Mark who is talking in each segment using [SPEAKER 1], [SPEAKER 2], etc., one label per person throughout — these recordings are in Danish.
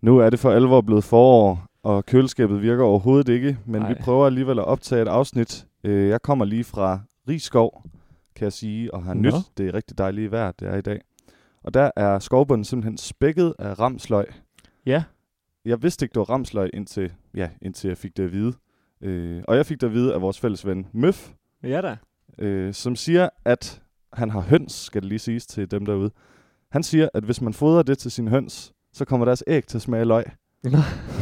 [SPEAKER 1] Nu er det for alvor blevet forår, og køleskabet virker overhovedet ikke, men Ej. vi
[SPEAKER 2] Nej.
[SPEAKER 1] prøver alligevel at optage et afsnit. Øh, Jeg kommer lige fra Rigskov, kan jeg sige, og har
[SPEAKER 2] Nå.
[SPEAKER 1] nyt det rigtig dejlige vejr, det er i dag. Og der er skovbunden simpelthen spækket af ramsløg.
[SPEAKER 2] Ja.
[SPEAKER 1] Jeg vidste ikke, det var ramsløg, indtil, ja, indtil jeg fik det at vide. Øh, og jeg fik det at vide af vores fælles ven Møf,
[SPEAKER 2] Ja da.
[SPEAKER 1] øh, som siger, at han har høns, skal det lige siges til dem derude. Han siger, at hvis man fodrer det til sine høns, så kommer deres æg til at smage af løg.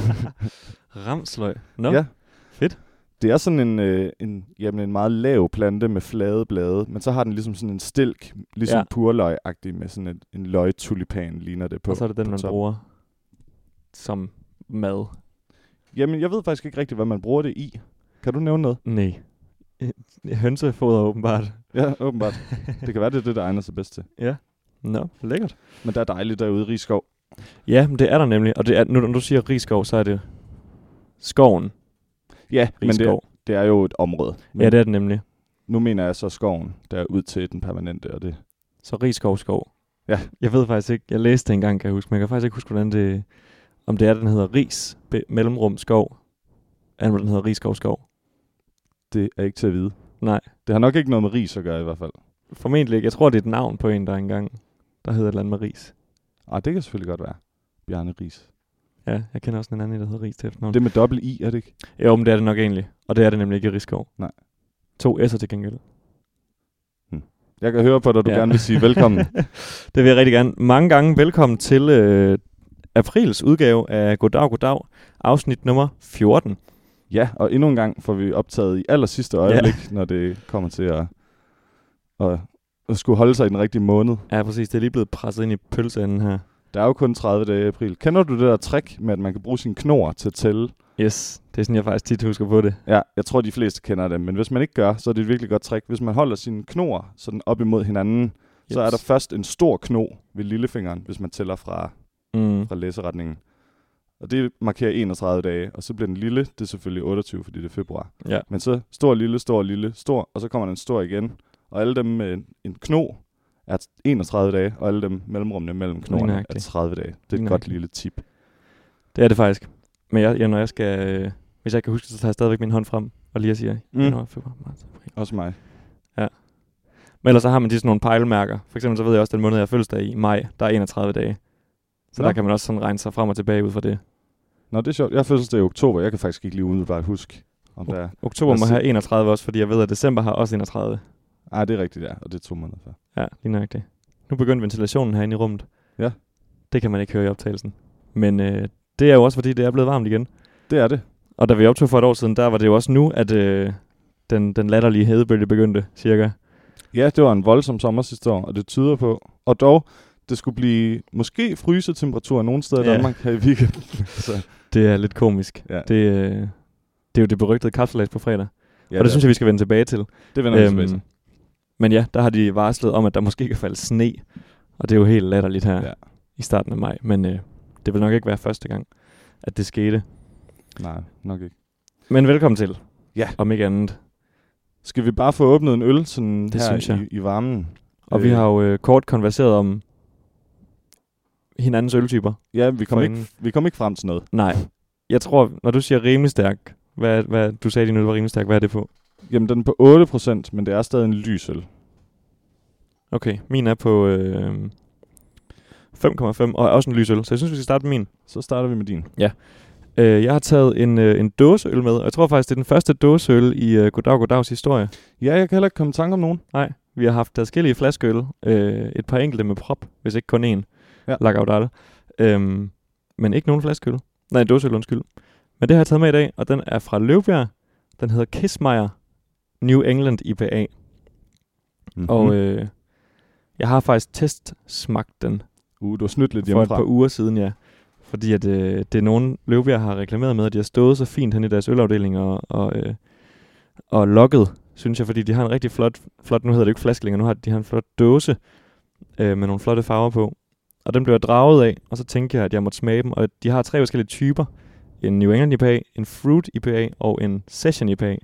[SPEAKER 2] Ramsløg. Nå.
[SPEAKER 1] Ja.
[SPEAKER 2] Fedt.
[SPEAKER 1] Det er sådan en, øh, en, jamen en meget lav plante med flade blade, men så har den ligesom sådan en stilk, ligesom ja.
[SPEAKER 2] Ja.
[SPEAKER 1] purløg-agtig med sådan en, en løgtulipan, ligner det på.
[SPEAKER 2] og så er det
[SPEAKER 1] på
[SPEAKER 2] den, man
[SPEAKER 1] toppen.
[SPEAKER 2] bruger som mad.
[SPEAKER 1] Jamen, jeg ved faktisk ikke rigtigt, hvad man bruger det i. Kan du nævne noget?
[SPEAKER 2] Nej. Hønsefoder åbenbart.
[SPEAKER 1] Ja, åbenbart. det kan være, det er det, der egner sig bedst til.
[SPEAKER 2] Nå, lækkert.
[SPEAKER 1] Men der er dejligt derude i Rigskov.
[SPEAKER 2] Ja, men det er der nemlig. Og det er, nu, når du siger rigskov, så er det skoven.
[SPEAKER 1] Ja, men det,
[SPEAKER 2] Rigskov.
[SPEAKER 1] det er jo et område. Men
[SPEAKER 2] Ja, det er det nemlig.
[SPEAKER 1] Nu mener jeg så skoven, der er ud til den permanente, og det
[SPEAKER 2] Så rigskov skov.
[SPEAKER 1] Ja.
[SPEAKER 2] Jeg ved faktisk ikke, jeg læste det engang, kan jeg huske, men jeg kan faktisk ikke huske, hvordan det, om det er, den hedder ris, be, mellemrum skov, eller om den hedder rigskov skov.
[SPEAKER 1] Det er ikke til at vide.
[SPEAKER 2] Nej.
[SPEAKER 1] Det har nok ikke noget med ris at gøre i hvert fald.
[SPEAKER 2] Formentlig ikke. Jeg tror, det er et navn på en, der engang, der hedder et eller andet med ris.
[SPEAKER 1] Ah, det kan selvfølgelig godt være. Bjarne Ris.
[SPEAKER 2] Mm. Ja, jeg kender også en anden, der hedder Ris til efternavn.
[SPEAKER 1] Det med dobbelt i, er det ikke?
[SPEAKER 2] Jo, men det er det nok egentlig. Og det er det nemlig ikke i Rigskov.
[SPEAKER 1] Nej.
[SPEAKER 2] To S'er til gengæld.
[SPEAKER 1] Jeg kan høre på dig, du ja.
[SPEAKER 2] Ja.
[SPEAKER 1] gerne vil sige velkommen.
[SPEAKER 2] Det vil jeg rigtig gerne. Mange gange velkommen til øh, aprils udgave af Goddag, Goddag, afsnit nummer 14.
[SPEAKER 1] ja, og endnu en gang får vi optaget i aller sidste øjeblik, ja. når det kommer til at, at, at skulle holde sig i den rigtige måned.
[SPEAKER 2] Ja, præcis. Det er lige blevet presset ind i pølseenden her.
[SPEAKER 1] Der er jo kun 30 dage i april. Kender du det der trick med, at man kan bruge sine knor til at tælle?
[SPEAKER 2] Yes, det er sådan, jeg faktisk tit husker på det.
[SPEAKER 1] Ja, jeg tror, de fleste kender det, men hvis man ikke gør, så er det et virkelig godt trick. Hvis man holder sine knor sådan op imod hinanden, yes. så er der først en stor kno ved lillefingeren, hvis man tæller fra
[SPEAKER 2] Mm.
[SPEAKER 1] fra læseretningen. Og det markerer 31 dage, og så bliver den lille, det er selvfølgelig 28, fordi det er februar.
[SPEAKER 2] Ja.
[SPEAKER 1] Men så stor, lille, stor, lille, stor, og så kommer den stor igen. Og alle dem med en, en kno er 31 dage, og alle dem mellemrummene mellem knoerne er
[SPEAKER 2] Nøjagtigt.
[SPEAKER 1] 30 dage. Det er et godt
[SPEAKER 2] Nøjagtigt.
[SPEAKER 1] lille tip.
[SPEAKER 2] Det er det faktisk. Men jeg, jeg når jeg skal... Øh, hvis jeg kan huske, det, så tager jeg stadigvæk min hånd frem og lige siger...
[SPEAKER 1] Mm.
[SPEAKER 2] Mm. Januar, februar, marts, april.
[SPEAKER 1] Også mig.
[SPEAKER 2] Men ellers så har man de sådan nogle pejlemærker. For eksempel så ved jeg også, den måned, jeg har fødselsdag i, maj, der er 31 dage.
[SPEAKER 1] Nå.
[SPEAKER 2] Så Nå. der kan man også sådan regne sig frem og tilbage ud fra det.
[SPEAKER 1] Nå, det er sjovt. Jeg har fødselsdag i oktober. Jeg kan faktisk ikke lige umiddelbart huske, om
[SPEAKER 2] Oh.
[SPEAKER 1] der er...
[SPEAKER 2] Oktober
[SPEAKER 1] Hvad
[SPEAKER 2] må
[SPEAKER 1] sig-
[SPEAKER 2] have 31 også, fordi jeg ved, at december har også 31.
[SPEAKER 1] Ej, det er rigtigt, ja. Og det er to måneder før.
[SPEAKER 2] Ja, lige nøjagtigt. Nu begyndte ventilationen herinde i rummet.
[SPEAKER 1] Ja.
[SPEAKER 2] Det kan man ikke høre i optagelsen. Men øh, det er jo også, fordi det er blevet varmt igen.
[SPEAKER 1] Det er det.
[SPEAKER 2] Og da vi optog for et år siden, der var det jo også nu, at øh, den, den latterlige hedebølge begyndte, cirka.
[SPEAKER 1] Ja, det var en voldsom sommer sidste år, og det tyder på. Og dog, det skulle blive måske frysetemperaturer nogen steder i
[SPEAKER 2] Ja.
[SPEAKER 1] Danmark her i weekenden. så,
[SPEAKER 2] Det er lidt komisk.
[SPEAKER 1] Ja.
[SPEAKER 2] Det, øh, det er jo det berygtede kapsalat på fredag.
[SPEAKER 1] ja,
[SPEAKER 2] og det synes jeg, vi skal vende tilbage til.
[SPEAKER 1] det vender øhm, vi tilbage til.
[SPEAKER 2] men ja, der har de varslet om, at der måske kan falde sne. Og det er jo helt latterligt her
[SPEAKER 1] Ja.
[SPEAKER 2] ja. i starten af maj. Men øh, det vil nok ikke være første gang, at det skete.
[SPEAKER 1] Nej, nok ikke.
[SPEAKER 2] Men velkommen til.
[SPEAKER 1] Ja.
[SPEAKER 2] Om ikke andet.
[SPEAKER 1] Skal vi bare få åbnet en øl sådan det her synes
[SPEAKER 2] synes
[SPEAKER 1] jeg.
[SPEAKER 2] jeg.
[SPEAKER 1] I, i varmen?
[SPEAKER 2] Og øh. vi har jo øh, kort konverseret om hinandens øltyper.
[SPEAKER 1] Ja, vi kom,
[SPEAKER 2] for
[SPEAKER 1] ikke,
[SPEAKER 2] inden.
[SPEAKER 1] vi kom ikke frem til noget.
[SPEAKER 2] Nej. Jeg tror, når du siger rimelig stærk, hvad, hvad, du sagde, din øl var rimelig stærk, hvad er det på?
[SPEAKER 1] Jamen, den er på 8%, men det er stadig en lysøl.
[SPEAKER 2] Okay, min er på øh, 5,5 og er også en lys øl, så jeg synes, vi skal starte med min.
[SPEAKER 1] Så starter vi med din.
[SPEAKER 2] Øh, jeg har taget en, øh, en dåseøl med, og jeg tror faktisk, det er den første dåseøl i øh, Goddag Goddags historie.
[SPEAKER 1] Ja, jeg kan heller ikke komme i tanke om nogen.
[SPEAKER 2] Nej, vi har haft forskellige flaskeøl, øh, et par enkelte med prop, hvis ikke kun én,
[SPEAKER 1] Ja.
[SPEAKER 2] ja. Lagavdale. Øhm, men ikke nogen flaskeøl. Nej, dåseøl, undskyld. Men det har jeg taget med i dag, og den er fra Løvbjerg. Den hedder Kissmeyer New England IPA.
[SPEAKER 1] Mm-hmm.
[SPEAKER 2] Og øh, jeg har faktisk testsmagt den
[SPEAKER 1] uh, du har snydt lidt
[SPEAKER 2] for et
[SPEAKER 1] hjemmefra.
[SPEAKER 2] par uger siden, ja. Fordi at, øh, det er nogen, Løvbjerg har reklameret med, at de har stået så fint hen i deres ølafdeling og, og, øh, og lukket, synes jeg, fordi de har en rigtig flot, flot nu hedder det jo ikke flaskelinger, nu har de har en flot dåse øh, med nogle flotte farver på. Og den blev jeg draget af, og så tænkte jeg, at jeg måtte smage dem. Og de har tre forskellige typer. En New England IPA, en Fruit IPA og en Session IPA.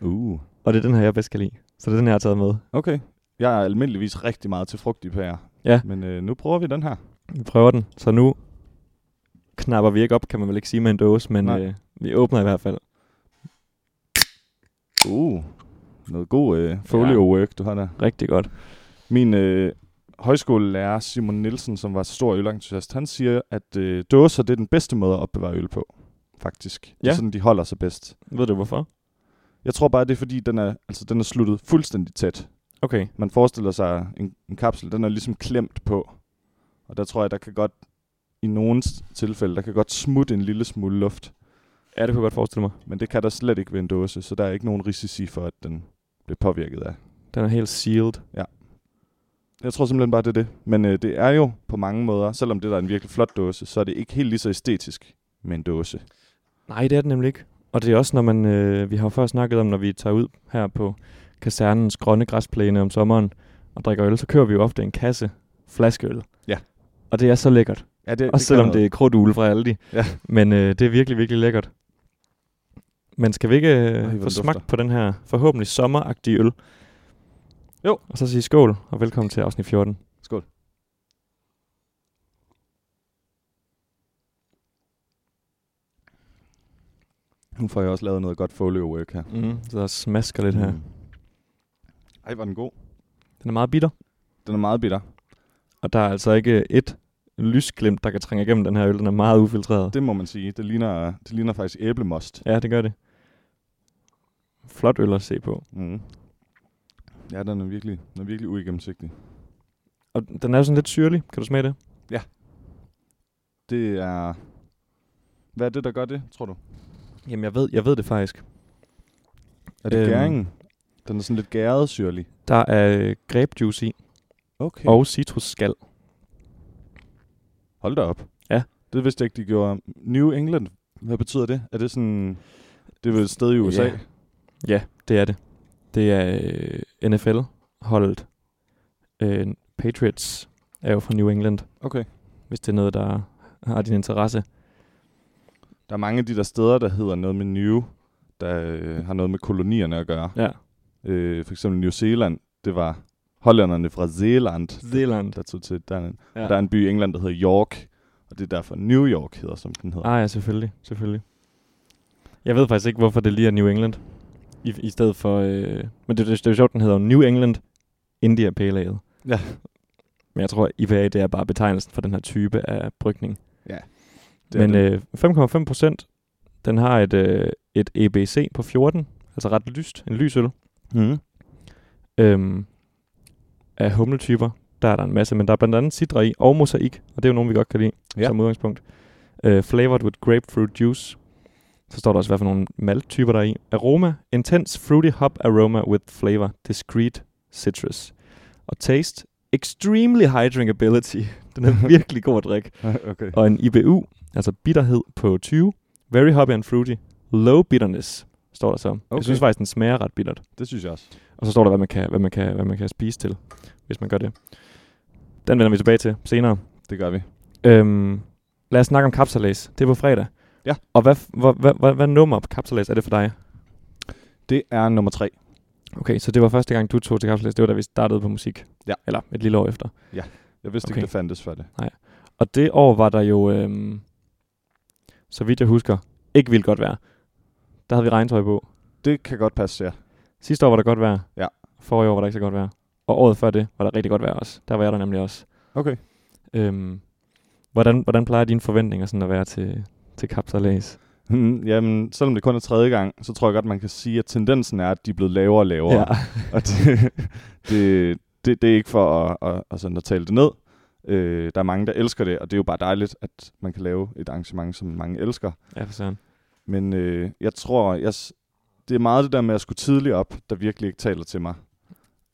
[SPEAKER 1] Uh.
[SPEAKER 2] Og det er den her, jeg bedst kan lide. Så det er den her, jeg har taget med.
[SPEAKER 1] Okay. Jeg er almindeligvis rigtig meget til frugt i pærer.
[SPEAKER 2] Ja.
[SPEAKER 1] Men øh, nu prøver vi den her.
[SPEAKER 2] Vi prøver den. Så nu knapper vi ikke op, kan man vel ikke sige med en dåse, men
[SPEAKER 1] Nej.
[SPEAKER 2] øh, vi åbner i hvert fald.
[SPEAKER 1] Uh, noget god øh, folio work, du har der.
[SPEAKER 2] Rigtig godt.
[SPEAKER 1] Min øh, højskolelærer Simon Nielsen, som var stor ølentusiast, han siger, at øh, dåser det er den bedste måde at opbevare øl på, faktisk. Det er
[SPEAKER 2] Ja.
[SPEAKER 1] sådan, de holder sig bedst.
[SPEAKER 2] Ved du hvorfor?
[SPEAKER 1] Jeg tror bare, det er fordi, den er, altså, den er sluttet fuldstændig tæt.
[SPEAKER 2] Okay.
[SPEAKER 1] Man forestiller sig en, en kapsel, den er ligesom klemt på. Og der tror jeg, der kan godt, i nogle s- tilfælde, der kan godt smutte en lille smule luft.
[SPEAKER 2] Ja, det kunne jeg godt forestille mig.
[SPEAKER 1] Men det kan der slet ikke ved en dåse, så der er ikke nogen risici for, at den bliver påvirket af.
[SPEAKER 2] Den er helt sealed.
[SPEAKER 1] Jeg tror simpelthen bare, det er det. Men øh, det er jo på mange måder, selvom det der er en virkelig flot dåse, så er det ikke helt lige så æstetisk med en dåse.
[SPEAKER 2] Nej, det er den nemlig ikke. Og det er også, når man, øh, vi har jo før snakket om, når vi tager ud her på kasernens grønne græsplæne om sommeren og drikker øl, så kører vi jo ofte en kasse flaskeøl.
[SPEAKER 1] Ja.
[SPEAKER 2] Og det er så lækkert.
[SPEAKER 1] Ja, det,
[SPEAKER 2] Også selvom det er krudtugle fra Aldi.
[SPEAKER 1] Ja.
[SPEAKER 2] Men øh, det er virkelig, virkelig lækkert. Men skal vi ikke
[SPEAKER 1] hvor den
[SPEAKER 2] øh, få
[SPEAKER 1] dufter.
[SPEAKER 2] smagt på den her forhåbentlig sommeragtige øl?
[SPEAKER 1] Jo.
[SPEAKER 2] Og så sige skål, og velkommen til afsnit 14.
[SPEAKER 1] Skål. Nu får jeg også lavet noget godt folio work her.
[SPEAKER 2] Mm. Så der smasker lidt her.
[SPEAKER 1] Mm. Ej, var den god.
[SPEAKER 2] Den er meget bitter.
[SPEAKER 1] Den er meget bitter.
[SPEAKER 2] Og der er altså ikke et lysglimt, der kan trænge igennem den her øl. Den er meget ufiltreret. Det.
[SPEAKER 1] Det må man sige. Det ligner, det ligner faktisk æblemost.
[SPEAKER 2] Ja, det gør det. Flot øl at se på.
[SPEAKER 1] Mm. Ja, den er virkelig, den er virkelig uigennemsigtig.
[SPEAKER 2] Og den er jo sådan lidt syrlig. Kan du smage det?
[SPEAKER 1] Det er... Hvad er det, der gør det, tror du?
[SPEAKER 2] Jamen, jeg ved, jeg ved det faktisk.
[SPEAKER 1] Er det
[SPEAKER 2] Øhm.
[SPEAKER 1] øhm. gæringen? Den er sådan lidt gæret syrlig.
[SPEAKER 2] Der er øh, grapejuice i,
[SPEAKER 1] Okay.
[SPEAKER 2] og citrusskal.
[SPEAKER 1] Hold da op.
[SPEAKER 2] Ja.
[SPEAKER 1] Det vidste jeg ikke, de gjorde. New England, hvad betyder det? Er det sådan... Det er vel et sted i USA?
[SPEAKER 2] Ja. Ja, det er det. Det er øh, NFL-holdet. Øh, Patriots er jo fra New England,
[SPEAKER 1] Okay.
[SPEAKER 2] hvis det er noget, der har din interesse.
[SPEAKER 1] Der er mange af de der steder, der hedder noget med New, der øh, har noget med kolonierne at gøre.
[SPEAKER 2] Ja.
[SPEAKER 1] Øh, for eksempel New Zealand, det var hollænderne fra Zeeland,
[SPEAKER 2] Zealand.
[SPEAKER 1] der tog til dernede.
[SPEAKER 2] Ja.
[SPEAKER 1] Ja. Der er en by i England, der hedder York, og det er derfor New York hedder, som den hedder.
[SPEAKER 2] Ah ja, selvfølgelig, selvfølgelig. Jeg ved faktisk ikke, hvorfor det lige er New England. I, i stedet for... Øh, men det, det, det er jo sjovt, den hedder jo New England India Pale Ale.
[SPEAKER 1] Ja.
[SPEAKER 2] Men jeg tror, IPA det er bare betegnelsen for den her type af brygning.
[SPEAKER 1] Det er
[SPEAKER 2] men
[SPEAKER 1] det.
[SPEAKER 2] øh, 5,5 procent, den har et, øh, et EBC på 14, altså ret lyst, en lys øl.
[SPEAKER 1] Mm.
[SPEAKER 2] Øhm, af humletyper, der er der en masse, men der er blandt andet sidra i og mosaik, og det er jo nogen, vi godt kan lide ja.
[SPEAKER 1] Ja.
[SPEAKER 2] som udgangspunkt. Øh, flavored with grapefruit juice. Så står der også, hvad for nogle malttyper der er i. Aroma. Intense fruity hop aroma with flavor. Discreet citrus. Og taste. Extremely high drinkability. Den er virkelig god at drikke.
[SPEAKER 1] okay.
[SPEAKER 2] Og en IBU, altså bitterhed på 20. Very hoppy and fruity. Low bitterness, står der så. Okay. Jeg
[SPEAKER 1] Okay.
[SPEAKER 2] synes faktisk, den smager ret bittert.
[SPEAKER 1] Det synes jeg også.
[SPEAKER 2] Og så står der, hvad man kan, hvad man kan, hvad man kan spise til, hvis man gør det. Den vender vi tilbage til senere.
[SPEAKER 1] Det gør vi.
[SPEAKER 2] Øhm, lad os snakke om kapsalæs. Det er på fredag.
[SPEAKER 1] Ja.
[SPEAKER 2] Og hvad, hvad, hvad, hvad, hvad nummer på kapsalæs er det for dig?
[SPEAKER 1] Det er nummer tre.
[SPEAKER 2] Okay, så det var første gang, du tog til kapsalæs. Det var da vi startede på musik.
[SPEAKER 1] Ja.
[SPEAKER 2] Eller et lille år efter.
[SPEAKER 1] Jeg vidste okay.
[SPEAKER 2] Okay.
[SPEAKER 1] ikke, det fandtes for det.
[SPEAKER 2] Og det år var der jo, øhm, så vidt jeg husker, ikke vildt godt vejr. Der havde vi regntøj på.
[SPEAKER 1] Det kan godt passe, ja.
[SPEAKER 2] Sidste år var der godt vejr.
[SPEAKER 1] Ja.
[SPEAKER 2] Forrige år var der ikke så godt vejr. Og året før det var der rigtig godt vejr også. Der var jeg der nemlig også.
[SPEAKER 1] Okay.
[SPEAKER 2] Øhm, hvordan, hvordan plejer dine forventninger sådan at være til, til kapsalæs?
[SPEAKER 1] Hmm, jamen, selvom det kun er tredje gang, så tror jeg godt, man kan sige, at tendensen er, at de er blevet lavere og lavere. Og det, det, det, det er ikke for at, at, at, sådan at tale det ned. Øh, der er mange, der elsker det, og det er jo bare dejligt, at man kan lave et arrangement, som mange elsker.
[SPEAKER 2] ja, for søren.
[SPEAKER 1] Men øh, jeg tror, jeg, s- det er meget det der med at skulle tidligt op, der virkelig ikke taler til mig.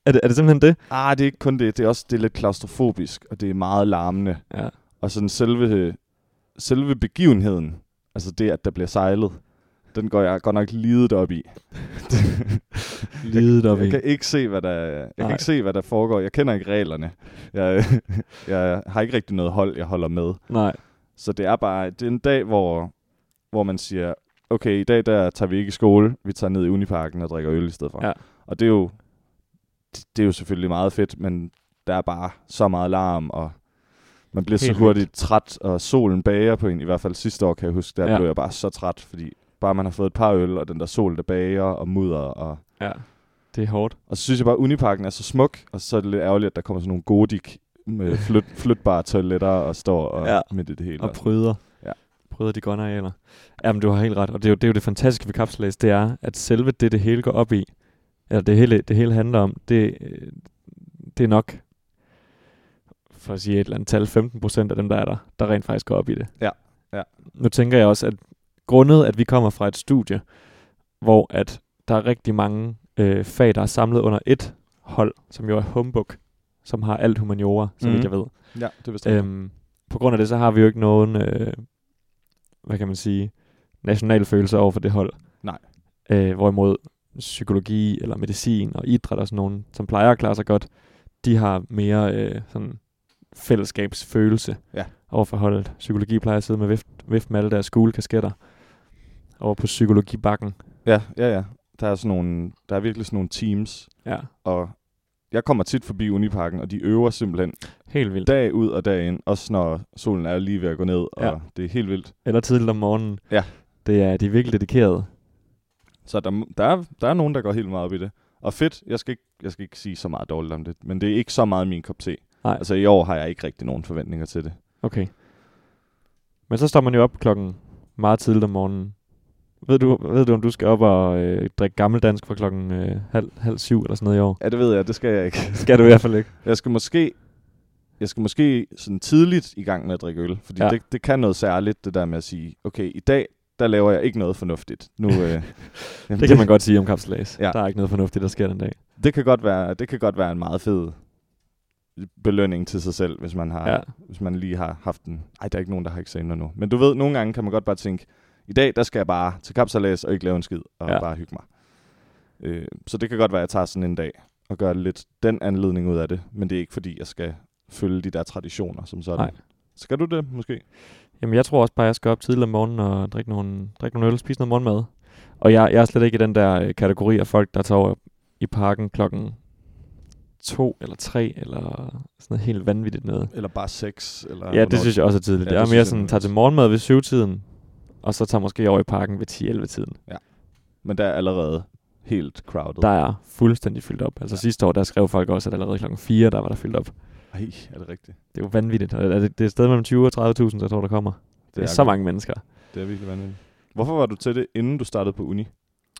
[SPEAKER 2] Er det, er det simpelthen det?
[SPEAKER 1] Ah, det er ikke kun det. Det er også det er lidt klaustrofobisk, og det er meget larmende.
[SPEAKER 2] Ja.
[SPEAKER 1] Og sådan selve, selve begivenheden, altså det, at der bliver sejlet, den går jeg godt nok lidet op i.
[SPEAKER 2] Lidet op i.
[SPEAKER 1] Jeg kan ikke se, hvad der, jeg kan
[SPEAKER 2] Nej.
[SPEAKER 1] ikke se, hvad der foregår. Jeg kender ikke reglerne. Jeg, jeg har ikke rigtig noget hold, jeg holder med.
[SPEAKER 2] Nej.
[SPEAKER 1] Så det er bare det er en dag, hvor, hvor man siger, okay, i dag der tager vi ikke i skole, vi tager ned i Uniparken og drikker øl i stedet for.
[SPEAKER 2] Ja.
[SPEAKER 1] Og det er, jo, det, det er jo selvfølgelig meget fedt, men der er bare så meget larm, og Man bliver Helt
[SPEAKER 2] Helt
[SPEAKER 1] så hurtigt træt, og solen bager på en. I hvert fald sidste år, kan jeg huske, der
[SPEAKER 2] Ja.
[SPEAKER 1] ja. blev jeg bare så træt, fordi bare man har fået et par øl, og den der sol, der bager og mudder. Og,
[SPEAKER 2] Ja. Det er hårdt.
[SPEAKER 1] og så synes jeg bare, at uniparken er så smuk, og så er det lidt ærgerligt, at der kommer sådan nogle godik med flyt, flytbare toiletter og står og
[SPEAKER 2] Ja.
[SPEAKER 1] ja. midt i det hele.
[SPEAKER 2] Og pryder.
[SPEAKER 1] Ja.
[SPEAKER 2] Pryder de grønne arealer. Jamen, du har helt ret. Og det er jo det, er jo det fantastiske ved kapslæs, det er, at selve det, det hele går op i, eller det hele, det hele handler om, det, øh, det er nok, for at sige et eller andet tal, 15 procent af dem, der er der, der rent faktisk går op i det.
[SPEAKER 1] Ja. Ja.
[SPEAKER 2] Nu tænker jeg også, at grundet, at vi kommer fra et studie, hvor at der er rigtig mange øh, fag, der er samlet under et hold, som jo er Humbug, som har alt humaniora, så vidt
[SPEAKER 1] Mhm.
[SPEAKER 2] jeg ved.
[SPEAKER 1] ja, det er bestemt. Øhm.
[SPEAKER 2] Øhm, på grund af det, så har vi jo ikke nogen, øh, hvad kan man sige, nationalfølelse over for det hold.
[SPEAKER 1] Nej.
[SPEAKER 2] Øh, hvorimod psykologi eller medicin og idræt og sådan nogen, som plejer at klare sig godt, de har mere øh, sådan fællesskabsfølelse
[SPEAKER 1] Ja.
[SPEAKER 2] over for holdet. Psykologi plejer at sidde med vift, vift med alle deres skolekasketter over på psykologibakken.
[SPEAKER 1] Ja, ja, ja. Der er, sådan nogle, der er virkelig sådan nogle teams,
[SPEAKER 2] Ja,
[SPEAKER 1] og jeg kommer tit forbi Uniparken, og de øver simpelthen
[SPEAKER 2] helt vildt.
[SPEAKER 1] dag ud og dag ind, også når solen er lige ved at gå ned, og
[SPEAKER 2] Ja.
[SPEAKER 1] ja. det er helt vildt.
[SPEAKER 2] Eller tidligt om morgenen.
[SPEAKER 1] Ja.
[SPEAKER 2] Det er, de er virkelig dedikerede.
[SPEAKER 1] Så der, der, er, der er nogen, der går helt meget op i det. Og fedt, jeg skal, ikke, jeg skal ikke sige så meget dårligt om det, men det er ikke så meget min kop te.
[SPEAKER 2] Nej.
[SPEAKER 1] Altså i år har jeg ikke rigtig nogen forventninger til det.
[SPEAKER 2] Okay. Men så står man jo op klokken meget tidligt om morgenen. Ved du, ved du om du skal op og øh, drikke gammeldansk fra klokken øh, halv, halv syv eller sådan noget i år?
[SPEAKER 1] Ja, det ved jeg, det skal jeg ikke.
[SPEAKER 2] Skal du i hvert fald ikke.
[SPEAKER 1] Jeg skal måske, jeg skal måske sådan tidligt i gang med at drikke øl, fordi
[SPEAKER 2] Ja.
[SPEAKER 1] ja. det, det kan noget særligt, det der med at sige, okay, i dag, der laver jeg ikke noget fornuftigt. Nu, øh, jamen,
[SPEAKER 2] Det kan man godt sige om kapslæs. Ja.
[SPEAKER 1] Ja.
[SPEAKER 2] Der er ikke noget fornuftigt, der sker den dag.
[SPEAKER 1] det kan godt være, det kan godt være en meget fed belønning til sig selv, hvis man har
[SPEAKER 2] Ja.
[SPEAKER 1] hvis man lige har haft en... Ej, der er ikke nogen, der har eksamener nu. Men du ved, nogle gange kan man godt bare tænke, i dag, der skal jeg bare til kapsalæs og ikke lave en skid, og
[SPEAKER 2] Ja.
[SPEAKER 1] ja. bare hygge mig. Øh, så det kan godt være, at jeg tager sådan en dag og gør lidt den anledning ud af det, men det er ikke fordi, jeg skal følge de der traditioner som sådan.
[SPEAKER 2] Nej.
[SPEAKER 1] Skal du det, måske?
[SPEAKER 2] Jamen, jeg tror også bare, at jeg skal op tidligt om morgenen og drikke nogle, drikke nogle øl, spise noget morgenmad. Og jeg, jeg er slet ikke i den der øh, kategori af folk, der tager over i parken klokken to eller tre, eller sådan noget helt vanvittigt noget.
[SPEAKER 1] Eller bare sex? Eller
[SPEAKER 2] Ja, det synes jeg også er tidligt.
[SPEAKER 1] Ja,
[SPEAKER 2] Ja, jeg
[SPEAKER 1] det
[SPEAKER 2] er
[SPEAKER 1] synes
[SPEAKER 2] mere
[SPEAKER 1] jeg
[SPEAKER 2] sådan,
[SPEAKER 1] nemlig
[SPEAKER 2] tager
[SPEAKER 1] også.
[SPEAKER 2] til morgenmad ved 7-tiden, og så tager måske over i parken ved 10-11-tiden.
[SPEAKER 1] Men der er allerede helt crowded.
[SPEAKER 2] Der er fuldstændig fyldt op. Altså ja.
[SPEAKER 1] Ja.
[SPEAKER 2] sidste år, der skrev folk også, at allerede klokken 4, der var der fyldt op.
[SPEAKER 1] Ej, er det rigtigt?
[SPEAKER 2] Det er jo vanvittigt. Og er det, det er et sted mellem 20 og 30.000, jeg tror, der kommer. Det er, det er så mange mennesker.
[SPEAKER 1] Det er virkelig vanvittigt. Hvorfor var du til det, inden du startede på uni?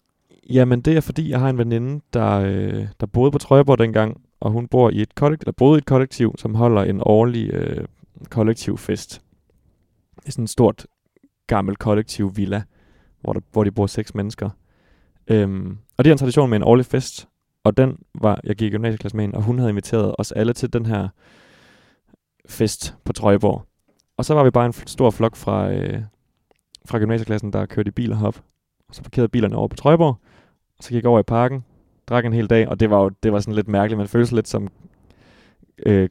[SPEAKER 2] Jamen, det er fordi, jeg har en veninde, der, øh, der boede på Trøjeborg dengang, og hun bor i et kollektiv, eller boede i et kollektiv, som holder en årlig øh, kollektivfest. Det er sådan et stort, gammelt kollektiv villa, hvor, der, hvor de bor seks mennesker. Øhm, og det er en tradition med en årlig fest, og den var, jeg gik i gymnasieklasse med hende, og hun havde inviteret os alle til den her fest på Trøjeborg. Og så var vi bare en fl- stor flok fra, øh, fra gymnasieklassen, der kørte i biler herop. Og så parkerede bilerne over på Trøjborg, og så gik jeg over i parken, drak en hel dag, og det var jo det var sådan lidt mærkeligt. Man følte sig lidt som øh,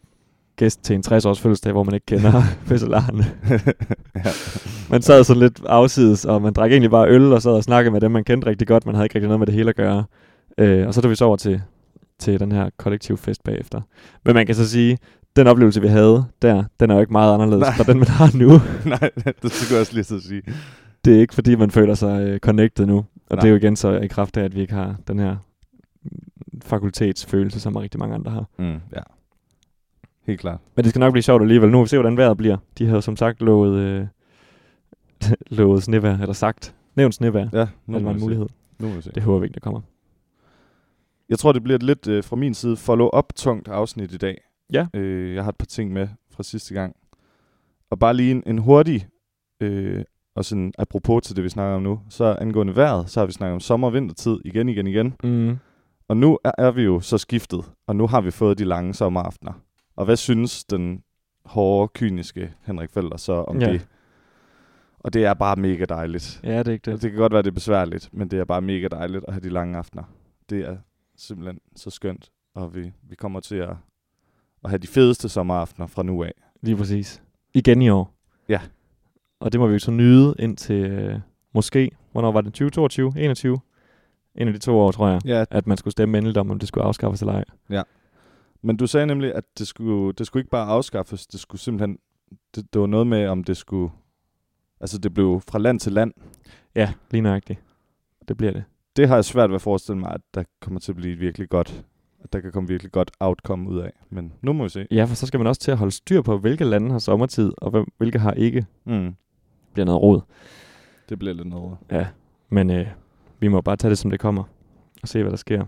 [SPEAKER 2] gæst til en 60-års fødselsdag, hvor man ikke kender fødselaren. Man sad sådan lidt afsides, og man drak egentlig bare øl og sad og snakkede med dem, man kendte rigtig godt. Man havde ikke rigtig noget med det hele at gøre. Øh, og så tog vi så over til, til den her kollektivfest bagefter. Men man kan så sige, den oplevelse, vi havde der, den er jo ikke meget anderledes
[SPEAKER 1] Nej.
[SPEAKER 2] fra den, man har nu.
[SPEAKER 1] Nej, det skulle jeg også lige så sige.
[SPEAKER 2] Det er ikke, fordi man føler sig øh, connected nu. Og Nej.
[SPEAKER 1] Nej.
[SPEAKER 2] det er jo igen så i kraft af, at vi ikke har den her fakultetsfølelse, som rigtig mange andre har.
[SPEAKER 1] Mm, ja. Helt klart.
[SPEAKER 2] Men det skal nok blive sjovt alligevel. Nu må vi se, hvordan vejret bliver. De havde som sagt lovet, øh, lovet snevær, eller sagt, nævnt snevær. Ja,
[SPEAKER 1] Ja,
[SPEAKER 2] det var en mulighed.
[SPEAKER 1] Nu må vi se.
[SPEAKER 2] Det håber vi ikke, der kommer.
[SPEAKER 1] Jeg tror, det bliver et lidt øh, fra min side follow-up-tungt afsnit i dag.
[SPEAKER 2] Ja.
[SPEAKER 1] Øh, jeg har et par ting med fra sidste gang. Og bare lige en, en hurtig, øh, og sådan apropos til det, vi snakker om nu, så angående vejret, så har vi snakket om sommer- og vintertid igen, igen, igen.
[SPEAKER 2] Mm.
[SPEAKER 1] Og nu er, er vi jo så skiftet, og nu har vi fået de lange sommeraftener. Og hvad synes den hårde, kyniske Henrik Felder så om
[SPEAKER 2] Ja.
[SPEAKER 1] ja. det? Og det er bare mega dejligt.
[SPEAKER 2] Ja, det er ikke
[SPEAKER 1] Det. det kan godt være, det er besværligt, men det er bare mega dejligt at have de lange aftener. Det er simpelthen så skønt, og vi, vi kommer til at, at have de fedeste sommeraftener fra nu af.
[SPEAKER 2] Lige præcis. Igen i år.
[SPEAKER 1] Ja.
[SPEAKER 2] Og det må vi jo så nyde indtil øh, måske, hvornår var det? 2022? 21? En af de to år, tror jeg.
[SPEAKER 1] Ja.
[SPEAKER 2] At man skulle stemme endeligt om, om det skulle afskaffes eller ej.
[SPEAKER 1] Men du sagde nemlig, at det skulle, det skulle ikke bare afskaffes, det skulle simpelthen det, det var noget med, om det skulle... Altså, det blev fra land til land.
[SPEAKER 2] Ja, lige nøjagtigt. Det bliver det.
[SPEAKER 1] Det har jeg svært ved at forestille mig, at der kommer til at blive et virkelig godt at der kan komme virkelig godt outcome ud af. Men nu må vi se.
[SPEAKER 2] Ja, for så skal man også til at holde styr på, hvilke lande har sommertid, og hvem, hvilke har ikke.
[SPEAKER 1] Mm.
[SPEAKER 2] Det bliver noget råd.
[SPEAKER 1] Det bliver lidt noget.
[SPEAKER 2] Ja, men øh, vi må bare tage det, som det kommer, og se, hvad der sker.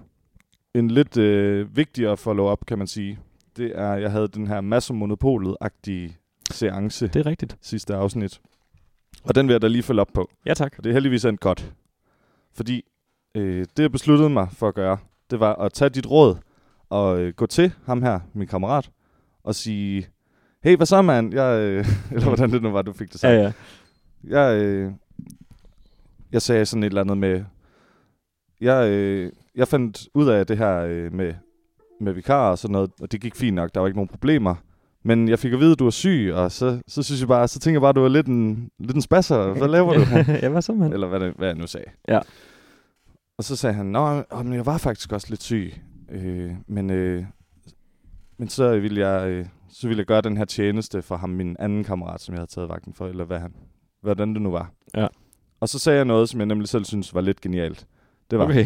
[SPEAKER 1] En lidt øh, vigtigere follow-up, kan man sige, det er, jeg havde den her masse monopolet-agtige seance det.
[SPEAKER 2] Det er rigtigt.
[SPEAKER 1] sidste afsnit. Og den vil jeg da lige følge op på.
[SPEAKER 2] Ja, tak.
[SPEAKER 1] Og det er heldigvis endt godt. Fordi øh, det, jeg besluttede mig for at gøre, det var at tage dit råd og øh, gå til ham her, min kammerat, og sige, hey, hvad så, mand? Jeg, øh, eller hvordan det nu var, du fik det sagt.
[SPEAKER 2] Ja, ja.
[SPEAKER 1] Jeg, øh, jeg sagde sådan et eller andet med, jeg, øh, jeg fandt ud af det her øh, med, med vikarer og sådan noget, og det gik fint nok, der var ikke nogen problemer. Men jeg fik at vide, at du er syg, og så, så synes jeg bare, så tænker jeg bare, at du er lidt en, lidt en spasser. Hvad laver du?
[SPEAKER 2] ja, hvad så, mand?
[SPEAKER 1] Eller hvad, det, hvad jeg nu sagde.
[SPEAKER 2] Ja.
[SPEAKER 1] Og så sagde han, Nå, åh, men jeg var faktisk også lidt syg. Øh, men, øh, men så ville, jeg, øh, så ville jeg gøre den her tjeneste for ham, min anden kammerat, som jeg havde taget vagten for, eller hvad han, hvordan det nu var.
[SPEAKER 2] Ja.
[SPEAKER 1] Og så sagde jeg noget, som jeg nemlig selv synes var lidt genialt. Det var,
[SPEAKER 2] Okay.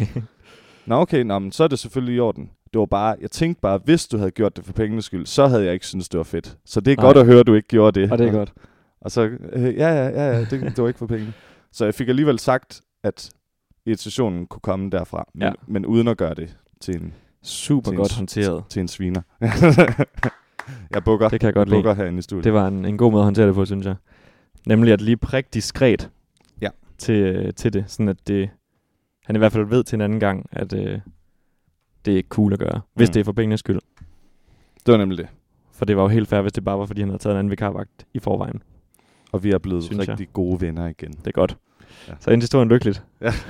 [SPEAKER 1] Nå okay, nå, men så er det selvfølgelig i orden. Det var bare, jeg tænkte bare, hvis du havde gjort det for pengenes skyld, så havde jeg ikke syntes, det var fedt. Så det er
[SPEAKER 2] Nej.
[SPEAKER 1] godt at høre, at du ikke gjorde det.
[SPEAKER 2] Og det er godt.
[SPEAKER 1] Og så, øh, ja, ja, ja, ja det, det var ikke for pengene. Så jeg fik alligevel sagt, at irritationen kunne komme derfra, men,
[SPEAKER 2] Ja.
[SPEAKER 1] men uden at gøre det til en,
[SPEAKER 2] Super
[SPEAKER 1] Til en
[SPEAKER 2] godt
[SPEAKER 1] s-
[SPEAKER 2] håndteret.
[SPEAKER 1] til en sviner. jeg bukker.
[SPEAKER 2] Det kan jeg godt
[SPEAKER 1] jeg
[SPEAKER 2] lide.
[SPEAKER 1] bukker herinde i studiet.
[SPEAKER 2] Det var en, en god måde at håndtere det på, synes jeg. Nemlig at lige prikke diskret
[SPEAKER 1] Ja.
[SPEAKER 2] til, øh, til det, sådan at det, han i hvert fald ved til en anden gang, at øh, det er ikke cool at gøre, hvis
[SPEAKER 1] Mm.
[SPEAKER 2] mm. det er for pengenes skyld.
[SPEAKER 1] det var nemlig det.
[SPEAKER 2] For det var jo helt fair, hvis det bare var, fordi han havde taget en anden vikarvagt i forvejen.
[SPEAKER 1] Og vi er blevet
[SPEAKER 2] Synes jeg.
[SPEAKER 1] rigtig gode venner igen.
[SPEAKER 2] Det er godt.
[SPEAKER 1] Ja.
[SPEAKER 2] Ja. Så endte historien lykkeligt.
[SPEAKER 1] Ja.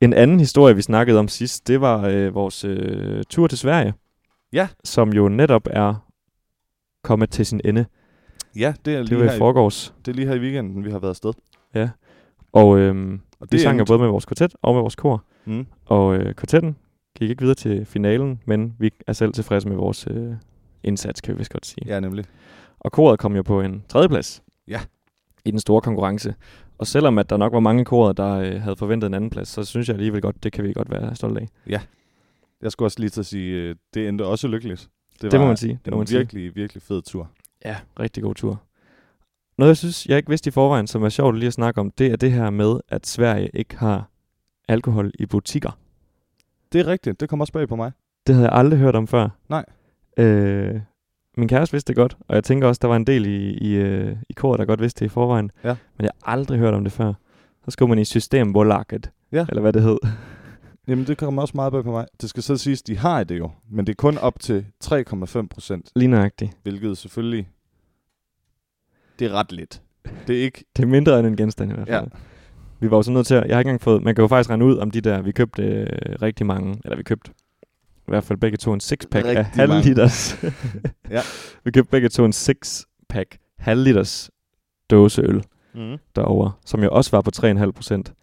[SPEAKER 2] en anden historie, vi snakkede om sidst, det var øh, vores øh, tur til Sverige.
[SPEAKER 1] Ja.
[SPEAKER 2] Som jo netop er kommet til sin ende.
[SPEAKER 1] Ja, det er,
[SPEAKER 2] Det
[SPEAKER 1] lige
[SPEAKER 2] var
[SPEAKER 1] her
[SPEAKER 2] i
[SPEAKER 1] i,
[SPEAKER 2] forgårs.
[SPEAKER 1] det er lige her i weekenden, vi har været afsted.
[SPEAKER 2] Og øhm,
[SPEAKER 1] Og
[SPEAKER 2] Vi
[SPEAKER 1] det er
[SPEAKER 2] sang jo
[SPEAKER 1] en-
[SPEAKER 2] både med vores kvartet og med vores kor,
[SPEAKER 1] Mm.
[SPEAKER 2] og øh, kvartetten gik ikke videre til finalen, men vi er selv tilfredse med vores øh, indsats, kan vi vist godt sige.
[SPEAKER 1] Ja, nemlig.
[SPEAKER 2] Og koret kom jo på en tredjeplads
[SPEAKER 1] Ja.
[SPEAKER 2] i den store konkurrence. Og selvom at der nok var mange korer, der øh, havde forventet en anden plads, så synes jeg alligevel godt, det kan vi godt være stolte af.
[SPEAKER 1] Jeg skulle også lige til at sige, øh, det endte også lykkeligt.
[SPEAKER 2] Det, det må man sige. Det må man
[SPEAKER 1] en
[SPEAKER 2] sige.
[SPEAKER 1] virkelig, virkelig fed tur.
[SPEAKER 2] Ja, rigtig god tur. Noget, jeg synes, jeg ikke vidste i forvejen, som er sjovt lige at snakke om, det er det her med, at Sverige ikke har alkohol i butikker.
[SPEAKER 1] Det er rigtigt, det kom også bag på mig.
[SPEAKER 2] Det havde jeg aldrig hørt om før.
[SPEAKER 1] Nej.
[SPEAKER 2] Øh, min kæreste vidste det godt, og jeg tænker også, der var en del i, i, øh, i koret, der godt vidste det i forvejen.
[SPEAKER 1] Ja.
[SPEAKER 2] Men jeg har aldrig hørt om det før. Så skulle man i Systembolaget,
[SPEAKER 1] Ja.
[SPEAKER 2] eller hvad det hed.
[SPEAKER 1] Jamen, det kommer også meget bag på mig. Det skal så siges, de har det jo, men det er kun op til 3,5 procent,
[SPEAKER 2] Lige nøjagtigt.
[SPEAKER 1] hvilket selvfølgelig, det er ret lidt. Det er ikke,
[SPEAKER 2] Det er mindre end en genstand i hvert fald. Ja. Vi var jo så nødt til at, jeg har ikke engang fået, man kan jo faktisk regne ud om de der, vi købte øh, rigtig mange, eller vi købte i hvert fald begge to en sixpack af
[SPEAKER 1] Rigtig
[SPEAKER 2] halv
[SPEAKER 1] mange.
[SPEAKER 2] liters.
[SPEAKER 1] Ja.
[SPEAKER 2] Vi købte begge to en sixpack halv liters dåseøl.
[SPEAKER 1] mm.
[SPEAKER 2] derovre, som jo også var på 3,5 procent.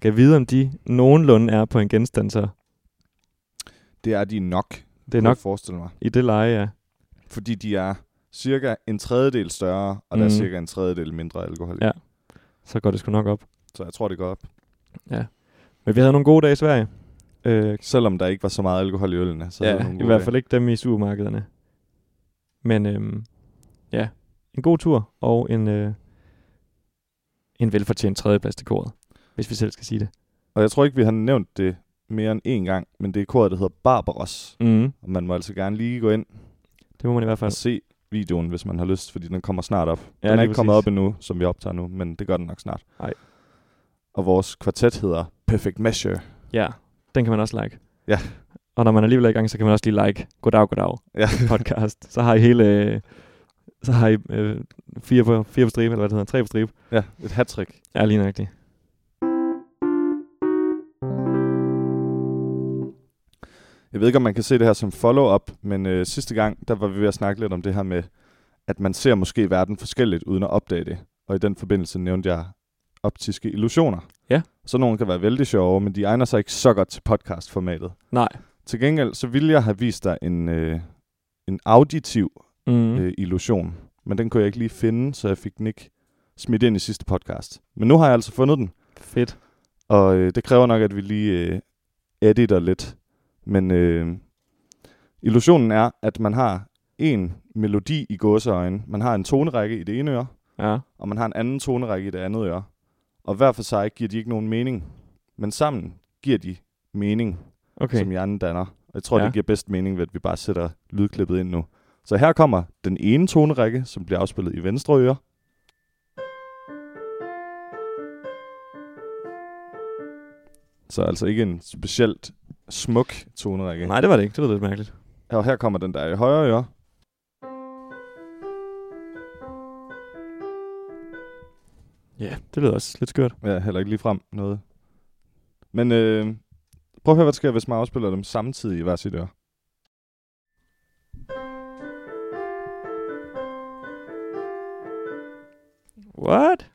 [SPEAKER 2] Kan vide, om de nogenlunde er på en genstand, så
[SPEAKER 1] det er de nok, det
[SPEAKER 2] det er nok
[SPEAKER 1] forestille mig.
[SPEAKER 2] i det leje, ja.
[SPEAKER 1] Fordi de er cirka en tredjedel større, og mm. der er
[SPEAKER 2] Mhm.
[SPEAKER 1] cirka en tredjedel mindre alkohol. i.
[SPEAKER 2] Ja. Så går det sgu nok op.
[SPEAKER 1] Så jeg tror, det går op.
[SPEAKER 2] Men vi havde nogle gode dage i Sverige. Øh,
[SPEAKER 1] Selvom der ikke var så meget alkohol i ølene. Så havde vi nogle
[SPEAKER 2] i
[SPEAKER 1] gode
[SPEAKER 2] hvert
[SPEAKER 1] dage.
[SPEAKER 2] fald ikke dem i supermarkederne. Men øhm, ja, en god tur og en, øh, en velfortjent tredjeplads til koret, hvis vi selv skal sige det.
[SPEAKER 1] Og jeg tror ikke, vi har nævnt det mere end én gang, men det er koret, der hedder Barbaros.
[SPEAKER 2] Mm.
[SPEAKER 1] Og man må altså gerne lige gå ind
[SPEAKER 2] Det må man i hvert
[SPEAKER 1] og
[SPEAKER 2] fald.
[SPEAKER 1] se videoen, hvis man har lyst, fordi den kommer snart op. Den
[SPEAKER 2] Ja,
[SPEAKER 1] er ikke
[SPEAKER 2] lige
[SPEAKER 1] præcis. kommet
[SPEAKER 2] præcis.
[SPEAKER 1] op endnu, som vi optager nu, men det gør den nok snart.
[SPEAKER 2] Nej.
[SPEAKER 1] Og vores kvartet hedder Perfect Measure.
[SPEAKER 2] Ja, den kan man også like.
[SPEAKER 1] Ja.
[SPEAKER 2] Og når man alligevel er i gang, så kan man også lige like. Goddag, goddag.
[SPEAKER 1] Ja,
[SPEAKER 2] podcast, så har I hele... Øh, så har I øh, fire, på, fire på stribe, eller hvad det hedder, tre på stribe.
[SPEAKER 1] ja et hattrick.
[SPEAKER 2] Ja, lige nøjagtigt.
[SPEAKER 1] Jeg ved ikke, om man kan se det her som follow-up, men øh, sidste gang, der var vi ved at snakke lidt om det her med, at man ser måske verden forskelligt, uden at opdage det. Og i den forbindelse nævnte jeg optiske illusioner.
[SPEAKER 2] Ja.
[SPEAKER 1] Så nogle kan være vældig sjove, men de egner sig ikke så godt til podcastformatet.
[SPEAKER 2] Nej.
[SPEAKER 1] Til gengæld, så ville jeg have vist dig en, øh, en auditiv
[SPEAKER 2] Mm.
[SPEAKER 1] øh, illusion. men den kunne jeg ikke lige finde, så jeg fik den ikke smidt ind i sidste podcast. Men nu har jeg altså fundet den,
[SPEAKER 2] Fedt.
[SPEAKER 1] og øh, det kræver nok, at vi lige øh, editor lidt. Men øh, illusionen er, at man har en melodi i gåseøjne. Man har en tonerække i det ene øre,
[SPEAKER 2] Ja.
[SPEAKER 1] og man har en anden tonerække i det andet øre. Og hver for sig giver de ikke nogen mening, men sammen giver de mening, okay.
[SPEAKER 2] Okay.
[SPEAKER 1] som hjernen danner. Og jeg tror, ja.
[SPEAKER 2] Ja.
[SPEAKER 1] det giver bedst mening ved, at vi bare sætter lydklippet ind nu. Så her kommer den ene tonerække, som bliver afspillet i venstre øre. Så altså ikke en specielt smuk tonerække.
[SPEAKER 2] Nej, det var det ikke. Det lyder lidt mærkeligt.
[SPEAKER 1] Og her kommer den der i højre øre.
[SPEAKER 2] Ja, det lyder også lidt skørt.
[SPEAKER 1] Ja, heller ikke lige frem noget. Men øh, prøv at høre, hvad der sker, hvis man afspiller dem samtidig i hver sit øre.
[SPEAKER 2] What?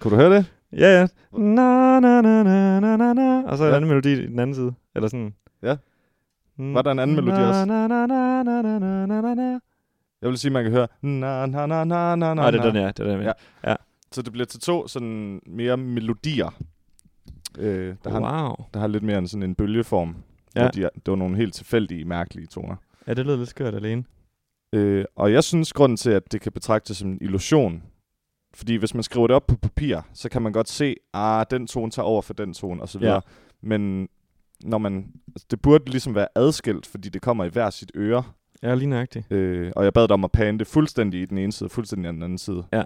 [SPEAKER 1] Kunne du høre det?
[SPEAKER 2] Ja, ja. Na, na, na, na, na, na, na. Og så ja. en
[SPEAKER 1] Ja.
[SPEAKER 2] anden melodi i den anden side. Eller sådan.
[SPEAKER 1] Ja.
[SPEAKER 2] Mm.
[SPEAKER 1] Var der en anden melodi
[SPEAKER 2] na,
[SPEAKER 1] også?
[SPEAKER 2] Na, na, na, na, na, na, na, na, na.
[SPEAKER 1] Jeg vil sige, man kan høre... Na, na, na, na, na,
[SPEAKER 2] Nej,
[SPEAKER 1] na,
[SPEAKER 2] det er
[SPEAKER 1] na.
[SPEAKER 2] den, ja. Det er den, ja.
[SPEAKER 1] Ja. Så det bliver til to sådan mere melodier, øh, der, har,
[SPEAKER 2] Wow.
[SPEAKER 1] der har lidt mere en, sådan en bølgeform.
[SPEAKER 2] Ja.
[SPEAKER 1] Ja. Hvor de er, det var nogle helt tilfældige, mærkelige toner.
[SPEAKER 2] Ja, det lyder lidt skørt alene.
[SPEAKER 1] Øh, og jeg synes, grunden til, at det kan betragtes som en illusion, fordi hvis man skriver det op på papir, så kan man godt se, ah, den tone tager over for den tone, osv.
[SPEAKER 2] Ja.
[SPEAKER 1] Ja. Men når man, altså, det burde ligesom være adskilt, fordi det kommer i hver sit øre.
[SPEAKER 2] Ja, lige nøjagtigt.
[SPEAKER 1] Øh, og jeg bad dig om at pande det fuldstændig i den ene side, fuldstændig i den anden side.
[SPEAKER 2] Ja.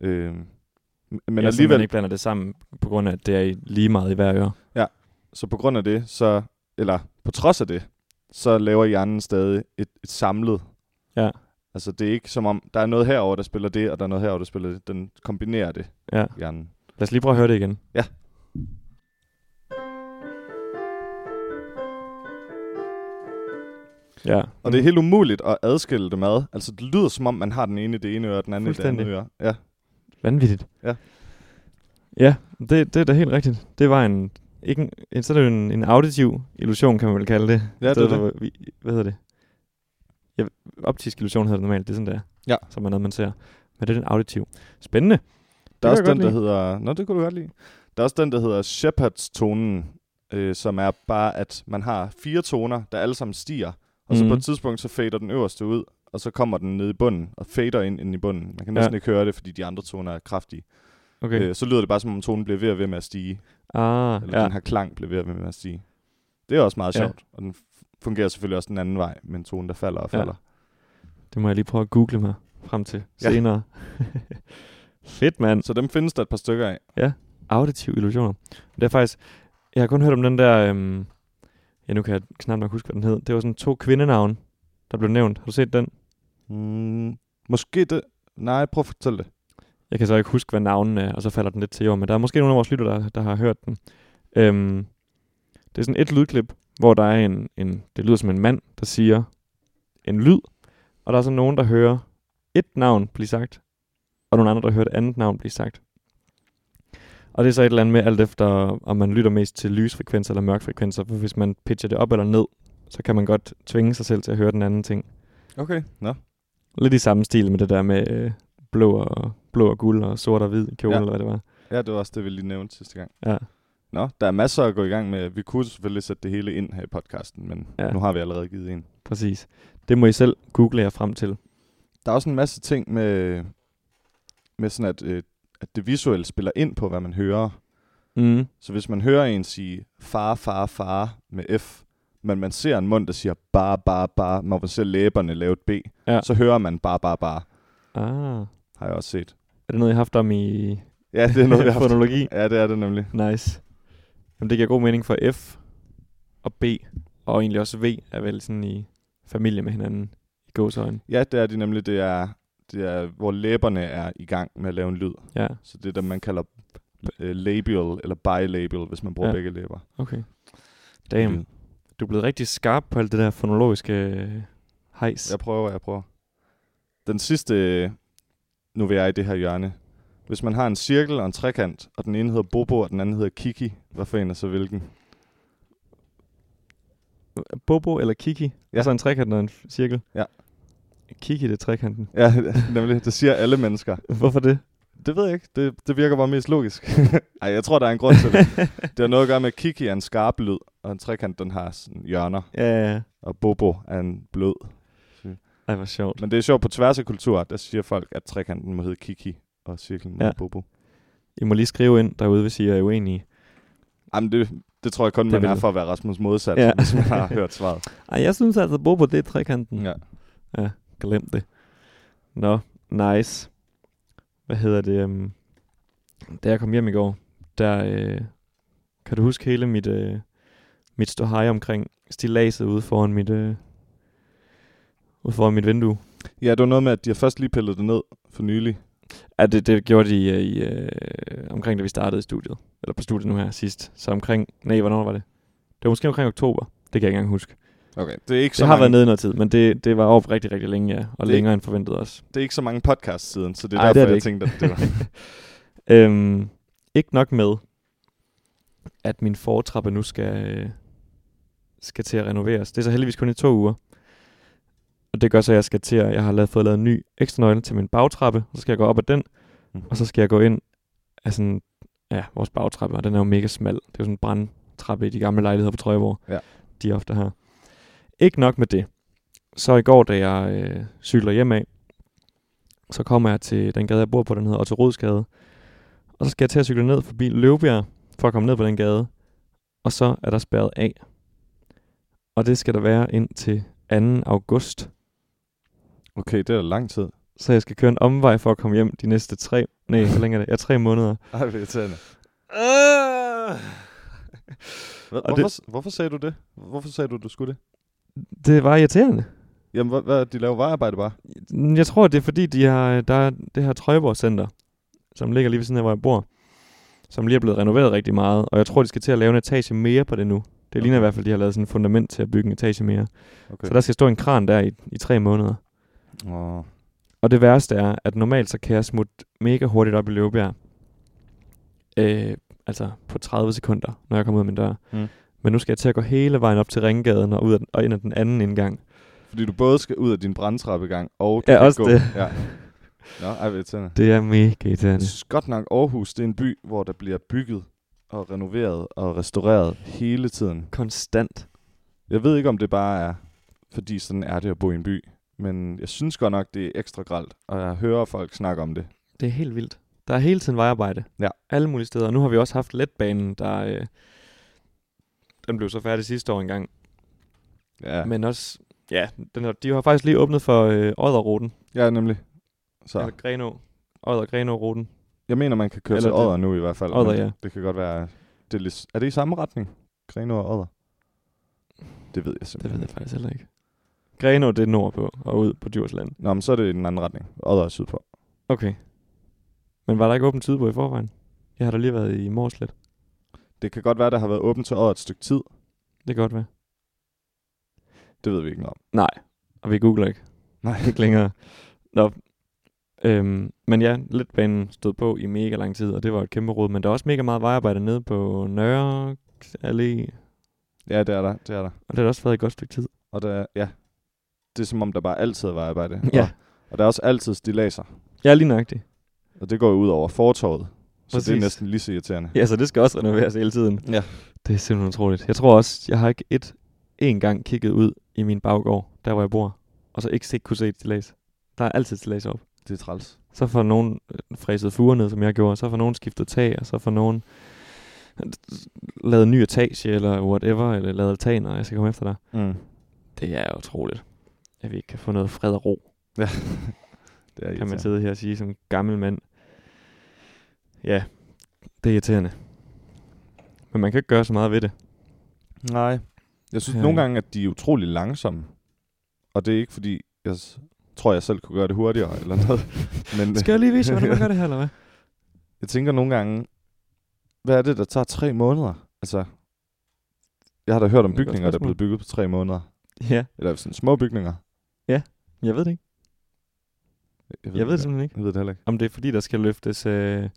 [SPEAKER 1] Øh, men
[SPEAKER 2] Men
[SPEAKER 1] ja,
[SPEAKER 2] jeg alligevel...
[SPEAKER 1] alligevel,
[SPEAKER 2] ikke blander det sammen, på grund af, at det er i- lige meget i hver øre.
[SPEAKER 1] så på grund af det, så, eller på trods af det, så laver hjernen stadig et, et samlet.
[SPEAKER 2] Ja.
[SPEAKER 1] Altså det er ikke som om, der er noget herover der spiller det, og der er noget herover der spiller det. Den kombinerer det,
[SPEAKER 2] Ja.
[SPEAKER 1] hjernen.
[SPEAKER 2] Lad os lige prøve at høre det igen.
[SPEAKER 1] Ja.
[SPEAKER 2] Ja.
[SPEAKER 1] Og det er helt umuligt at adskille dem ad. Altså det lyder som om, man har den ene i det ene øre, og den anden i det andet
[SPEAKER 2] Fuldstændig.
[SPEAKER 1] øre. Ja.
[SPEAKER 2] Vanvittigt.
[SPEAKER 1] Ja.
[SPEAKER 2] Ja, det, det er da helt rigtigt. Det var en, ikke en, en sådan en, en auditiv illusion, kan man vel kalde det.
[SPEAKER 1] Ja, det
[SPEAKER 2] stedet
[SPEAKER 1] er
[SPEAKER 2] for, vi, hvad hedder det? Ja, optisk illusion hedder det normalt, det er sådan der.
[SPEAKER 1] Ja.
[SPEAKER 2] Som er noget, man ser. Men det er den auditiv. Spændende.
[SPEAKER 1] Der
[SPEAKER 2] kan
[SPEAKER 1] er også
[SPEAKER 2] jeg godt
[SPEAKER 1] den, der
[SPEAKER 2] lide.
[SPEAKER 1] hedder... Nå, det kunne du godt lide. Der er også den, der hedder Shepherds-tonen, øh, som er bare, at man har fire toner, der alle sammen stiger. Og så
[SPEAKER 2] Mhm.
[SPEAKER 1] på et tidspunkt, så fader den øverste ud, og så kommer den ned i bunden, og fader ind, ind i bunden. Man kan
[SPEAKER 2] Ja.
[SPEAKER 1] næsten ikke høre det, fordi de andre toner er kraftige.
[SPEAKER 2] Okay.
[SPEAKER 1] Okay. Øh, så lyder det bare, som om tonen bliver ved og ved med at stige.
[SPEAKER 2] ah,
[SPEAKER 1] Eller ja.
[SPEAKER 2] ja.
[SPEAKER 1] den her klang bliver ved og ved med at stige. Det er også meget
[SPEAKER 2] Ja.
[SPEAKER 1] sjovt. Og den f- fungerer selvfølgelig også den anden vej, med en tone, der falder og
[SPEAKER 2] Ja.
[SPEAKER 1] falder.
[SPEAKER 2] Det må jeg lige prøve at google mig frem til
[SPEAKER 1] Ja.
[SPEAKER 2] senere. Fedt, mand.
[SPEAKER 1] Så dem findes der et par stykker af.
[SPEAKER 2] auditive illusioner. Det er faktisk, jeg har kun hørt om den der, øhm, ja nu kan jeg knap nok huske, hvad den hed. Det var sådan to kvindenavn, der blev nævnt. Har du set den?
[SPEAKER 1] Mm, måske det... Nej, prøv at fortælle det.
[SPEAKER 2] Jeg kan så ikke huske, hvad navnen er, og så falder den lidt til jorden. Men der er måske nogle af vores lytter, der, der har hørt den. Øhm, det er sådan et lydklip, hvor der er en, en, det lyder som en mand, der siger en lyd. Og der er så nogen, der hører et navn blive sagt, og nogle andre, der hører et andet navn blive sagt. Og det er så et eller andet med alt efter, om man lytter mest til lysfrekvenser eller mørkfrekvenser. For hvis man pitcher det op eller ned, så kan man godt tvinge sig selv til at høre den anden ting.
[SPEAKER 1] Okay. Nå.
[SPEAKER 2] Lidt i samme stil med det der med øh, blå, og, blå og guld og sort og hvid kjole, ja.
[SPEAKER 1] Ja.
[SPEAKER 2] eller hvad det var.
[SPEAKER 1] Ja, det var også det, vi lige nævnte sidste gang.
[SPEAKER 2] Ja.
[SPEAKER 1] Nå, der er masser at gå i gang med. Vi kunne selvfølgelig sætte det hele ind her i podcasten, men
[SPEAKER 2] Ja.
[SPEAKER 1] ja. nu har vi allerede givet en.
[SPEAKER 2] Præcis. Det må I selv google jer frem til.
[SPEAKER 1] Der er også en masse ting med, med sådan, at, øh, at det visuelle spiller ind på, hvad man hører.
[SPEAKER 2] Mm.
[SPEAKER 1] Så hvis man hører en sige far, far, far med F, men man ser en mund, der siger bar, bar, bar, når man ser læberne lave et B,
[SPEAKER 2] Ja.
[SPEAKER 1] ja. så hører man bar, bar, bar,
[SPEAKER 2] Ah.
[SPEAKER 1] har jeg også set.
[SPEAKER 2] Er det noget, I har haft om i
[SPEAKER 1] Ja, det er noget, vi har haft.
[SPEAKER 2] fonologi?
[SPEAKER 1] Ja, det er det nemlig.
[SPEAKER 2] Nice. Jamen, det giver god mening for F og B, og egentlig også V er vel sådan i familie med hinanden i gåsøjne.
[SPEAKER 1] Ja, det er det nemlig. Det er, det er, hvor læberne er i gang med at lave en lyd.
[SPEAKER 2] Ja,
[SPEAKER 1] Så det er det, man kalder øh, labial eller bilabel, hvis man bruger
[SPEAKER 2] Ja.
[SPEAKER 1] ja. begge læber.
[SPEAKER 2] okay. Damn, du er blevet rigtig skarp på alt det der fonologiske øh, hejs.
[SPEAKER 1] Jeg prøver, jeg prøver. Den sidste, øh, nu vil jeg i det her hjørne. Hvis man har en cirkel og en trekant, og den ene hedder Bobo, og den anden hedder Kiki, hvad for en er så hvilken?
[SPEAKER 2] Bobo Altså eller Kiki, ja.
[SPEAKER 1] Ja.
[SPEAKER 2] og så en trekant og en f- cirkel.
[SPEAKER 1] Ja.
[SPEAKER 2] Kiki det trekanten.
[SPEAKER 1] Ja, nemlig, det siger alle mennesker.
[SPEAKER 2] Hvorfor det?
[SPEAKER 1] Det ved jeg ikke. Det, det virker bare mest logisk. Ej, jeg tror, der er en grund til det. Det har noget at gøre med, at Kiki er en skarp lyd, og en trekant, den har sådan hjørner.
[SPEAKER 2] Ja, ja, ja.
[SPEAKER 1] Og Bobo er en blød.
[SPEAKER 2] Ej, hvor sjovt.
[SPEAKER 1] Men det er sjovt, på tværs af kultur, der siger folk, at trekanten må hedde Kiki, og cirklen må
[SPEAKER 2] Ja.
[SPEAKER 1] hedde Bobo.
[SPEAKER 2] I må lige skrive ind derude, hvis I er uenige.
[SPEAKER 1] Jamen, det, det tror jeg kun,
[SPEAKER 2] Det
[SPEAKER 1] man
[SPEAKER 2] vil
[SPEAKER 1] er
[SPEAKER 2] du.
[SPEAKER 1] for at være Rasmus modsat,
[SPEAKER 2] Ja.
[SPEAKER 1] ja. hvis man har hørt svaret.
[SPEAKER 2] Ej, jeg synes altså, Bobo, det er trekanten.
[SPEAKER 1] Ja.
[SPEAKER 2] Glem det. Nå, nice. Hvad hedder det? Um, da jeg kom hjem i går, der øh, kan du huske hele mit, øh, mit ståhej omkring stilladset ude foran mit, øh, ude foran mit vindue.
[SPEAKER 1] ja, det var noget med, at de har først lige pillet det ned for nylig.
[SPEAKER 2] Ja, det, det gjorde de øh, i, øh, omkring, da vi startede i studiet. Eller på studiet nu her sidst. Så omkring, nej, hvornår var det? Det var måske omkring oktober. Det kan jeg ikke engang huske.
[SPEAKER 1] Okay. Det er ikke
[SPEAKER 2] Det
[SPEAKER 1] så,
[SPEAKER 2] har
[SPEAKER 1] mange,
[SPEAKER 2] været nede i noget tid, men det, det var over rigtig, rigtig længe, ja. Og
[SPEAKER 1] Det-
[SPEAKER 2] længere end forventet også.
[SPEAKER 1] det er ikke så mange podcasts siden, så det er
[SPEAKER 2] Ej, det
[SPEAKER 1] Ej, derfor,
[SPEAKER 2] er
[SPEAKER 1] det jeg
[SPEAKER 2] det ikke.
[SPEAKER 1] tænkte, at det var...
[SPEAKER 2] Øhm, ikke nok med, at min fortrappe nu skal, øh, skal til at renoveres. Det er så heldigvis kun i to uger. Og det gør så, at jeg skal til at, jeg har lavet, fået lavet en ny ekstra nøgle til min bagtrappe. Så skal jeg gå op ad den, og så skal jeg gå ind af sådan, ja, vores bagtrappe, og den er jo mega smal. Det er jo sådan en brandtrappe i de gamle lejligheder på Trøjeborg,
[SPEAKER 1] Ja.
[SPEAKER 2] de ofte har. Ikke nok med det. Så i går, da jeg øh, cykler hjem af, så kommer jeg til den gade, jeg bor på, den hedder Otto Rods gade. Og så skal jeg til at cykle ned forbi Løvbjerg, for at komme ned på den gade. Og så er der spærret af. Og det skal der være indtil 2. august.
[SPEAKER 1] Okay, det er da lang tid.
[SPEAKER 2] Så jeg skal køre en omvej for at komme hjem de næste tre, nej, hvor længe er det? Ja, tre måneder.
[SPEAKER 1] Ej, hvor irriterende. Hvor,
[SPEAKER 2] Og
[SPEAKER 1] hvorfor, det... hvorfor sagde du det? Hvorfor sagde du, du skulle det?
[SPEAKER 2] Det var irriterende.
[SPEAKER 1] Jamen, hvad, hvad de laver vejarbejde bare?
[SPEAKER 2] Jeg tror, det er fordi, de har, øh, der er det her Trøjborg Center, som ligger lige ved siden af, hvor jeg bor, som lige er blevet renoveret rigtig meget, og jeg tror, de skal til at lave en etage mere på det nu. Det ligner i hvert fald, de har lavet sådan et fundament til at bygge en etage mere.
[SPEAKER 1] Okay.
[SPEAKER 2] Så der skal stå en kran der i, i tre måneder.
[SPEAKER 1] Åh.
[SPEAKER 2] Og det værste er, at normalt så kan jeg smutte mega hurtigt op i Løvebjerg. Øh, altså på 30 sekunder, når jeg kommer ud af min dør.
[SPEAKER 1] Mm.
[SPEAKER 2] Men nu skal jeg til at gå hele vejen op til Ringgaden og, ud af, den- og ind ad den anden indgang.
[SPEAKER 1] Fordi du både skal ud af din brandtrappegang, og du
[SPEAKER 2] Ja,
[SPEAKER 1] kan
[SPEAKER 2] også
[SPEAKER 1] gå.
[SPEAKER 2] det.
[SPEAKER 1] Ja. Nå, ej, hvor irriterende.
[SPEAKER 2] Det er mega irriterende.
[SPEAKER 1] Jeg synes godt nok, Aarhus, det er en by, hvor der bliver bygget og renoveret og restaureret hele tiden.
[SPEAKER 2] Konstant.
[SPEAKER 1] Jeg ved ikke, om det bare er, fordi sådan er det at bo i en by. Men jeg synes godt nok, det er ekstra gralt, og jeg hører folk snakke om det.
[SPEAKER 2] Det er helt vildt. Der er hele tiden vejarbejde.
[SPEAKER 1] Ja.
[SPEAKER 2] Alle mulige steder. Og nu har vi også haft letbanen, der... Øh, den blev så færdig sidste år engang.
[SPEAKER 1] Ja,
[SPEAKER 2] Ja. Men også... Ja, den har, de har faktisk lige åbnet for øh, Odderruten.
[SPEAKER 1] ja nemlig. Så
[SPEAKER 2] Eller Grenå. Odder-Grenå-ruten.
[SPEAKER 1] jeg mener, man kan køre
[SPEAKER 2] Eller
[SPEAKER 1] til
[SPEAKER 2] det-
[SPEAKER 1] Odder nu i hvert fald.
[SPEAKER 2] Odder,
[SPEAKER 1] men
[SPEAKER 2] ja.
[SPEAKER 1] Det kan godt være... Det er, lidt, er det i samme retning? Grenaa og Odder? Det ved jeg
[SPEAKER 2] Det
[SPEAKER 1] simpelthen
[SPEAKER 2] ved jeg
[SPEAKER 1] ikke.
[SPEAKER 2] faktisk heller ikke. Grenå, det er nordpå og ud på Djursland.
[SPEAKER 1] Nå, men så er det i den anden retning. Odder er sydpå.
[SPEAKER 2] Okay. Men var der ikke åbent tid på i forvejen? Jeg har da lige været i Morslet.
[SPEAKER 1] Det kan godt være, der har været åbent til Odder et stykke tid.
[SPEAKER 2] Det kan godt være.
[SPEAKER 1] Det ved vi ikke noget om.
[SPEAKER 2] Og vi googler ikke.
[SPEAKER 1] Nej.
[SPEAKER 2] Ikke længere. Nå. Øhm, men ja, letbanen stod på i mega lang tid, og det var et kæmpe rod. Men der er også mega meget vejarbejde nede på Nørre Allé,
[SPEAKER 1] Ja, det er der. Det er der.
[SPEAKER 2] og det har der også været et godt stykke tid.
[SPEAKER 1] Og der, ja, det er som om, der bare altid er vejarbejde.
[SPEAKER 2] Ja.
[SPEAKER 1] Og, og der er også altid stilaser.
[SPEAKER 2] Ja, lige nøjagtig.
[SPEAKER 1] Og det går jo ud over fortorvet. Så det er
[SPEAKER 2] Præcis.
[SPEAKER 1] næsten lige så irriterende.
[SPEAKER 2] Ja, så det skal også renoveres hele tiden.
[SPEAKER 1] Ja.
[SPEAKER 2] Det er simpelthen utroligt. Jeg tror også, jeg har ikke et, en gang kigget ud i min baggård, der hvor jeg bor, og så ikke set, kunne se et stilas. Der er altid et stilas op.
[SPEAKER 1] Det er træls.
[SPEAKER 2] Så får nogen øh, fræset fuger ned, som jeg gjorde. Så får nogen skiftet tag, og så får nogen øh, lavet ny etage, eller whatever, eller lavet altaner, jeg skal komme efter dig.
[SPEAKER 1] Mm.
[SPEAKER 2] Det er utroligt, at vi ikke kan få noget fred og ro,
[SPEAKER 1] Ja. det er
[SPEAKER 2] kan man
[SPEAKER 1] irriterende.
[SPEAKER 2] sidde her og sige som en gammel mand. Ja, det er irriterende. Men man kan ikke gøre så meget ved det.
[SPEAKER 1] Nej. Jeg synes
[SPEAKER 2] Ja,
[SPEAKER 1] ja, nogle
[SPEAKER 2] ikke?
[SPEAKER 1] gange, at de er utrolig langsomme. Og det er ikke fordi, jeg s- tror, jeg selv kunne gøre det hurtigere eller noget. Men
[SPEAKER 2] Skal
[SPEAKER 1] Skal...
[SPEAKER 2] jeg lige vise, jer, hvordan man gør det her, eller hvad?
[SPEAKER 1] jeg tænker nogle gange, hvad er det, der tager tre måneder? Altså, jeg har da hørt om
[SPEAKER 2] Det er et godt
[SPEAKER 1] bygninger, der er
[SPEAKER 2] spørgsmål.
[SPEAKER 1] blevet bygget på tre måneder.
[SPEAKER 2] Ja,
[SPEAKER 1] Eller sådan små bygninger.
[SPEAKER 2] jeg ved det ikke. Jeg ved det
[SPEAKER 1] det,
[SPEAKER 2] simpelthen ikke.
[SPEAKER 1] jeg ved det heller ikke.
[SPEAKER 2] Om det er fordi, der skal løftes øh,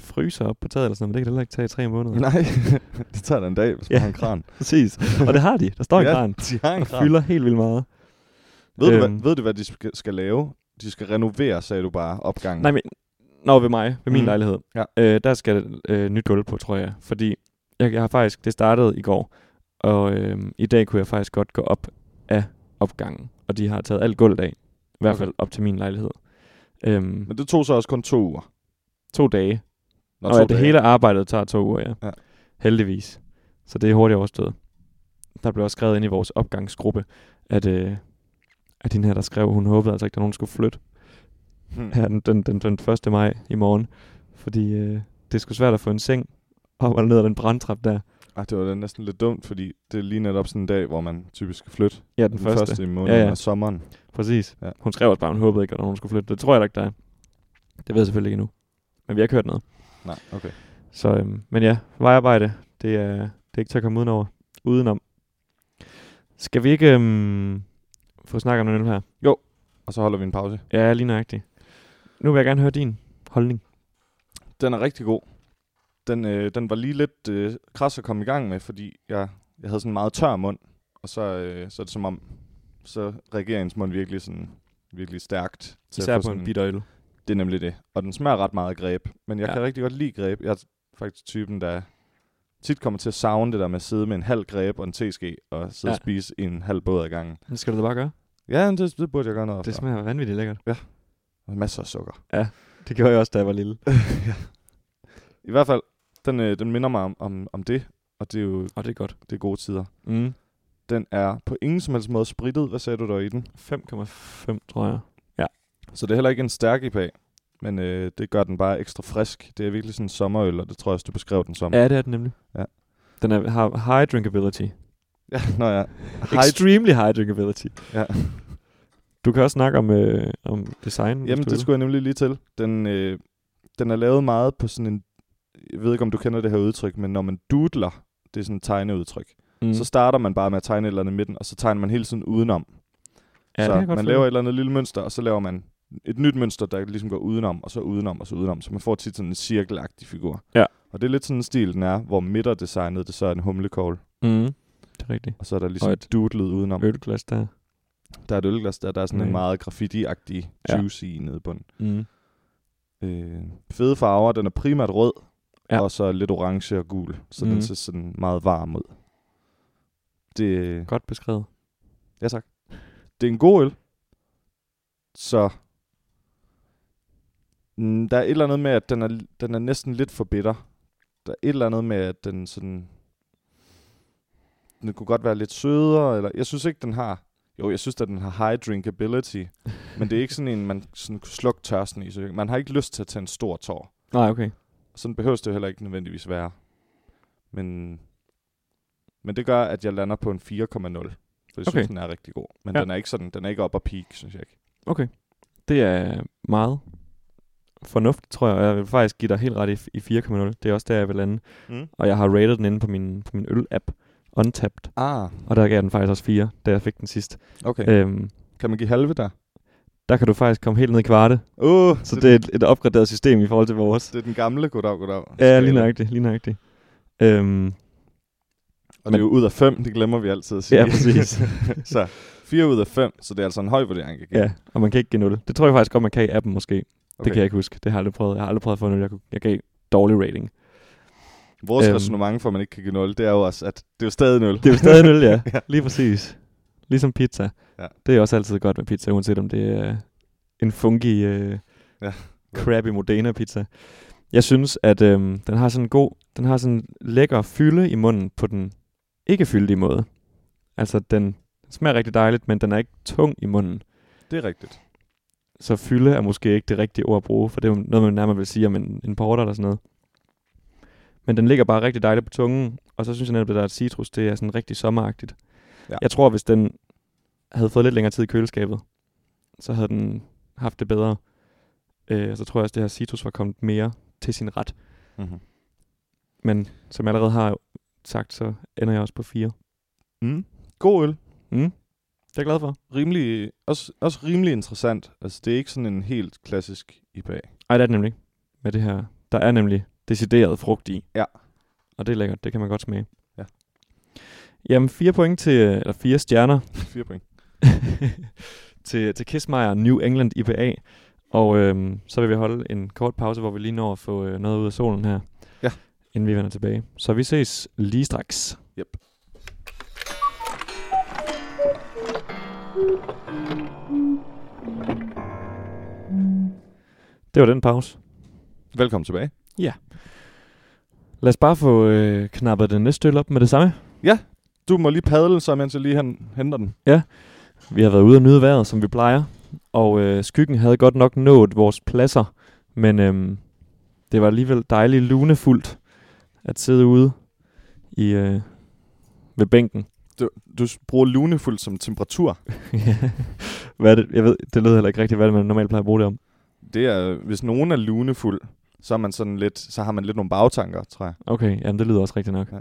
[SPEAKER 2] fryser op på taget eller sådan noget, men det kan det heller ikke tage i tre måneder.
[SPEAKER 1] Nej, det tager da en dag, hvis man
[SPEAKER 2] Ja.
[SPEAKER 1] har en kran.
[SPEAKER 2] Præcis. Og det har de. Der står en
[SPEAKER 1] Ja,
[SPEAKER 2] kran.
[SPEAKER 1] De har en
[SPEAKER 2] Og
[SPEAKER 1] kran.
[SPEAKER 2] fylder helt vildt meget.
[SPEAKER 1] Ved, øhm. du,
[SPEAKER 2] Øhm.
[SPEAKER 1] hvad, ved du, hvad de skal, skal lave? De skal renovere, sagde du bare, opgangen.
[SPEAKER 2] Nej, men... Nå, ved mig. Ved min
[SPEAKER 1] Mm.
[SPEAKER 2] lejlighed.
[SPEAKER 1] Ja.
[SPEAKER 2] Øh, der skal øh, nyt gulv på, tror jeg. Fordi jeg, jeg har faktisk... Det startede i går. Og øh, i dag kunne jeg faktisk godt gå op af opgangen. Og de har taget alt gulvet af. I hvert
[SPEAKER 1] Okay.
[SPEAKER 2] fald op til min lejlighed. Øhm,
[SPEAKER 1] Men det tog så også kun to uger.
[SPEAKER 2] to dage.
[SPEAKER 1] Nå,
[SPEAKER 2] Og, og
[SPEAKER 1] to
[SPEAKER 2] at det
[SPEAKER 1] dage.
[SPEAKER 2] hele arbejdet tager to uger, ja.
[SPEAKER 1] Ja.
[SPEAKER 2] ja. Heldigvis. Så det er hurtigt overstået. Der blev også skrevet ind i vores opgangsgruppe, at, øh, at den her, der skrev, hun håbede altså ikke, at nogen skulle flytte
[SPEAKER 1] Hmm.
[SPEAKER 2] her den, den, den, den 1. maj i morgen. Fordi øh, det skulle svært at få en seng op og ned ad den brandtrap der.
[SPEAKER 1] Ej, det var da næsten lidt dumt, fordi det er lige netop sådan en dag, hvor man typisk skal flytte.
[SPEAKER 2] Ja, den,
[SPEAKER 1] Den
[SPEAKER 2] første.
[SPEAKER 1] første i måneden ja,
[SPEAKER 2] Ja,
[SPEAKER 1] ja.
[SPEAKER 2] ja.
[SPEAKER 1] af sommeren.
[SPEAKER 2] Præcis.
[SPEAKER 1] Ja.
[SPEAKER 2] Ja. Hun skrev også bare, at hun håbede ikke, at nogen skulle flytte. Det tror jeg da ikke, der er. Det ved jeg selvfølgelig ikke endnu. Men vi har ikke hørt noget.
[SPEAKER 1] Nej, okay.
[SPEAKER 2] Så, øhm, men ja, vejarbejde, det er, det er ikke til at komme udenover, udenom. Skal vi ikke øhm, få snakket om noget nu her?
[SPEAKER 1] Og så holder vi en pause.
[SPEAKER 2] Ja, lige nøjagtigt. Nu vil jeg gerne høre din holdning.
[SPEAKER 1] Den er rigtig god. Den, øh, den var lige lidt øh, kras at komme i gang med, fordi jeg, jeg havde sådan en meget tør mund. Og så, øh, så er det som om, så reagerer ens mund virkelig, sådan, virkelig stærkt. til at få sådan-
[SPEAKER 2] bitøjle.
[SPEAKER 1] Det er nemlig det. Og den smager ret meget af greb. Men jeg ja.
[SPEAKER 2] Ja.
[SPEAKER 1] kan rigtig godt lide greb. Jeg er faktisk typen, der tit kommer til at savne det der med at sidde med en halv greb og en teske og sidde ja.
[SPEAKER 2] Ja.
[SPEAKER 1] og spise en halv båd ad gangen.
[SPEAKER 2] Det skal du da bare gøre.
[SPEAKER 1] Ja, men det, det burde jeg gøre noget
[SPEAKER 2] Det
[SPEAKER 1] for.
[SPEAKER 2] smager vanvittigt lækkert.
[SPEAKER 1] Og Masser af sukker.
[SPEAKER 2] Det gjorde jeg også, da jeg var lille.
[SPEAKER 1] ja. I hvert fald, den, øh, den minder mig om, om, om det, og det er jo
[SPEAKER 2] Og det er godt.
[SPEAKER 1] det er gode tider.
[SPEAKER 2] Mm.
[SPEAKER 1] Den er på ingen som helst måde spritet. Hvad sagde du der i den?
[SPEAKER 2] 5,5, tror jeg.
[SPEAKER 1] Så det er heller ikke en stærk IPA, men øh, det gør den bare ekstra frisk. Det er virkelig sådan en sommerøl, og det tror jeg også, du beskrev den som.
[SPEAKER 2] Ja, det er den nemlig.
[SPEAKER 1] Ja.
[SPEAKER 2] Den er, har high drinkability.
[SPEAKER 1] ja nå ja.
[SPEAKER 2] Extremely high drinkability.
[SPEAKER 1] ja.
[SPEAKER 2] Du kan også snakke om, øh, om design. hvis
[SPEAKER 1] Jamen,
[SPEAKER 2] du
[SPEAKER 1] det
[SPEAKER 2] vil.
[SPEAKER 1] skulle jeg nemlig lige til. Den, øh, den er lavet meget på sådan en... Jeg ved ikke, om du kender det her udtryk, men når man doodler, det er sådan et tegneudtryk. Mm.
[SPEAKER 2] mm.
[SPEAKER 1] Så starter man bare med at tegne et eller andet i midten, og så tegner man hele tiden udenom.
[SPEAKER 2] ja, det
[SPEAKER 1] så
[SPEAKER 2] kan jeg godt
[SPEAKER 1] man
[SPEAKER 2] følge.
[SPEAKER 1] laver et eller andet lille mønster, og så laver man et nyt mønster, der ligesom går udenom, og så udenom, og så udenom. Så man får tit sådan en cirkelagtig figur.
[SPEAKER 2] Ja.
[SPEAKER 1] Og det er lidt sådan en stil, den er, hvor midterdesignet, det så er en humlekogl,
[SPEAKER 2] Mm. Det er rigtigt.
[SPEAKER 1] og så er der ligesom
[SPEAKER 2] Og
[SPEAKER 1] et doodlet udenom.
[SPEAKER 2] Ølglas der.
[SPEAKER 1] Der er et ølglas, der, der er sådan en
[SPEAKER 2] Mm.
[SPEAKER 1] meget graffiti-agtig
[SPEAKER 2] Ja.
[SPEAKER 1] juicy ja. nede i bunden.
[SPEAKER 2] Mm.
[SPEAKER 1] Øh, fede farver, den er primært rød, ja.
[SPEAKER 2] Ja.
[SPEAKER 1] og så lidt orange og gul, så mm. den
[SPEAKER 2] Mhm.
[SPEAKER 1] ser sådan meget varm ud. Det,
[SPEAKER 2] Godt beskrevet.
[SPEAKER 1] ja tak. Det er en god øl, så mm, der er et eller andet med, at den er, den er næsten lidt for bitter. Der er et eller andet med, at den sådan... Den kunne godt være lidt sødere, eller... Jeg synes ikke, den har... Jo, jeg synes, at den har high drinkability, men det er ikke sådan en, man sådan kunne slukke tørsten i. Så man har ikke lyst til at tage en stor tår.
[SPEAKER 2] Nej, okay.
[SPEAKER 1] Og sådan behøves det jo heller ikke nødvendigvis være. Men, men det gør, at jeg lander på en 4,0. For jeg okay.
[SPEAKER 2] Okay.
[SPEAKER 1] synes, den er rigtig god. Men ja.
[SPEAKER 2] Ja.
[SPEAKER 1] den er ikke sådan, den er ikke op og peak, synes jeg ikke.
[SPEAKER 2] Okay. Det er meget fornuftigt, tror jeg. Og jeg vil faktisk give dig helt ret i, i 4,0. Det er også der, jeg vil lande.
[SPEAKER 1] Mm.
[SPEAKER 2] Og jeg har rated den inde på min, på min øl-app, Untapped.
[SPEAKER 1] Ah,
[SPEAKER 2] Og der gav jeg den faktisk også 4, da jeg fik den sidst.
[SPEAKER 1] okay. Øh.
[SPEAKER 2] Øhm,
[SPEAKER 1] Kan man give halve der?
[SPEAKER 2] der kan du faktisk komme helt ned i kvarte.
[SPEAKER 1] Uh,
[SPEAKER 2] Så det er et, et opgraderet system i forhold til vores.
[SPEAKER 1] det er den gamle goddag, goddag.
[SPEAKER 2] Ja,
[SPEAKER 1] skala.
[SPEAKER 2] lige nøjagtigt, lige nøjagtigt. Øhm,
[SPEAKER 1] Og det er jo ud af 5, det glemmer vi altid at sige.
[SPEAKER 2] ja, præcis.
[SPEAKER 1] så 4 ud af 5, så det er altså en høj vurdering. Ikke?
[SPEAKER 2] ja, og man kan ikke give 0. Det tror jeg faktisk godt, man kan i appen måske. Okay.
[SPEAKER 1] Okay.
[SPEAKER 2] Det kan jeg ikke huske. Det har jeg aldrig prøvet. Jeg har aldrig prøvet at få 0. Jeg, kunne, jeg gav dårlig rating.
[SPEAKER 1] Vores
[SPEAKER 2] Øhm.
[SPEAKER 1] resonemang for, at man ikke kan give 0, det er jo også, at det er jo stadig 0.
[SPEAKER 2] Det er jo stadig en øl, ja.
[SPEAKER 1] Ja.
[SPEAKER 2] ja. Lige præcis. Ligesom pizza.
[SPEAKER 1] Ja.
[SPEAKER 2] Ja. Det er også altid godt med pizza, uanset om det er øh, en funky, øh,
[SPEAKER 1] Ja.
[SPEAKER 2] ja. crappy modena pizza. Jeg synes, at øhm, den har sådan en god, den har sådan en lækker fylde i munden på den ikke fyldige måde. Altså, den smager rigtig dejligt, men den er ikke tung i munden.
[SPEAKER 1] Det er rigtigt.
[SPEAKER 2] Så fylde er måske ikke det rigtige ord at bruge, for det er jo noget, man nærmere vil sige om en, en porter eller sådan noget. Men den ligger bare rigtig dejligt på tungen, og så synes jeg netop, at der er et citrus, det er sådan rigtig sommeragtigt.
[SPEAKER 1] Ja.
[SPEAKER 2] Ja. Jeg tror, hvis den havde fået lidt længere tid i køleskabet, så havde den haft det bedre. Øh, og så tror jeg også, at det her citrus var kommet mere til sin ret.
[SPEAKER 1] Mm-hmm.
[SPEAKER 2] Men som jeg allerede har sagt, så ender jeg også på 4.
[SPEAKER 1] Mm. God øl.
[SPEAKER 2] Mm. Det er jeg glad for.
[SPEAKER 1] rimelig, også, også rimelig interessant. Altså, det er ikke sådan en helt klassisk IPA.
[SPEAKER 2] Ej, det er det nemlig. ikke. Med det her. Der er nemlig decideret frugt i.
[SPEAKER 1] Ja.
[SPEAKER 2] Og det er lækkert. Det kan man godt smage.
[SPEAKER 1] Ja.
[SPEAKER 2] Jamen, fire point til, eller fire stjerner
[SPEAKER 1] Fire point.
[SPEAKER 2] til, til Kissmeyer New England IPA. Og øhm, så vil vi holde en kort pause, hvor vi lige når at få øh, noget ud af solen her,
[SPEAKER 1] Ja.
[SPEAKER 2] inden vi vender tilbage. Så vi ses lige straks.
[SPEAKER 1] Yep.
[SPEAKER 2] Det var den pause.
[SPEAKER 1] Velkommen tilbage.
[SPEAKER 2] Lad os bare få øh, knappet den næste øl op med det samme.
[SPEAKER 1] Du må lige padle, så mens jeg lige hen, henter den.
[SPEAKER 2] Vi har været ude og nyde vejret, som vi plejer, og øh, skyggen havde godt nok nået vores pladser, men øhm, det var alligevel dejligt lunefuldt at sidde ude i øh, ved bænken.
[SPEAKER 1] Du, du s- bruger lunefuldt som temperatur.
[SPEAKER 2] hvad er det? Jeg ved, det lød heller ikke rigtigt, hvad det er, man normalt plejer at bruge det om.
[SPEAKER 1] Det er, hvis nogen er lunefuld, så, er man sådan lidt, så har man lidt nogle bagtanker, tror jeg.
[SPEAKER 2] Okay, jamen det lyder også rigtigt nok.
[SPEAKER 1] Ja.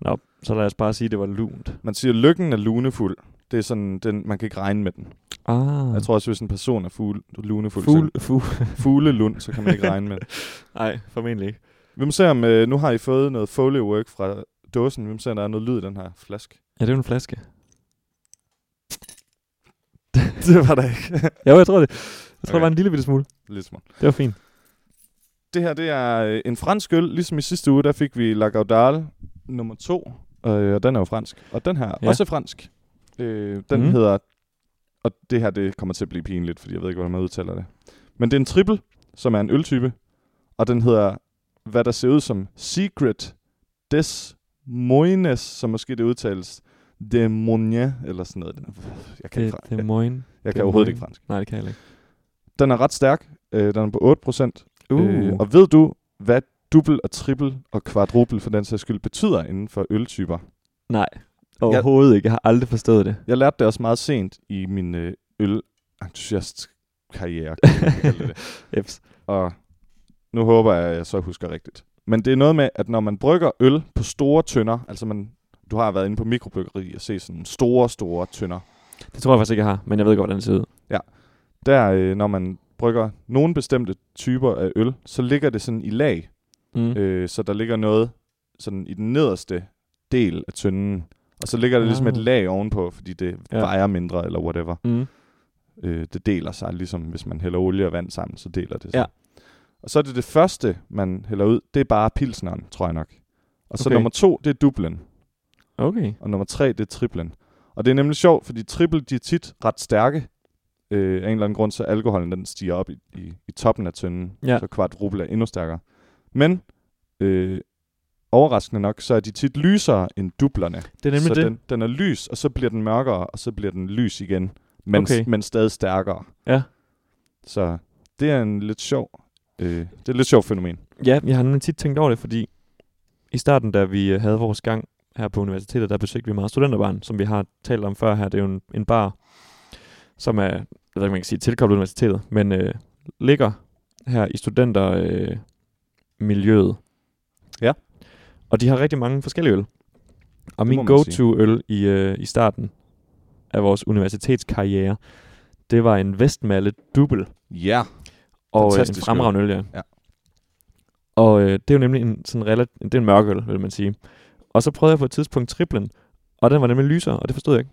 [SPEAKER 2] Nå, så lad os bare sige, at det var lunt.
[SPEAKER 1] Man siger, at lykken er lunefuld. Det er sådan, den, man kan ikke regne med den. Mm.
[SPEAKER 2] Ah,
[SPEAKER 1] Jeg tror også, hvis en person er fugle, lunefuld,
[SPEAKER 2] fugl,
[SPEAKER 1] fugle.
[SPEAKER 2] fugl.
[SPEAKER 1] så fuglelund, så kan man ikke regne med det.
[SPEAKER 2] Nej, formentlig ikke.
[SPEAKER 1] Vi må se om, øh, nu har I fået noget folio work fra dåsen. Vi må se, om der er noget lyd i den her flaske.
[SPEAKER 2] Ja, det er jo en flaske.
[SPEAKER 1] det var der ikke.
[SPEAKER 2] Jo, jeg tror det. Jeg tror, okay. det
[SPEAKER 1] Okay.
[SPEAKER 2] var en lille bitte smule.
[SPEAKER 1] Lidt små.
[SPEAKER 2] Det var fint.
[SPEAKER 1] Det her, det er øh, en fransk øl. Ligesom i sidste uge, der fik vi La Gaudale nummer to. Øh, og den er jo fransk. Og den her er
[SPEAKER 2] Ja.
[SPEAKER 1] også fransk. Øh, den
[SPEAKER 2] Mhm.
[SPEAKER 1] mm. hedder... Og det her, det kommer til at blive pinligt, fordi jeg ved ikke, hvordan man udtaler det. Men det er en triple, som er en øltype. Og den hedder, hvad der ser ud som Secret des Moines, som måske det udtales. De Monia, eller sådan noget. Den er- Jeg kan,
[SPEAKER 2] Det,
[SPEAKER 1] ikke, fra-
[SPEAKER 2] det er
[SPEAKER 1] jeg,
[SPEAKER 2] moin.
[SPEAKER 1] jeg
[SPEAKER 2] det
[SPEAKER 1] kan
[SPEAKER 2] er
[SPEAKER 1] overhovedet ikke
[SPEAKER 2] Moines.
[SPEAKER 1] fransk.
[SPEAKER 2] Nej, det kan jeg heller ikke.
[SPEAKER 1] Den er ret stærk. Øh, den er på 8 procent.
[SPEAKER 2] Uh.
[SPEAKER 1] Øh, og ved du, hvad dubbel og trippel og kvadruppel for den sags skyld betyder inden for øltyper?
[SPEAKER 2] Nej, overhovedet ikke. Jeg har aldrig forstået det.
[SPEAKER 1] Jeg lærte det også meget sent i min øh, ølentusiast-karriere, kan man kalde det.
[SPEAKER 2] Eps.
[SPEAKER 1] og nu håber jeg, at jeg så husker rigtigt. Men det er noget med, at når man brygger øl på store tønder, altså man, du har været inde på mikrobryggeri og se sådan store, store tønder,
[SPEAKER 2] Det tror jeg faktisk ikke, jeg har, men jeg ved godt, hvordan det ser ud.
[SPEAKER 1] der øh, når man brygger nogle bestemte typer af øl, så ligger det sådan i lag.
[SPEAKER 2] Mm. Øh.
[SPEAKER 1] Øh, så der ligger noget sådan i den nederste del af tønden. Og så ligger der ligesom
[SPEAKER 2] Ah.
[SPEAKER 1] et lag ovenpå, fordi det
[SPEAKER 2] Ja.
[SPEAKER 1] ja. vejer mindre eller whatever.
[SPEAKER 2] Mm.
[SPEAKER 1] Øh, det deler sig ligesom, hvis man hælder olie og vand sammen, så deler det sig.
[SPEAKER 2] Ja.
[SPEAKER 1] Og så er det det første, man hælder ud, det er bare pilsneren, tror jeg nok. Og så
[SPEAKER 2] Okay.
[SPEAKER 1] nummer to, det er dublen.
[SPEAKER 2] Okay.
[SPEAKER 1] Og nummer tre, det er triplen. Og det er nemlig sjovt, fordi triple, de er tit ret stærke. Øh, af en eller anden grund, så alkoholen den stiger op i, i, i toppen af tønden.
[SPEAKER 2] Ja.
[SPEAKER 1] Så kvadruple er endnu stærkere. Men øh, overraskende nok, så er de tit lysere end dublerne.
[SPEAKER 2] Det er nemlig
[SPEAKER 1] så
[SPEAKER 2] så det. Den.
[SPEAKER 1] Den, den er lys, og så bliver den mørkere, og så bliver den lys igen. Men,
[SPEAKER 2] Okay.
[SPEAKER 1] okay. men stadig stærkere.
[SPEAKER 2] Ja.
[SPEAKER 1] Så det er en lidt sjov... Øh, det er et lidt sjovt fænomen.
[SPEAKER 2] Ja, jeg har nemlig tit tænkt over det, fordi i starten, da vi øh, havde vores gang her på universitetet, der besøgte vi meget studenterbarn, som vi har talt om før her. Det er jo en, en bar, som er, jeg ved ikke, om man kan sige, tilkoblet universitetet, men øh, ligger her i studentermiljøet. Øh, miljøet.
[SPEAKER 1] Ja.
[SPEAKER 2] Og de har rigtig mange forskellige øl.
[SPEAKER 1] Det
[SPEAKER 2] Og min
[SPEAKER 1] må man sige.
[SPEAKER 2] go-to-øl i, øh, i starten af vores universitetskarriere, det var en Vestmalle Dubbel.
[SPEAKER 1] Ja.
[SPEAKER 2] Og øh, en
[SPEAKER 1] Fantastisk øl.
[SPEAKER 2] fremragende øl, ja.
[SPEAKER 1] Ja.
[SPEAKER 2] Og øh, det er jo nemlig en, sådan relat- det er en mørk øl, vil man sige. Og så prøvede jeg på et tidspunkt triplen, og den var nemlig lysere, og det forstod jeg ikke.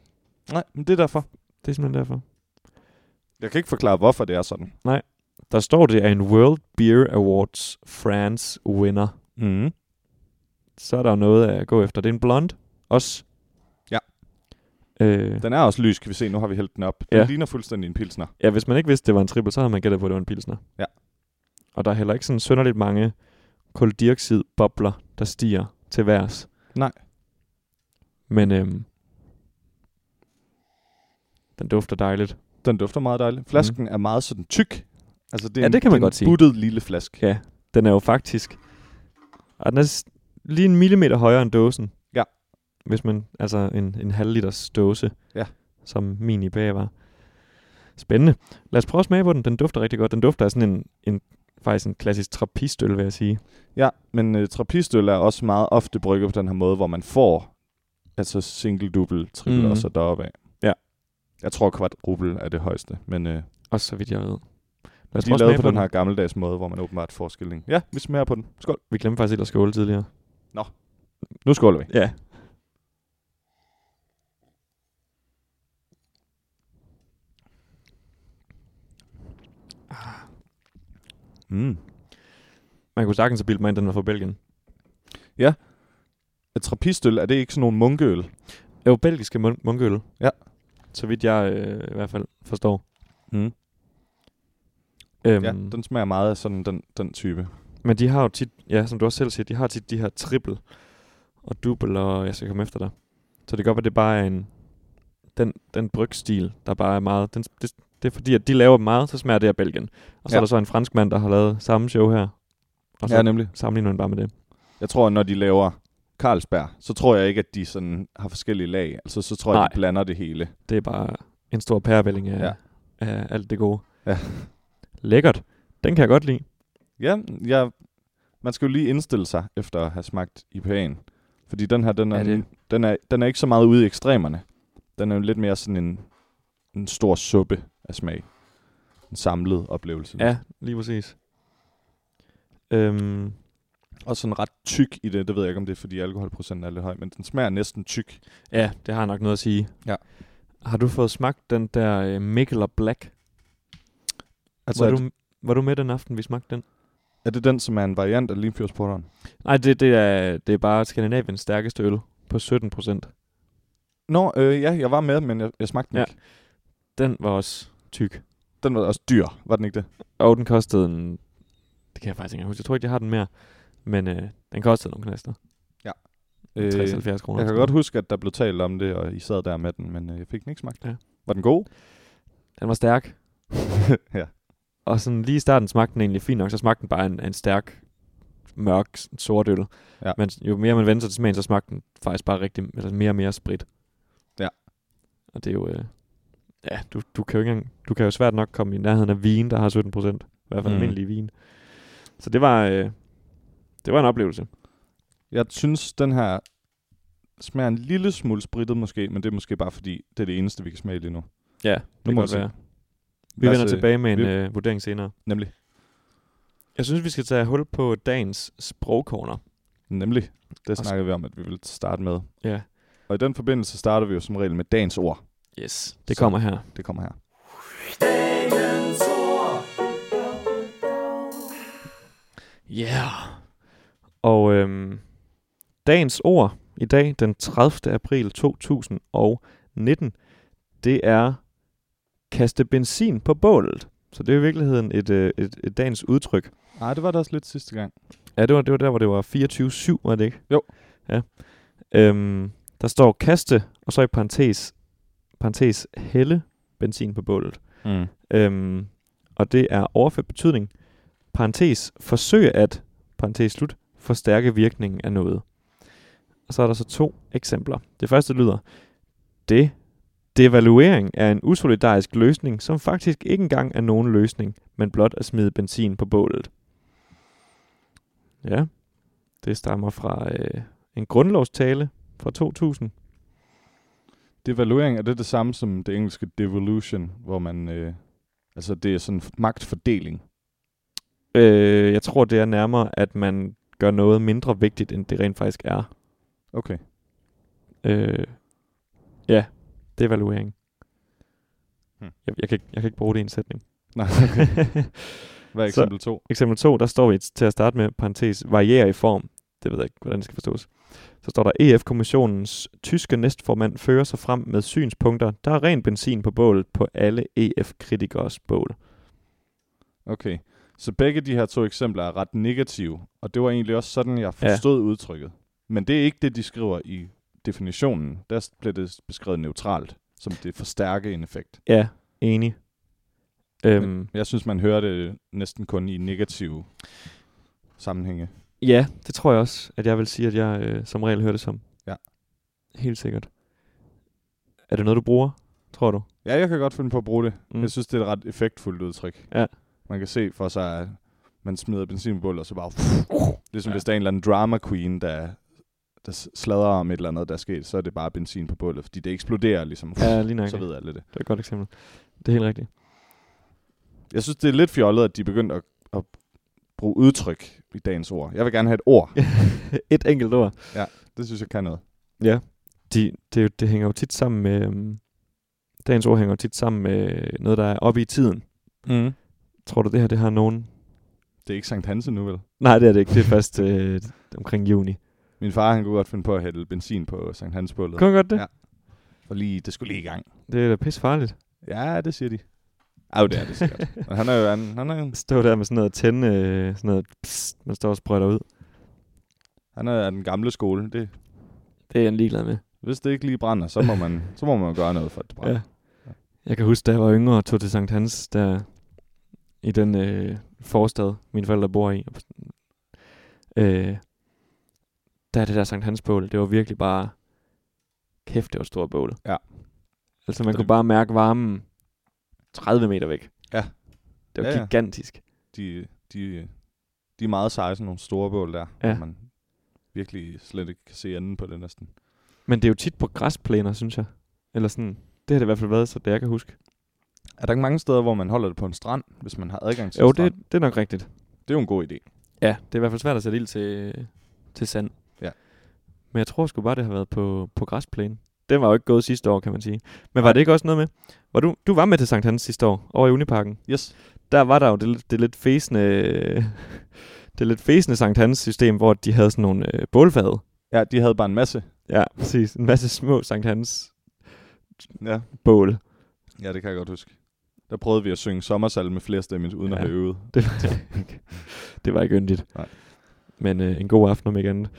[SPEAKER 1] Nej, men det er derfor.
[SPEAKER 2] Det er simpelthen derfor.
[SPEAKER 1] Jeg kan ikke forklare, hvorfor det er sådan.
[SPEAKER 2] Der står, det er en World Beer Awards France winner.
[SPEAKER 1] Mm.
[SPEAKER 2] Så er der jo noget at gå efter. Det er en blond, også.
[SPEAKER 1] Ja.
[SPEAKER 2] Øh,
[SPEAKER 1] Den er også lys, kan vi se. Nu har vi hældt den op. Den
[SPEAKER 2] Ja.
[SPEAKER 1] ja. ligner fuldstændig en pilsner.
[SPEAKER 2] ja, hvis man ikke vidste, det var en trippel, så havde man gættet på, at det var en pilsner.
[SPEAKER 1] Ja.
[SPEAKER 2] Og der er heller ikke sådan synderligt mange koldioxidbobler, der stiger til værs.
[SPEAKER 1] Nej.
[SPEAKER 2] Men øhm, den dufter dejligt.
[SPEAKER 1] Den dufter meget dejligt. Flasken mm. er meget sådan tyk. Altså, det er
[SPEAKER 2] Mhm. Ja,
[SPEAKER 1] en,
[SPEAKER 2] det kan man
[SPEAKER 1] er
[SPEAKER 2] godt
[SPEAKER 1] en
[SPEAKER 2] sige.
[SPEAKER 1] buttet lille flaske.
[SPEAKER 2] Ja. Den er jo faktisk... Og den er s- lige en millimeter højere end dåsen.
[SPEAKER 1] Ja.
[SPEAKER 2] Hvis man... Altså en, en halv liters dåse.
[SPEAKER 1] Ja.
[SPEAKER 2] Som min IPA var. Spændende. Lad os prøve at smage på den. Den dufter rigtig godt. Den dufter af sådan en, en faktisk en klassisk trappistøl, vil jeg sige.
[SPEAKER 1] Ja, men øh, trappistøl er også meget ofte brygget på den her måde, hvor man får altså single, double, triple
[SPEAKER 2] Mhm.
[SPEAKER 1] mm. og så deroppe af.
[SPEAKER 2] Ja.
[SPEAKER 1] Jeg tror kvadruple er det højeste, men øh, de
[SPEAKER 2] Og så vidt jeg ved. Lad os prøve
[SPEAKER 1] er
[SPEAKER 2] at smage
[SPEAKER 1] lavet
[SPEAKER 2] på,
[SPEAKER 1] på den
[SPEAKER 2] den
[SPEAKER 1] her gammeldags måde, hvor man åbenbart får skilling. Ja, vi smager på den. Skål.
[SPEAKER 2] Vi glemte faktisk helt at skåle tidligere.
[SPEAKER 1] Nu skåler vi.
[SPEAKER 2] Ja.
[SPEAKER 1] Mm.
[SPEAKER 2] Man kunne sagtens have bildt mig ind, den var fra Belgien.
[SPEAKER 1] Et trappistøl, er det ikke sådan nogle munkeøl?
[SPEAKER 2] Det var belgiske mun- munkøl.
[SPEAKER 1] Ja.
[SPEAKER 2] Så vidt jeg øh, i hvert fald forstår.
[SPEAKER 1] Mm.
[SPEAKER 2] Øhm,
[SPEAKER 1] Ja, den smager meget af sådan den, den type.
[SPEAKER 2] Men de har jo tit, ja, som du også selv siger, de har tit de her triple og double, og jeg skal komme efter dig. Så det kan godt være, det bare er en, den, den brygstil, der bare er meget, den, det, det er fordi, at de laver dem meget, så smager det af Belgien. Og så ja.
[SPEAKER 1] Ja.
[SPEAKER 2] er der så en fransk mand, der har lavet samme show her, og så
[SPEAKER 1] Ja,
[SPEAKER 2] ja,
[SPEAKER 1] nemlig.
[SPEAKER 2] sammenligner man bare med det.
[SPEAKER 1] Jeg tror, når de laver Carlsberg, så tror jeg ikke, at de sådan har forskellige lag. Altså, så tror jeg,
[SPEAKER 2] Nej.
[SPEAKER 1] de blander det hele.
[SPEAKER 2] Det er bare en stor pærevælling af, ja.
[SPEAKER 1] Ja.
[SPEAKER 2] af alt det gode.
[SPEAKER 1] Ja.
[SPEAKER 2] Lækkert. Den kan jeg godt lide.
[SPEAKER 1] Ja, jeg, man skal jo lige indstille sig efter at have smagt IPA'en. Fordi den her, den er,
[SPEAKER 2] Er det-
[SPEAKER 1] den er, den er ikke så meget ude i ekstremerne. Den er jo lidt mere sådan en, en stor suppe af smag. En samlet oplevelse.
[SPEAKER 2] Ja, lige præcis. Øhm,
[SPEAKER 1] Og sådan ret tyk i det. Det ved jeg ikke, om det er, fordi alkoholprocenten er lidt høj, men den smager næsten tyk.
[SPEAKER 2] Ja, det har nok noget at sige.
[SPEAKER 1] Ja.
[SPEAKER 2] Har du fået smagt den der øh, Mikkel og Black? Altså,
[SPEAKER 1] er,
[SPEAKER 2] var,
[SPEAKER 1] det,
[SPEAKER 2] du, var du med den aften, vi smagte den?
[SPEAKER 1] er det den, som er en variant af Limfjordsporteren?
[SPEAKER 2] Nej, det, det, er, det er bare Skandinaviens stærkeste øl på 17 procent.
[SPEAKER 1] Nå, øh, ja, jeg var med, men jeg, jeg smagte den
[SPEAKER 2] Ja.
[SPEAKER 1] ja.
[SPEAKER 2] Den var også tyk.
[SPEAKER 1] Den var også dyr, var den ikke det?
[SPEAKER 2] Og den kostede en... Det kan jeg faktisk ikke engang huske. Jeg tror ikke, jeg har den mere. Men øh, den kostede nogle knaster. Øh, 60-70 kroner.
[SPEAKER 1] jeg kan
[SPEAKER 2] tror
[SPEAKER 1] godt huske, at der blev talt om det, og I sad der med den, men øh, jeg fik den ikke smagt.
[SPEAKER 2] Ja.
[SPEAKER 1] Var den god?
[SPEAKER 2] Den var stærk.
[SPEAKER 1] Ja.
[SPEAKER 2] Og sådan lige i starten smagte den egentlig fint nok, så smagte den bare en, en stærk, mørk, s- sort øl.
[SPEAKER 1] Ja.
[SPEAKER 2] Men s- jo mere man vendte sig til smagen, så smagte den faktisk bare rigtig, eller mere og mere sprit.
[SPEAKER 1] Ja.
[SPEAKER 2] Og det er jo, øh, ja, du, du, kan jo ikke engang, du kan jo svært nok komme i nærheden af vin, der har 17 procent. I hvert fald mm.
[SPEAKER 1] Mhm.
[SPEAKER 2] almindelig vin. Så det var, øh, det var en oplevelse.
[SPEAKER 1] Jeg synes, den her smager en lille smule spritet måske, men det er måske bare fordi, det er det eneste, vi kan smage lige nu.
[SPEAKER 2] Ja, det
[SPEAKER 1] må
[SPEAKER 2] kan
[SPEAKER 1] vi
[SPEAKER 2] godt
[SPEAKER 1] se.
[SPEAKER 2] være. Vi
[SPEAKER 1] Lad os,
[SPEAKER 2] vender
[SPEAKER 1] øh,
[SPEAKER 2] tilbage med en
[SPEAKER 1] vi-
[SPEAKER 2] øh, vurdering senere.
[SPEAKER 1] Nemlig.
[SPEAKER 2] Jeg synes, vi skal tage hul på dagens sprogcorner.
[SPEAKER 1] Nemlig. Det
[SPEAKER 2] så-
[SPEAKER 1] snakkede vi om, at vi ville starte med.
[SPEAKER 2] Ja.
[SPEAKER 1] Og i den forbindelse starter vi jo som regel med dagens ord.
[SPEAKER 2] Yes, det
[SPEAKER 1] Så-
[SPEAKER 2] kommer her.
[SPEAKER 1] Det kommer her.
[SPEAKER 2] Ja. Yeah. Og øhm, dagens ord i dag, den 30. april 2019, det er kaste benzin på bålet. Så det er i virkeligheden et, øh, et, et dagens udtryk.
[SPEAKER 1] Nej, det var der også lidt sidste gang.
[SPEAKER 2] Ja, det var, det var der, hvor det var 24-7, var det ikke?
[SPEAKER 1] Jo.
[SPEAKER 2] Ja. Øhm, der står kaste, og så i parentes, parentes hælde benzin på bålet.
[SPEAKER 1] Mm.
[SPEAKER 2] Øhm, og det er overført betydning. Parentes, forsøg at, parentes slut, forstærke virkningen af noget. Og så er der så to eksempler. Det første lyder, det devaluering er en usolidarisk løsning, som faktisk ikke engang er nogen løsning, men blot at smide benzin på bålet. Ja, det stammer fra øh, en grundlovstale fra 2000.
[SPEAKER 1] Devaluering, er det det samme som det engelske devolution, hvor man... Øh, altså, det er sådan magtfordeling.
[SPEAKER 2] Øh, jeg tror, det er nærmere, at man gør noget mindre vigtigt, end det rent faktisk er.
[SPEAKER 1] Okay.
[SPEAKER 2] Øh, ja, devaluering. Hmm.
[SPEAKER 1] Hmm.
[SPEAKER 2] Jeg, jeg, kan ikke, jeg kan ikke bruge det i en sætning.
[SPEAKER 1] Nej, okay. Hvad er
[SPEAKER 2] Så-
[SPEAKER 1] eksempel 2?
[SPEAKER 2] Eksempel 2, der står i, til at starte med, parentes, varierer i form. Det ved jeg ikke, hvordan det skal forstås. Så står der, EF-kommissionens tyske næstformand fører sig frem med synspunkter, der er ren benzin på bålet på alle EF-kritikers bål.
[SPEAKER 1] Okay. Så begge de her to eksempler er ret negative, og det var egentlig også sådan, jeg
[SPEAKER 2] Ja.
[SPEAKER 1] forstod ja. udtrykket. Men det er ikke det, de skriver i definitionen. Der s- blev det beskrevet neutralt, som det forstærke en effekt.
[SPEAKER 2] Ja, enig. Øhm,
[SPEAKER 1] Jeg synes, man hører det næsten kun i negative sammenhænge.
[SPEAKER 2] Ja, det tror jeg også, at jeg vil sige, at jeg øh, som regel hører det som.
[SPEAKER 1] Ja.
[SPEAKER 2] Helt sikkert. Er det noget, du bruger, tror du?
[SPEAKER 1] Ja, jeg kan godt finde på at bruge det.
[SPEAKER 2] Mm.
[SPEAKER 1] Mm. Jeg synes, det er et ret effektfuldt udtryk.
[SPEAKER 2] Ja.
[SPEAKER 1] Man kan se for sig, at man smider benzin på bålet, og så bare... Ligesom ja. hvis der er en eller anden drama queen, der, der s- sladrer om et eller andet, der er sket, så er det bare benzin på bålet, fordi det eksploderer ligesom.
[SPEAKER 2] Ja, lige nok.
[SPEAKER 1] Så ved alle det.
[SPEAKER 2] Det er et godt eksempel. Det er helt rigtigt.
[SPEAKER 1] Jeg synes, det er lidt fjollet, at de er begyndt at, at bruge udtryk i dagens ord. Jeg vil gerne have et ord.
[SPEAKER 2] et enkelt ord.
[SPEAKER 1] Det synes jeg kan noget.
[SPEAKER 2] De, det, er jo- det hænger jo tit sammen med... øhm, dagens ord hænger jo tit sammen med noget, der er oppe i tiden.
[SPEAKER 1] Mm.
[SPEAKER 2] Tror du, det her det har nogen
[SPEAKER 1] Det er ikke Sankt Hansen nu, vel?
[SPEAKER 2] Nej, det er det ikke. Det er først øh, omkring juni.
[SPEAKER 1] Min far, han kunne godt finde på at hælde benzin på Sankt Hansbålet.
[SPEAKER 2] Kunne man godt det?
[SPEAKER 1] Ja. Og lige, det skulle lige i gang.
[SPEAKER 2] Det er da pisse farligt.
[SPEAKER 1] Ja, det siger de. Ej, jo, det er det sikkert. Men han er jo, han, han er jo,
[SPEAKER 2] Stå der med sådan noget tænde, øh, sådan noget, pss, man står og sprøjter ud.
[SPEAKER 1] han er af den gamle skole. Det,
[SPEAKER 2] Det er jeg ligeglad med.
[SPEAKER 1] hvis det ikke lige brænder, så må man, så må man jo gøre noget for, at det brænder.
[SPEAKER 2] Ja. Jeg kan huske, da jeg var yngre og tog til Sankt Hans, der i den øh, forstad, mine forældre bor i. Øh, der er det der Sankt Hans bål, det var virkelig bare, kæft, det var et stort bål.
[SPEAKER 1] Ja.
[SPEAKER 2] Altså man
[SPEAKER 1] Så
[SPEAKER 2] kunne
[SPEAKER 1] det-
[SPEAKER 2] bare mærke varmen 30 meter væk.
[SPEAKER 1] Ja.
[SPEAKER 2] Det var
[SPEAKER 1] Ja,
[SPEAKER 2] ja,
[SPEAKER 1] ja.
[SPEAKER 2] gigantisk.
[SPEAKER 1] de, de, de er meget seje, sådan nogle store bål der.
[SPEAKER 2] Ja.
[SPEAKER 1] hvor Man virkelig slet ikke kan se anden på det næsten.
[SPEAKER 2] Men det er jo tit på græsplæner, synes jeg. Eller sådan, det har det i hvert fald været, så det jeg kan huske.
[SPEAKER 1] Er der ikke mange steder, hvor man holder det på en strand, hvis man har adgang til
[SPEAKER 2] Jo,
[SPEAKER 1] en strand?
[SPEAKER 2] det, det er nok rigtigt.
[SPEAKER 1] det er jo en god idé.
[SPEAKER 2] Ja, det er i hvert fald svært at sætte ild til, til sand.
[SPEAKER 1] Ja.
[SPEAKER 2] Men jeg tror sgu bare, det har været på, på græsplænen. Den var jo ikke gået sidste år, kan man sige. Men var det ikke også noget med? Var du, du var med til Sankt Hans sidste år, over i Uniparken.
[SPEAKER 1] Yes.
[SPEAKER 2] Der var der jo det, lidt- det lidt fæsende, det lidt fæsende Sankt Hans system, hvor de havde sådan nogle øh, bålfade.
[SPEAKER 1] Ja, de havde bare en masse.
[SPEAKER 2] Ja, præcis. En masse små Sankt Hans
[SPEAKER 1] Ja,
[SPEAKER 2] bål.
[SPEAKER 1] ja det kan jeg godt huske. Der prøvede vi at synge sommersalme flere stemmer, uden ja.
[SPEAKER 2] Ja.
[SPEAKER 1] at have øvet.
[SPEAKER 2] Det, det, det var ikke yndigt.
[SPEAKER 1] Nej.
[SPEAKER 2] Men øh, en god aften om ikke andet.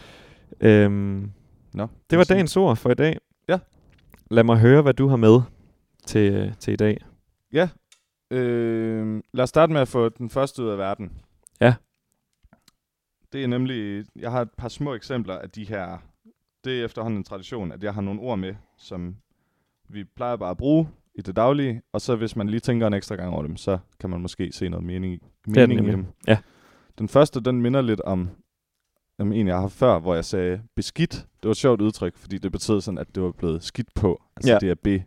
[SPEAKER 2] Øhm,
[SPEAKER 1] Nå,
[SPEAKER 2] Det var dagens ord for i dag.
[SPEAKER 1] Ja.
[SPEAKER 2] Lad mig høre, hvad du har med til, øh, til i dag.
[SPEAKER 1] Øh, lad os starte med at få den første ud af verden.
[SPEAKER 2] Ja.
[SPEAKER 1] Det er nemlig, jeg har et par små eksempler af de her, det er efterhånden en tradition, at jeg har nogle ord med, som vi plejer bare at bruge i det daglige, og så hvis man lige tænker en ekstra gang over dem, så kan man måske se noget mening,
[SPEAKER 2] Det er den
[SPEAKER 1] mening i
[SPEAKER 2] nemlig.
[SPEAKER 1] dem.
[SPEAKER 2] Ja.
[SPEAKER 1] Den første, den minder lidt om, om en, jeg har haft før, hvor jeg sagde beskidt. Det var et sjovt udtryk, fordi det betød sådan, at det var blevet skidt på. Altså
[SPEAKER 2] Ja.
[SPEAKER 1] det er be,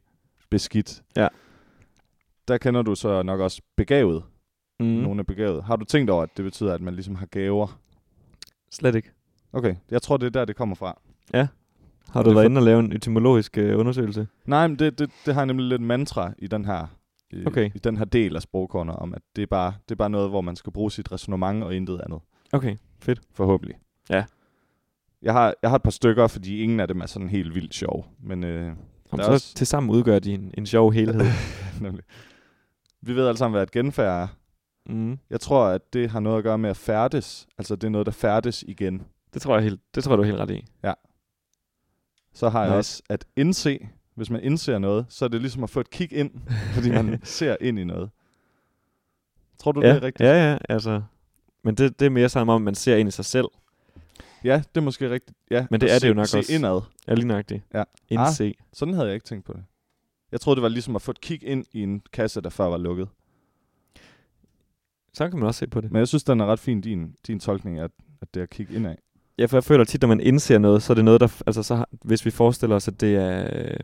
[SPEAKER 1] beskidt.
[SPEAKER 2] Ja.
[SPEAKER 1] Der kender du så nok også begavet.
[SPEAKER 2] Mm.
[SPEAKER 1] Mm. Nogen er begavet. Har du tænkt over, at det betyder, at man ligesom har gaver?
[SPEAKER 2] Slet ikke.
[SPEAKER 1] Okay, jeg tror, det er der, det kommer fra.
[SPEAKER 2] Har du
[SPEAKER 1] Det er
[SPEAKER 2] været
[SPEAKER 1] for-
[SPEAKER 2] inde og lave en etymologisk øh, undersøgelse?
[SPEAKER 1] Nej, men det, det, det har nemlig lidt mantra i den her i,
[SPEAKER 2] Okay.
[SPEAKER 1] i den her del af sprogkornet, om at det er, bare, det er bare noget, hvor man skal bruge sit resonemang og intet andet.
[SPEAKER 2] Okay.
[SPEAKER 1] Forhåbentlig.
[SPEAKER 2] Ja.
[SPEAKER 1] Jeg har, jeg har et par stykker, fordi ingen af dem er sådan helt vildt sjov. Men øh, Der er
[SPEAKER 2] Om så
[SPEAKER 1] også-
[SPEAKER 2] også... til sammen udgør de en, en sjov helhed.
[SPEAKER 1] nemlig. Vi ved alle sammen, hvad et genfærd er.
[SPEAKER 2] mm.
[SPEAKER 1] Jeg tror, at det har noget at gøre med at færdes. Altså, det er noget, der færdes igen.
[SPEAKER 2] Det tror jeg helt, det tror jeg, du er helt ret i.
[SPEAKER 1] Så har jeg
[SPEAKER 2] Nice.
[SPEAKER 1] også at indse. Hvis man indser noget, så er det ligesom at få et kig ind, fordi man ser ind i noget. Tror du,
[SPEAKER 2] ja,
[SPEAKER 1] det er rigtigt?
[SPEAKER 2] ja, ja, altså. Men det, det er mere sammen om, at man ser ind i sig selv.
[SPEAKER 1] Ja, det er måske rigtigt. Ja,
[SPEAKER 2] Men det
[SPEAKER 1] at
[SPEAKER 2] er det
[SPEAKER 1] se,
[SPEAKER 2] jo nok
[SPEAKER 1] se
[SPEAKER 2] også.
[SPEAKER 1] indad.
[SPEAKER 2] Ja, lige nøjagtigt.
[SPEAKER 1] Ja. Ah.
[SPEAKER 2] Indse.
[SPEAKER 1] Sådan havde jeg ikke tænkt på det. Jeg troede, det var ligesom at få et kig ind i en kasse, der før var lukket.
[SPEAKER 2] Så kan man også se på det.
[SPEAKER 1] Men jeg synes, den er ret fin, din, din tolkning, at, at det er at kigge indad.
[SPEAKER 2] Ja, for jeg føler tit, når man indser noget, så er det noget, der... f- Altså, så, har- hvis vi forestiller os, at det er... øh,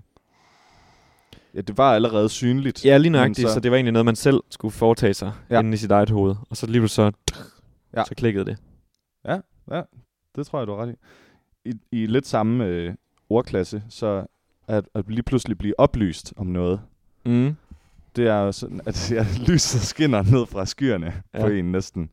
[SPEAKER 1] Ja, det var allerede synligt.
[SPEAKER 2] Ja, lige
[SPEAKER 1] Men
[SPEAKER 2] nøjagtigt,
[SPEAKER 1] så-
[SPEAKER 2] så... så det var egentlig noget, man selv skulle foretage sig
[SPEAKER 1] Ja.
[SPEAKER 2] ja. inden i sit eget hoved. Og så lige pludselig så,
[SPEAKER 1] Ja.
[SPEAKER 2] ja. så klikkede det.
[SPEAKER 1] Det tror jeg, du har ret i. I, i lidt samme øh, ordklasse, så at, at lige pludselig blive oplyst om noget,
[SPEAKER 2] Mm.
[SPEAKER 1] det er jo sådan, at ja, lyset skinner ned fra skyerne ja.
[SPEAKER 2] Ja.
[SPEAKER 1] på en næsten.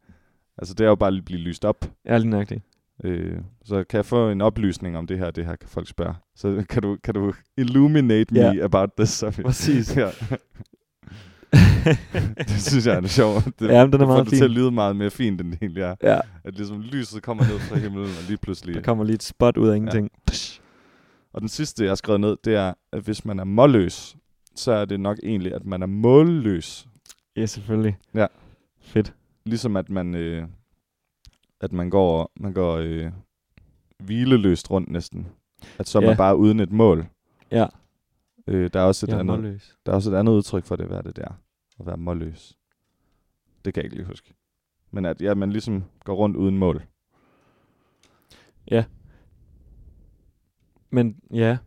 [SPEAKER 1] Altså, det er jo bare at blive lyst op.
[SPEAKER 2] Ja, lige nøjagtigt.
[SPEAKER 1] Øh, så kan jeg få en oplysning om det her, det her kan folk spørge. Så kan du, kan du illuminate me
[SPEAKER 2] Ja.
[SPEAKER 1] about this subject.
[SPEAKER 2] Præcis.
[SPEAKER 1] ja. det synes jeg er sjovt. Det,
[SPEAKER 2] Ja, men den er
[SPEAKER 1] det får
[SPEAKER 2] meget
[SPEAKER 1] det til at
[SPEAKER 2] fin.
[SPEAKER 1] lyde meget mere fint, end det egentlig er.
[SPEAKER 2] Ja,
[SPEAKER 1] At ligesom lyset kommer ned fra himlen, og lige pludselig...
[SPEAKER 2] der kommer lige et spot ud af ingenting.
[SPEAKER 1] Og den sidste, jeg har skrevet ned, det er, at hvis man er målløs, så er det nok egentlig, at man er målløs.
[SPEAKER 2] Ja, ja selvfølgelig.
[SPEAKER 1] Ja.
[SPEAKER 2] Fedt.
[SPEAKER 1] Ligesom at man, øh, at man går, man går øh, hvileløst rundt næsten. At så er
[SPEAKER 2] Ja.
[SPEAKER 1] man bare uden et mål.
[SPEAKER 2] Ja.
[SPEAKER 1] Øh, der, er også et
[SPEAKER 2] Jeg er
[SPEAKER 1] andet,
[SPEAKER 2] målløs.
[SPEAKER 1] der er også et andet udtryk for det, hvad er det der? At være målløs. Det kan jeg ikke lige huske. Men at ja, man ligesom går rundt uden mål.
[SPEAKER 2] Men ja,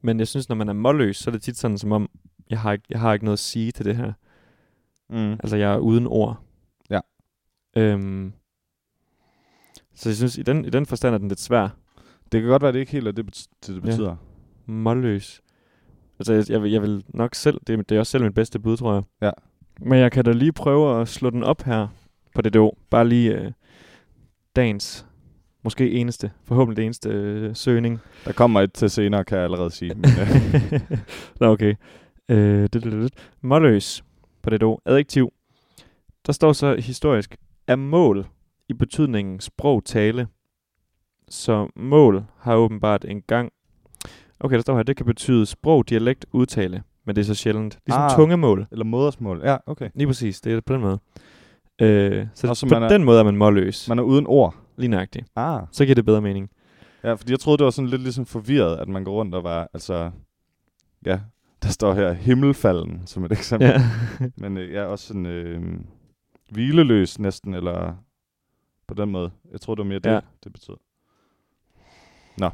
[SPEAKER 2] men jeg synes, når man er målløs, så er det tit sådan som om, jeg har ikke, jeg har ikke noget at sige til det her.
[SPEAKER 1] Mm.
[SPEAKER 2] Altså, jeg er uden ord.
[SPEAKER 1] Ja.
[SPEAKER 2] Øhm, så jeg synes, i den, i den forstand er den lidt svær.
[SPEAKER 1] Det kan godt være, at det ikke helt er det, bet- det, det
[SPEAKER 2] Ja.
[SPEAKER 1] betyder.
[SPEAKER 2] målløs. Altså, jeg, jeg, vil, jeg vil nok selv, det, er- det er også selv mit bedste bud, tror jeg.
[SPEAKER 1] Ja.
[SPEAKER 2] Men jeg kan da lige prøve at slå den op her, på DDO. Bare lige øh, dagens, måske eneste, forhåbentlig det eneste øh, søgning.
[SPEAKER 1] Der kommer et til senere, kan jeg allerede sige. Men, øh,
[SPEAKER 2] Nå, okay. Øh, det, det, det. Målløs på DDO. Adjektiv. Der står så historisk, er mål i betydningen sprog, tale. Så mål har åbenbart en gang. Okay, der står her, det kan betyde sprog, dialekt, udtale. Men det er så sjældent. Ligesom
[SPEAKER 1] Ah.
[SPEAKER 2] ah. tungemål.
[SPEAKER 1] eller modersmål. Ja, okay.
[SPEAKER 2] Lige præcis, det er på den måde. Øh, så
[SPEAKER 1] Og så
[SPEAKER 2] på
[SPEAKER 1] man er-
[SPEAKER 2] den måde er man målløs. Man...
[SPEAKER 1] Man er uden ord.
[SPEAKER 2] Lige nøjagtigt.
[SPEAKER 1] Ah.
[SPEAKER 2] Så giver det bedre mening.
[SPEAKER 1] Ja, fordi jeg troede, det var sådan lidt ligesom forvirret, at man går rundt og var, altså, ja, der står her himmelfalden som et eksempel.
[SPEAKER 2] Ja.
[SPEAKER 1] Ja. Men øh, ja, også sådan øh, hvileløs næsten, eller på den måde. Jeg tror, det var mere det,
[SPEAKER 2] Ja.
[SPEAKER 1] ja. det betød. Nå.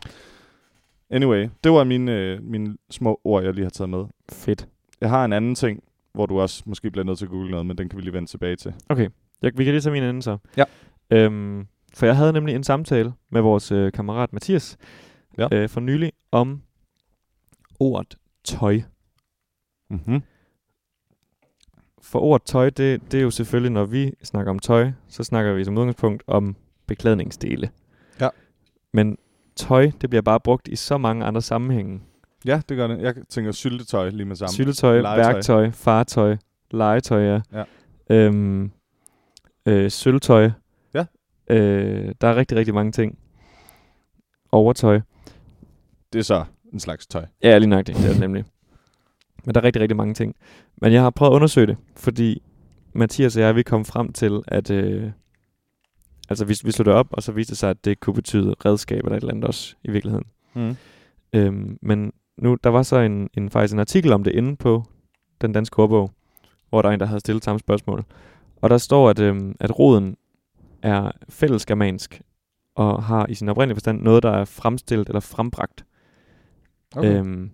[SPEAKER 1] Anyway, det var mine, øh, mine små ord, jeg lige har taget med.
[SPEAKER 2] Fedt.
[SPEAKER 1] Jeg har en anden ting, hvor du også måske bliver nødt til at google noget, men den kan vi lige vende tilbage til.
[SPEAKER 2] Okay, jeg, vi kan lige tage min anden så.
[SPEAKER 1] Ja.
[SPEAKER 2] Øhm, for jeg havde nemlig en samtale med vores øh, kammerat Mathias
[SPEAKER 1] Ja.
[SPEAKER 2] øh, for nylig om ordet tøj.
[SPEAKER 1] Mm-hmm.
[SPEAKER 2] For ordet tøj, det, det er jo selvfølgelig, når vi snakker om tøj, så snakker vi som udgangspunkt om beklædningsdele.
[SPEAKER 1] Ja.
[SPEAKER 2] Men tøj, det bliver bare brugt i så mange andre sammenhænge.
[SPEAKER 1] Ja, det gør det. Jeg tænker syltetøj lige med sammen.
[SPEAKER 2] Syltetøj,
[SPEAKER 1] Legetøj.
[SPEAKER 2] værktøj, fartøj, legetøj, ja.
[SPEAKER 1] Ja.
[SPEAKER 2] Øhm, øh, sølvtøj.
[SPEAKER 1] Ja.
[SPEAKER 2] Øh, der er rigtig, rigtig mange ting. Overtøj.
[SPEAKER 1] det er så en slags tøj.
[SPEAKER 2] Ja, lige nøjagtigt, det er det nemlig. Men der er rigtig, rigtig mange ting. Men jeg har prøvet at undersøge det, fordi Mathias og jeg, vi kom frem til, at... Øh, altså, vi, vi slog det op, og så viste det sig, at det kunne betyde redskab eller et eller andet også i virkeligheden.
[SPEAKER 1] Mm.
[SPEAKER 2] Øhm, men nu, der var så en, en, faktisk en artikel om det inde på den danske ordbog, hvor der er en, der havde stillet samme spørgsmål. Og der står, at, øhm, at roden er fællesgermansk og har i sin oprindelige forstand noget, der er fremstillet eller frembragt.
[SPEAKER 1] Øh,
[SPEAKER 2] Okay. Øhm,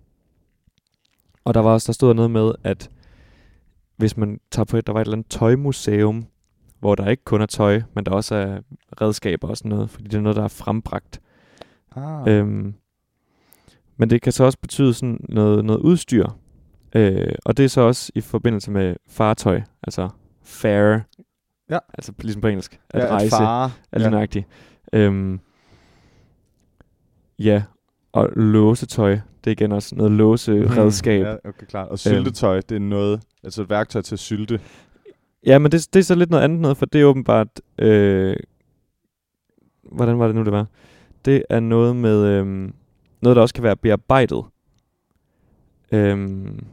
[SPEAKER 2] og der var også, der stod noget med, at hvis man tager på et, der var et eller andet tøjmuseum, hvor der ikke kun er tøj, men der også er redskaber og sådan noget, fordi det er noget, der er frembragt.
[SPEAKER 1] Ah.
[SPEAKER 2] Øhm, men det kan så også betyde sådan noget, noget udstyr. Øh, og det er så også i forbindelse med fartøj, altså fare.
[SPEAKER 1] Ja.
[SPEAKER 2] Altså ligesom på engelsk. At
[SPEAKER 1] ja,
[SPEAKER 2] rejse.
[SPEAKER 1] At fare.
[SPEAKER 2] Er det
[SPEAKER 1] ja.
[SPEAKER 2] nøjagtigt. Øhm, ja, og låsetøj. Det er igen også noget låseredskab.
[SPEAKER 1] Mm,
[SPEAKER 2] ja.
[SPEAKER 1] Ja, okay, klart. Og syltetøj, det er noget, altså et værktøj til at sylte.
[SPEAKER 2] ja, men det, det er så lidt noget andet noget, for det er åbenbart... Øh, hvordan var det nu, det var? Det er noget med... Øh, noget, der også kan være bearbejdet. Øhm,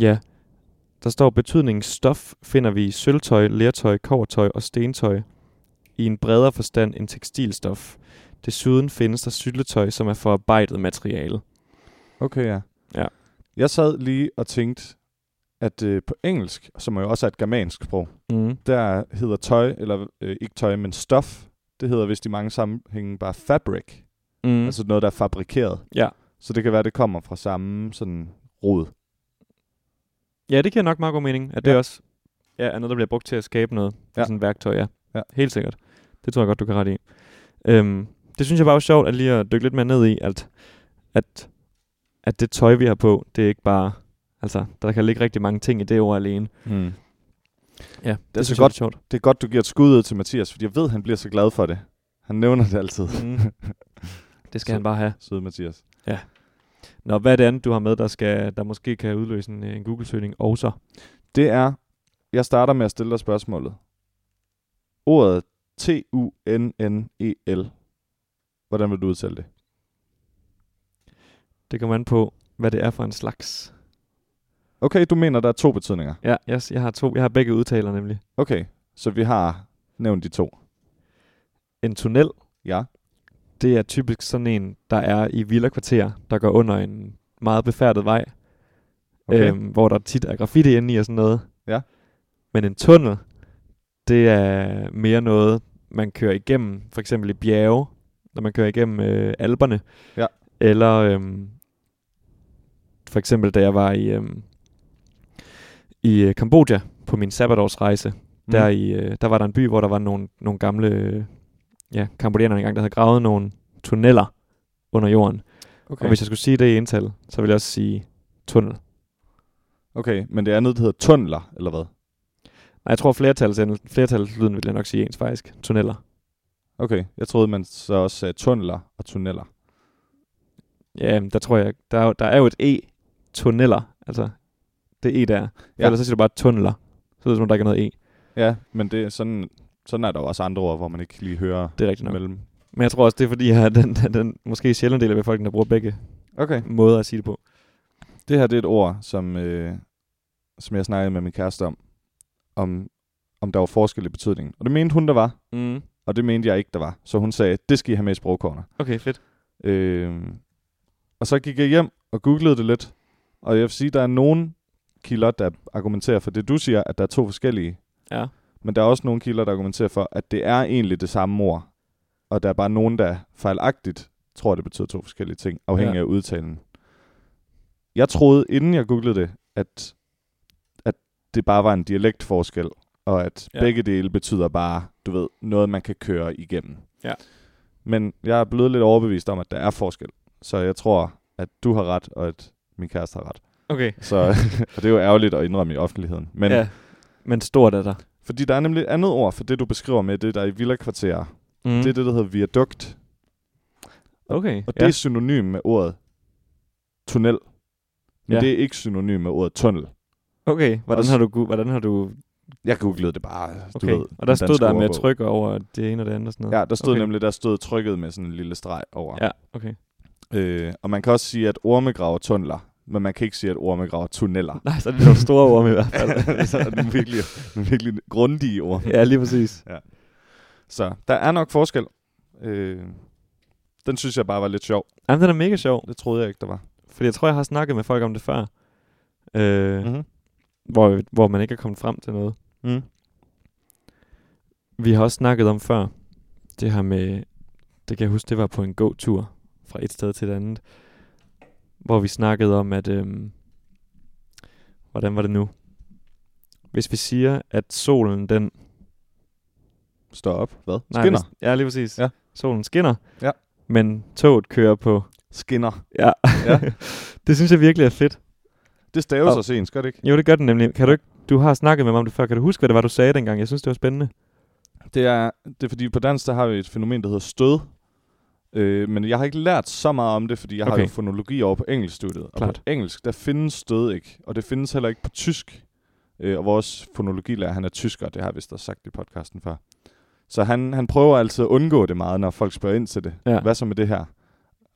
[SPEAKER 2] ja. Der står, betydningen stof finder vi i sølvtøj, lertøj, kovertøj og stentøj i en bredere forstand end tekstilstof. Desuden findes der syltetøj, som er forarbejdet materiale.
[SPEAKER 1] Okay, ja.
[SPEAKER 2] Ja.
[SPEAKER 1] Jeg sad lige og tænkte, at øh, på engelsk, som jo også er et germansk sprog,
[SPEAKER 2] Mm.
[SPEAKER 1] der hedder tøj, eller øh, ikke tøj, men stof, det hedder vist i mange sammenhænge bare fabric. Mm.
[SPEAKER 2] Mm.
[SPEAKER 1] Altså noget, der er fabrikeret.
[SPEAKER 2] Ja.
[SPEAKER 1] Så det kan være, det kommer fra samme sådan rod.
[SPEAKER 2] Ja, det giver nok meget god mening, at det
[SPEAKER 1] Ja.
[SPEAKER 2] også ja, er noget, der bliver brugt til at skabe noget. Ja.
[SPEAKER 1] Ja.
[SPEAKER 2] Sådan et værktøj, ja.
[SPEAKER 1] Ja.
[SPEAKER 2] Helt sikkert. Det tror jeg godt, du kan rette i. Øhm, det synes jeg bare var sjovt at lige at dykke lidt mere ned i, at, at, at det tøj, vi har på, det er ikke bare... Altså, der kan ligge rigtig mange ting i det ord alene.
[SPEAKER 1] Mm.
[SPEAKER 2] Ja,
[SPEAKER 1] så
[SPEAKER 2] det,
[SPEAKER 1] godt.
[SPEAKER 2] synes Jeg var sjovt.
[SPEAKER 1] Det er godt, du giver et skud ud til Mathias, fordi jeg ved, han bliver så glad for det. Han nævner det altid.
[SPEAKER 2] Mm. det
[SPEAKER 1] Så-
[SPEAKER 2] skal han bare have.
[SPEAKER 1] Søde Mathias.
[SPEAKER 2] Nå, hvad er det andet, du har med, der, skal, der måske kan udløse en, øh, en Google-søgning? Og så.
[SPEAKER 1] Det er, jeg starter med at stille dig spørgsmålet. Ordet T-U-N-N-E-L. E Hvordan vil du udtale det?
[SPEAKER 2] Det kommer an på, hvad det er for en slags.
[SPEAKER 1] Okay, du mener, der er to betydninger.
[SPEAKER 2] Ja, jeg, jeg har to. Jeg har begge udtaler nemlig.
[SPEAKER 1] Okay, så vi har nævnt de to.
[SPEAKER 2] En tunnel
[SPEAKER 1] Ja.
[SPEAKER 2] det er typisk sådan en, der er i villakvarterer, der går under en meget befærdet vej, okay.
[SPEAKER 1] Okay.
[SPEAKER 2] øhm, hvor der tit er graffiti inde i og sådan noget.
[SPEAKER 1] Ja.
[SPEAKER 2] Men en tunnel, det er mere noget, man kører igennem, for eksempel i bjerge, når man kører igennem øh, alberne.
[SPEAKER 1] Ja.
[SPEAKER 2] Eller øhm, for eksempel, da jeg var i, øhm, i øh, Kambodja på min sabbatårsrejse, Mm. Der, i, øh, der var der en by, hvor der var nogle, nogle gamle øh, ja, kambodianere engang, der havde gravet nogle tunneller under jorden.
[SPEAKER 1] Mm,
[SPEAKER 2] Okay. Og hvis jeg skulle sige det i ental, så ville jeg også sige tunnel.
[SPEAKER 1] okay, men det andet det hedder tunneler, eller hvad?
[SPEAKER 2] Og jeg tror, flertals, flertalslyden vil jeg nok sige ens faktisk. Tunneller.
[SPEAKER 1] Okay, jeg troede, man så også sagde tunneler og tunneller.
[SPEAKER 2] Ja, men der tror jeg, der er, jo- der er jo et E. Tunneller. Altså, det E der. Ja.
[SPEAKER 1] Ja.
[SPEAKER 2] Ellers så siger du bare tunneller. Så lyder det, som om der ikke er noget E.
[SPEAKER 1] Ja, men det er sådan, sådan er der jo også andre ord, hvor man ikke lige hører
[SPEAKER 2] Det er rigtigt nok.
[SPEAKER 1] mellem.
[SPEAKER 2] Men jeg tror også, det er fordi, jeg er den, den, den måske sjældent del af befolkningen, der bruger begge
[SPEAKER 1] Okay.
[SPEAKER 2] måder at sige det på.
[SPEAKER 1] Det her det er et ord, som, øh, som jeg snakkede med min kæreste om, om, om der var forskel i betydningen. Og det mente hun, der var,
[SPEAKER 2] Mm.
[SPEAKER 1] og det mente jeg ikke, der var. Så hun sagde, det skal I have med i sprogkorner.
[SPEAKER 2] Okay, fedt.
[SPEAKER 1] Øh, og så gik jeg hjem og googlede det lidt, og jeg vil sige, der er nogle kilder, der argumenterer for det, du siger, at der er to forskellige.
[SPEAKER 2] Ja.
[SPEAKER 1] Men der er også nogle kilder, der argumenterer for, at det er egentlig det samme ord, og der er bare nogen, der fejlagtigt tror, det betyder to forskellige ting, afhængig
[SPEAKER 2] Ja.
[SPEAKER 1] ja. af udtalen. Jeg troede, inden jeg googlede det, at, at det bare var en dialektforskel, og at
[SPEAKER 2] Ja.
[SPEAKER 1] ja. begge dele betyder bare, du ved, noget, man kan køre igennem.
[SPEAKER 2] Ja.
[SPEAKER 1] Men jeg er blevet lidt overbevist om, at der er forskel. Så jeg tror, at du har ret, og at min kæreste har ret.
[SPEAKER 2] Okay.
[SPEAKER 1] Så, og det er jo ærgerligt at indrømme i offentligheden. Men, ja.
[SPEAKER 2] Men stort er der.
[SPEAKER 1] Fordi der er nemlig et andet ord for det, du beskriver med det, der er i villakvarterer. Mm.
[SPEAKER 2] Mm.
[SPEAKER 1] Det er det, der hedder viadukt.
[SPEAKER 2] okay.
[SPEAKER 1] Og ja. det er synonym med ordet tunnel. Men
[SPEAKER 2] Ja.
[SPEAKER 1] ja. det er ikke synonym med ordet tunnel.
[SPEAKER 2] okay, hvordan
[SPEAKER 1] Også-
[SPEAKER 2] har du, gu- hvordan har du
[SPEAKER 1] Jeg googlede det bare, du
[SPEAKER 2] Okay,
[SPEAKER 1] ved.
[SPEAKER 2] og der
[SPEAKER 1] den
[SPEAKER 2] stod
[SPEAKER 1] danske
[SPEAKER 2] der med
[SPEAKER 1] ordbog.
[SPEAKER 2] tryk over det ene og det andet og sådan noget.
[SPEAKER 1] Ja, der stod
[SPEAKER 2] Okay.
[SPEAKER 1] okay. nemlig, der stod trykket med sådan en lille streg over.
[SPEAKER 2] Ja, okay.
[SPEAKER 1] Øh, og man kan også sige, at orme graver tunneler, men man kan ikke sige, at orme graver tunneller.
[SPEAKER 2] Nej, så er det nogle store ord med i hvert fald.
[SPEAKER 1] så er det virkelig, nogle virkelig grundige ord.
[SPEAKER 2] ja, lige præcis.
[SPEAKER 1] Så der er nok forskel. Øh, den synes jeg bare var lidt sjov.
[SPEAKER 2] Jamen, den er mega sjov,
[SPEAKER 1] Det troede jeg ikke, der var.
[SPEAKER 2] fordi jeg tror, jeg har snakket med folk om det før, øh, mm.
[SPEAKER 1] Mm-hmm.
[SPEAKER 2] hvor, hvor man ikke er kommet frem til noget.
[SPEAKER 1] Mm.
[SPEAKER 2] Vi har også snakket om før, det her med, det kan jeg huske, det var på en god tur fra et sted til et andet, hvor vi snakkede om, at, øhm, hvordan var det nu? Hvis vi siger, at solen den
[SPEAKER 1] Stå op. Hvad?
[SPEAKER 2] Nej,
[SPEAKER 1] Skinner.
[SPEAKER 2] Hvis, ja, lige præcis. Ja.
[SPEAKER 1] Ja.
[SPEAKER 2] Solen skinner.
[SPEAKER 1] Ja.
[SPEAKER 2] Men toget kører på.
[SPEAKER 1] Skinner.
[SPEAKER 2] Ja. ja.
[SPEAKER 1] Ja.
[SPEAKER 2] det synes jeg virkelig er fedt.
[SPEAKER 1] Det staves
[SPEAKER 2] Og-
[SPEAKER 1] og sent, skal det ikke?
[SPEAKER 2] Jo, det gør den nemlig. Kan du ikke, du har snakket med mig om det før. Kan du huske, hvad det var, du sagde dengang? Jeg synes, det var spændende.
[SPEAKER 1] Det er, det er fordi, på dansk, der har vi et fænomen, der hedder stød. Øh, men jeg har ikke lært så meget om det, fordi jeg okay. har
[SPEAKER 2] Okay.
[SPEAKER 1] jo fonologi over på engelskstudiet. Og
[SPEAKER 2] Klart.
[SPEAKER 1] på engelsk, der findes stød ikke. Og det findes heller ikke på tysk. Øh, og vores fonologilærer, han er tysker, det har jeg vist også sagt i podcasten før. Så han, han prøver altid at undgå det meget, når folk spørger ind til det.
[SPEAKER 2] Ja.
[SPEAKER 1] Hvad så med det her?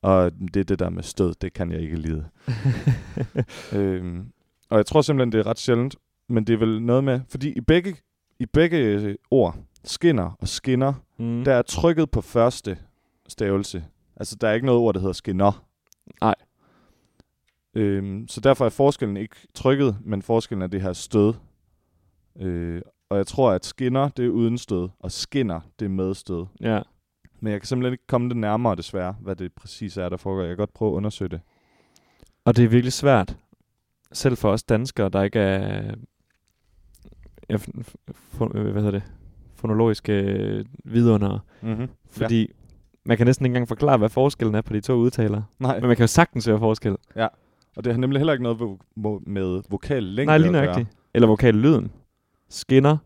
[SPEAKER 1] Og det er det der med stød, det kan jeg ikke lide. øhm, og jeg tror simpelthen, det er ret sjældent, men det er vel noget med, fordi i begge, i begge øh, ord, skinner og skinner,
[SPEAKER 2] Mm.
[SPEAKER 1] der er trykket på første stavelse. Altså, der er ikke noget ord, der hedder skinner.
[SPEAKER 2] Nej.
[SPEAKER 1] Øhm, så derfor er forskellen ikke trykket, men forskellen er det her stød. Øh, og jeg tror, at skinner, det er uden stød, og skinner, det er med stød.
[SPEAKER 2] Ja.
[SPEAKER 1] Men jeg kan simpelthen ikke komme det nærmere, desværre, hvad det præcis er, der foregår. Jeg kan godt prøve at undersøge det.
[SPEAKER 2] Og det er virkelig svært. Selv for os danskere, der ikke er... Ja, f- f- fon- øh, hvad hedder det? Fonologiske øh, vidundere.
[SPEAKER 1] Mm-hmm.
[SPEAKER 2] Fordi man kan næsten ikke engang forklare, hvad forskellen er på de to udtaler.
[SPEAKER 1] Nej,
[SPEAKER 2] Men man kan jo sagtens høre forskel.
[SPEAKER 1] og det har nemlig heller ikke noget vo- vo- med vokal længde
[SPEAKER 2] Nej, lige
[SPEAKER 1] at gøre.
[SPEAKER 2] nøjagtigt. Eller vokallyden. Skinner.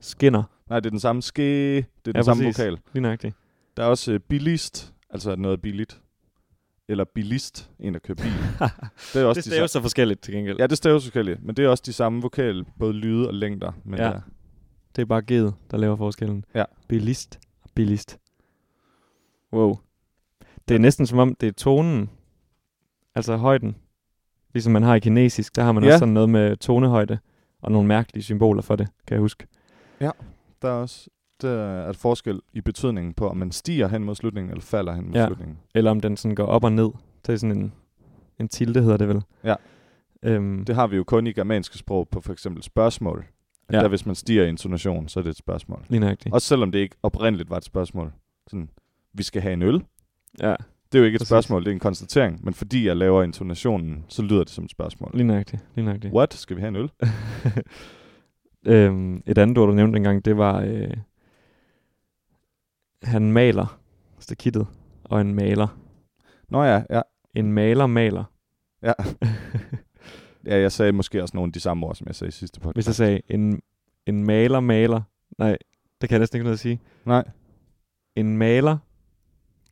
[SPEAKER 2] Skinner.
[SPEAKER 1] Nej, det er den samme ske, det er den
[SPEAKER 2] Ja,
[SPEAKER 1] samme
[SPEAKER 2] præcis.
[SPEAKER 1] vokal.
[SPEAKER 2] Lige nøjagtigt.
[SPEAKER 1] Der er også øh, billigst, altså noget billigt. Eller bilist, en der kører bil. det er også
[SPEAKER 2] det
[SPEAKER 1] de
[SPEAKER 2] staves så forskelligt til gengæld.
[SPEAKER 1] samme. Ja, det staves forskelligt, men det er også de samme vokal, både lyde og længder. Men øh,
[SPEAKER 2] Ja.
[SPEAKER 1] ja. Der.
[SPEAKER 2] Det er bare G'et, der laver forskellen.
[SPEAKER 1] Ja.
[SPEAKER 2] Bilist og bilist. Wow. Det er næsten som om, det er tonen. Altså højden. Ligesom man har i kinesisk, der har man ja.
[SPEAKER 1] Ja.
[SPEAKER 2] også sådan noget med tonehøjde. Og nogle mærkelige symboler for det, kan jeg huske.
[SPEAKER 1] der er også der er et forskel i betydningen på, om man stiger hen mod slutningen, eller falder hen mod
[SPEAKER 2] Ja.
[SPEAKER 1] ja. slutningen.
[SPEAKER 2] Eller om den sådan går op og ned. Det er sådan en, en tilde, hedder det vel.
[SPEAKER 1] Ja.
[SPEAKER 2] Øhm, det.
[SPEAKER 1] Det har vi jo kun i germanske sprog på for eksempel spørgsmål.
[SPEAKER 2] Ja.
[SPEAKER 1] Ja. Der hvis man stiger i intonation, så er det et spørgsmål.
[SPEAKER 2] Lige nøjagtigt.
[SPEAKER 1] Også selvom det ikke oprindeligt var et spørgsmål. Sådan, vi skal have en øl.
[SPEAKER 2] Ja,
[SPEAKER 1] Det er jo ikke et
[SPEAKER 2] Præcis.
[SPEAKER 1] spørgsmål, det er en konstatering. Men fordi jeg laver intonationen, så lyder det som et spørgsmål.
[SPEAKER 2] lige nøjagtigt. Lige nøjagtigt.
[SPEAKER 1] What? Skal vi have en øl?
[SPEAKER 2] øhm, et andet ord, du nævnte engang, det var, øh, han maler stakittet, og en maler.
[SPEAKER 1] Nå ja, ja.
[SPEAKER 2] En maler maler.
[SPEAKER 1] Ja, jeg sagde måske også nogle af de samme ord, som jeg sagde i sidste podcast.
[SPEAKER 2] Hvis jeg sagde, en En maler maler. Nej, det kan jeg næsten ikke noget at sige.
[SPEAKER 1] Nej,
[SPEAKER 2] En maler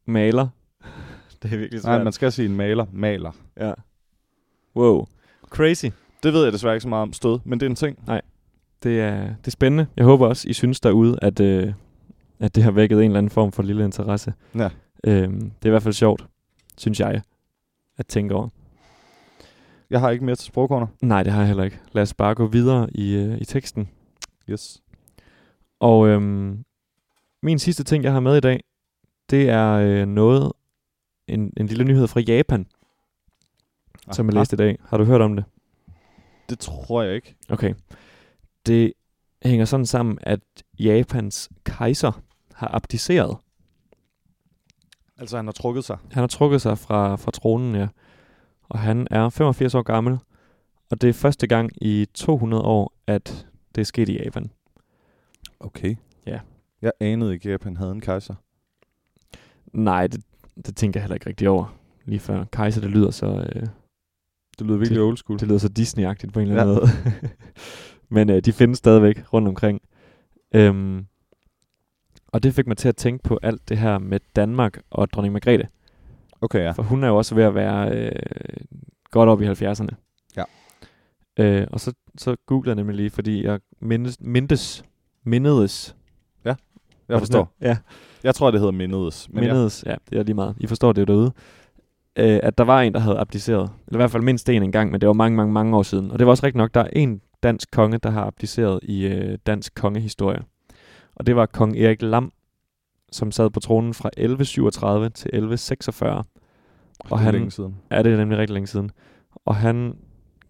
[SPEAKER 2] maler. det er virkelig svært.
[SPEAKER 1] nej, man skal sige en maler. Maler.
[SPEAKER 2] Ja. Wow. Crazy.
[SPEAKER 1] Det ved jeg desværre ikke så meget om stød, men det er en ting.
[SPEAKER 2] Det er, det er spændende. Jeg håber også, I synes derude, at, øh, at det har vækket en eller anden form for lille interesse.
[SPEAKER 1] Ja.
[SPEAKER 2] Øhm, det er i hvert fald sjovt, synes jeg, at tænke over.
[SPEAKER 1] Jeg har ikke mere til sprogkorner.
[SPEAKER 2] Nej, det har jeg heller ikke. Lad os bare gå videre i, øh, i teksten.
[SPEAKER 1] Yes.
[SPEAKER 2] Og øhm, min sidste ting, jeg har med i dag, det er øh, noget, en, en lille nyhed fra Japan, som jeg
[SPEAKER 1] Aha.
[SPEAKER 2] læste i dag. Har du hørt om det?
[SPEAKER 1] Ah, Det tror jeg ikke.
[SPEAKER 2] Okay. Det hænger sådan sammen, at Japans kejser har abdiceret.
[SPEAKER 1] Altså, han har trukket sig.
[SPEAKER 2] Han har trukket sig fra, fra tronen, ja. Og han er 85 år gammel. Og det er første gang i 200 år, at det er sket i Japan.
[SPEAKER 1] Okay.
[SPEAKER 2] Ja.
[SPEAKER 1] Jeg anede ikke, at han havde en kejser.
[SPEAKER 2] Nej, det, det tænker jeg heller ikke rigtig over. Lige før kejser, det lyder så, øh,
[SPEAKER 1] Det lyder virkelig old school.
[SPEAKER 2] det lyder så Disney-agtigt på en eller anden
[SPEAKER 1] Ja.
[SPEAKER 2] måde. Men øh, de findes stadigvæk rundt omkring. Øhm, og det fik mig til at tænke på alt det her med Danmark og dronning Margrethe.
[SPEAKER 1] Okay, ja.
[SPEAKER 2] For hun er jo også ved at være øh, godt op i 70'erne.
[SPEAKER 1] Ja.
[SPEAKER 2] Øh, og så, så googlede jeg nemlig lige, fordi jeg mindes, mindes, mindedes.
[SPEAKER 1] Jeg forstår.
[SPEAKER 2] Ja,
[SPEAKER 1] Jeg tror, det hedder mindedes. Men jeg,
[SPEAKER 2] mindedes. Ja, det er lige meget. I forstår det jo derude. Øh, at der var en, der havde abdiceret. Eller i hvert fald mindst en engang, men det var mange, mange, mange år siden. Og det var også rigtigt nok, der er en dansk konge, der har abdiceret i øh, dansk kongehistorie. Og det var kong Erik Lam, som sad på tronen fra 1137 til 1146.
[SPEAKER 1] det er
[SPEAKER 2] han-
[SPEAKER 1] længe siden.
[SPEAKER 2] Ja, det er nemlig rigtig længe siden. Og han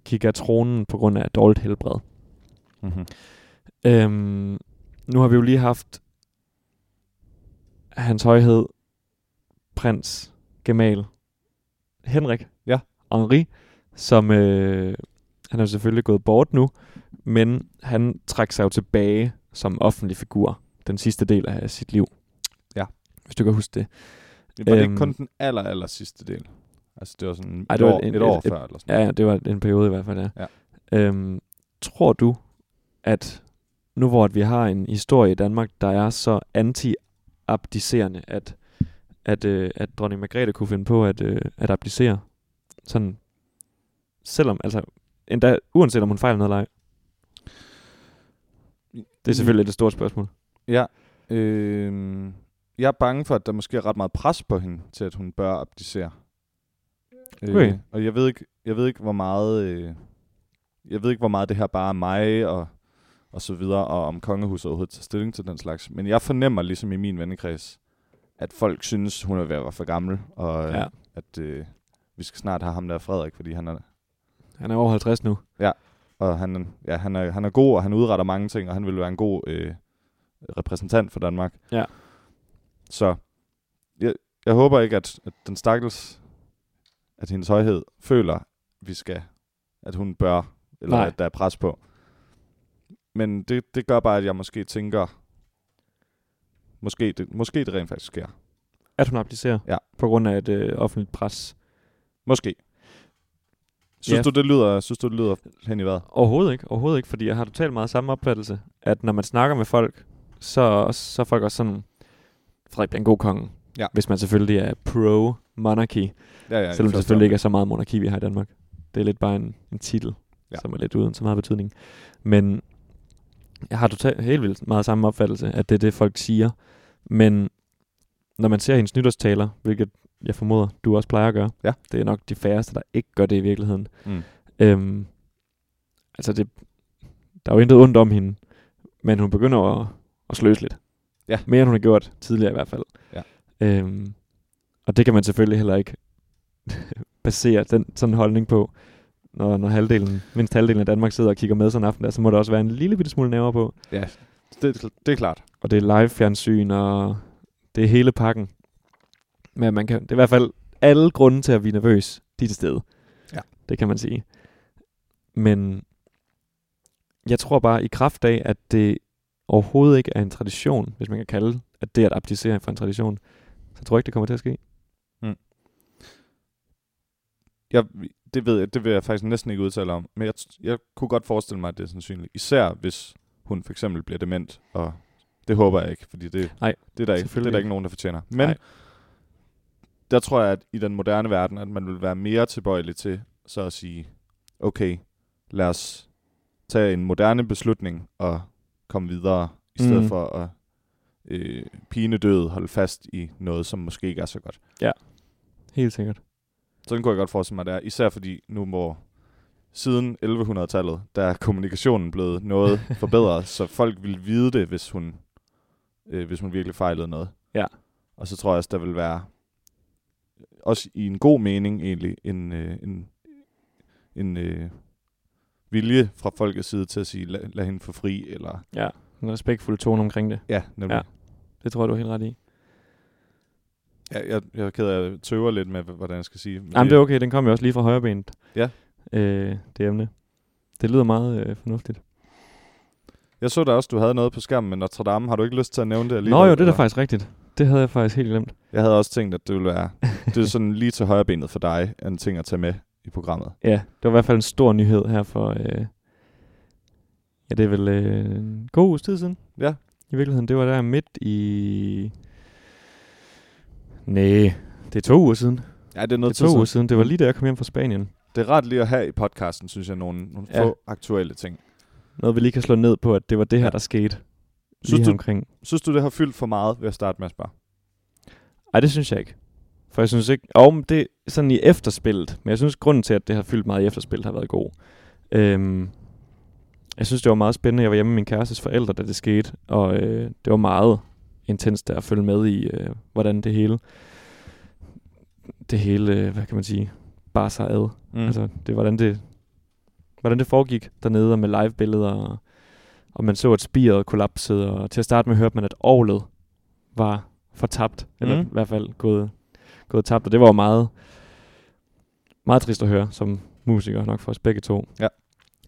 [SPEAKER 2] gik af tronen på grund af dårligt helbred.
[SPEAKER 1] Mm-hmm.
[SPEAKER 2] Øhm, nu har vi jo lige haft hans højhed, prins, gemal, Henrik,
[SPEAKER 1] Ja.
[SPEAKER 2] Henri, som øh, han er jo selvfølgelig gået bort nu, men han trak sig jo tilbage som offentlig figur den sidste del af sit liv.
[SPEAKER 1] Ja.
[SPEAKER 2] Hvis du kan huske det.
[SPEAKER 1] Var det
[SPEAKER 2] Øhm.
[SPEAKER 1] ikke kun den aller, aller sidste del? Altså, det var sådan
[SPEAKER 2] Ej,
[SPEAKER 1] et,
[SPEAKER 2] det var
[SPEAKER 1] år,
[SPEAKER 2] en-
[SPEAKER 1] et år
[SPEAKER 2] et-
[SPEAKER 1] før, eller sådan
[SPEAKER 2] Ja, ja, det var en periode i hvert fald, ja.
[SPEAKER 1] Ja.
[SPEAKER 2] Øhm, tror du, at nu hvor at vi har en historie i Danmark, der er så anti-abdicerende, at, at, øh, at dronning Margrethe kunne finde på at, øh, at abdicere? Sådan, selvom, altså, endda, uanset om hun fejler noget eller ej. Det er selvfølgelig et stort spørgsmål.
[SPEAKER 1] Ja. Øhm, jeg er bange for, at der måske er ret meget pres på hende, til at hun bør abdicere.
[SPEAKER 2] Okay.
[SPEAKER 1] Øh, og jeg ved ikke, jeg ved ikke hvor meget... Øh, jeg ved ikke, hvor meget det her bare er mig og, og så videre, og om kongehuset overhovedet tager stilling til den slags. Men jeg fornemmer, ligesom i min vennekreds, at folk synes, hun er ved at være for gammel, og ja.
[SPEAKER 2] Ja.
[SPEAKER 1] at øh, vi skal snart have ham der Frederik, fordi han er,
[SPEAKER 2] Han er over 50 nu.
[SPEAKER 1] og han, ja, han, er, han er god, og han udretter mange ting, og han vil være en god øh, repræsentant for Danmark.
[SPEAKER 2] Ja.
[SPEAKER 1] Så jeg, jeg håber ikke, at, at den stakkels, at hendes højhed føler, vi skal, at hun bør, eller
[SPEAKER 2] Nej.
[SPEAKER 1] Nej. at der er pres på. Men det, det gør bare, at jeg måske tænker, måske det, måske det rent faktisk sker.
[SPEAKER 2] At hun abdicerer?
[SPEAKER 1] Ja.
[SPEAKER 2] På grund af et øh, offentligt pres?
[SPEAKER 1] Måske. Synes
[SPEAKER 2] Ja.
[SPEAKER 1] du, det lyder, synes du, det lyder hen i hvad?
[SPEAKER 2] Overhovedet ikke, overhovedet ikke, fordi jeg har totalt meget samme opfattelse, at når man snakker med folk, så, så er folk også sådan, Frederik bliver en god konge.
[SPEAKER 1] Ja.
[SPEAKER 2] Hvis man selvfølgelig er pro-monarchy,
[SPEAKER 1] Ja, ja,
[SPEAKER 2] ja,
[SPEAKER 1] i
[SPEAKER 2] selvom det
[SPEAKER 1] første
[SPEAKER 2] selvfølgelig ikke er
[SPEAKER 1] omgang.
[SPEAKER 2] så meget monarki, vi har i Danmark. Det er lidt bare en, en titel,
[SPEAKER 1] Ja.
[SPEAKER 2] ja. som er lidt uden så meget betydning. Men jeg har totalt helt vildt meget samme opfattelse, at det er det, folk siger. Men når man ser hendes nytårstaler, hvilket jeg formoder, du også plejer at gøre,
[SPEAKER 1] Ja.
[SPEAKER 2] det er nok de færreste, der ikke gør det i virkeligheden.
[SPEAKER 1] Mm.
[SPEAKER 2] Øhm, altså, det, der er jo intet ondt om hende, men hun begynder at, at sløse lidt.
[SPEAKER 1] Ja.
[SPEAKER 2] Mere end hun har gjort tidligere i hvert fald.
[SPEAKER 1] Ja.
[SPEAKER 2] Øhm, og det kan man selvfølgelig heller ikke basere den sådan holdning på, når, når halvdelen, mindst halvdelen af Danmark sidder og kigger med sådan en aften der, så må der også være en lille bitte smule nerver på.
[SPEAKER 1] Ja, det, det er klart.
[SPEAKER 2] Og det er live fjernsyn, og det er hele pakken. Men man kan, det er i hvert fald alle grunde til at blive nervøs, de er til stede.
[SPEAKER 1] Ja.
[SPEAKER 2] Det kan man sige. Men jeg tror bare i kraft af, at det overhovedet ikke er en tradition, hvis man kan kalde at det at abdicere for en tradition, så tror jeg ikke, det kommer til at ske.
[SPEAKER 1] jeg, det ved jeg, det vil jeg faktisk næsten ikke udtale om, men jeg, jeg kunne godt forestille mig, at det er sandsynligt. Især hvis hun for eksempel bliver dement, og det håber jeg ikke, fordi det,
[SPEAKER 2] Nej,
[SPEAKER 1] det, er, der ikke, det er
[SPEAKER 2] selvfølgelig
[SPEAKER 1] der
[SPEAKER 2] ikke.
[SPEAKER 1] ikke nogen, der fortjener. Men
[SPEAKER 2] Nej.
[SPEAKER 1] der tror jeg, at i den moderne verden, at man vil være mere tilbøjelig til så at sige, okay, lad os tage en moderne beslutning og komme videre, i stedet
[SPEAKER 2] Mm.
[SPEAKER 1] mm. for at øh, pinedød holde fast i noget, som måske ikke er så godt.
[SPEAKER 2] Helt sikkert.
[SPEAKER 1] Sådan kunne jeg godt forestille mig, det er. Især fordi nu, hvor siden 1100-tallet, der er kommunikationen blevet noget forbedret, så folk ville vide det, hvis hun, øh, hvis hun virkelig fejlede noget.
[SPEAKER 2] Ja.
[SPEAKER 1] Og så tror jeg også, der vil være, også i en god mening egentlig, en, øh, en, en øh, vilje fra folkets side til at sige, lad, lad hende få fri, eller
[SPEAKER 2] Ja. En respektfuld tone omkring det.
[SPEAKER 1] ja, nemlig.
[SPEAKER 2] Ja. Det tror jeg, du er helt ret i.
[SPEAKER 1] Jeg, jeg, jeg er ked af, at jeg tøver lidt med, hvordan jeg skal sige. men
[SPEAKER 2] Jamen, det er okay. Den kom jo også lige fra højrebenet.
[SPEAKER 1] Ja.
[SPEAKER 2] Øh, det emne. Det lyder meget øh, fornuftigt.
[SPEAKER 1] Jeg så da også, du havde noget på skærmen med Notre Dame. Har du ikke lyst til at nævne det alligevel?
[SPEAKER 2] Nå jo, det er da
[SPEAKER 1] eller?
[SPEAKER 2] faktisk rigtigt. Det havde jeg faktisk helt glemt.
[SPEAKER 1] Jeg havde også tænkt, at det ville være det er sådan lige til højre benet for dig, en ting at tage med i programmet.
[SPEAKER 2] Ja, det var i hvert fald en stor nyhed her for... Øh, ja, det er vel øh, en god uges tid siden.
[SPEAKER 1] Ja.
[SPEAKER 2] I virkeligheden, det var der midt i... Nej, det er to uger siden. Det
[SPEAKER 1] Ja, det er
[SPEAKER 2] er
[SPEAKER 1] noget
[SPEAKER 2] to uger siden. Det var lige da jeg kom hjem fra Spanien.
[SPEAKER 1] Det er ret lige at have i podcasten, synes jeg, nogle, nogle
[SPEAKER 2] Ja.
[SPEAKER 1] ja. få aktuelle ting.
[SPEAKER 2] Noget, vi lige kan slå ned på, at det var det her,
[SPEAKER 1] Ja.
[SPEAKER 2] der skete. Lige
[SPEAKER 1] Synes
[SPEAKER 2] her
[SPEAKER 1] du,
[SPEAKER 2] omkring.
[SPEAKER 1] synes du, det har fyldt for meget ved at starte med at spørge?
[SPEAKER 2] Ej, det synes jeg ikke. For jeg synes ikke... Og men det er sådan i efterspillet. Men jeg synes, grunden til, at det har fyldt meget i efterspillet, har været god. Øhm, jeg synes, det var meget spændende. Jeg var hjemme med min kærestes forældre, da det skete. Og øh, det var meget intenst der at følge med i, øh, hvordan det hele... Det hele, øh, hvad kan man sige... Bare sig ad.
[SPEAKER 1] Mm.
[SPEAKER 2] Mm. Altså, det, hvordan, det, hvordan det foregik dernede, og med live-billeder, og, og man så, at spiret kollapsede, og til at starte med hørte man, at ovlet var fortabt, mm. eller i
[SPEAKER 1] Mm.
[SPEAKER 2] hvert fald gået, gået tabt, og det var jo meget, meget trist at høre, som musiker nok for os begge to.
[SPEAKER 1] Ja.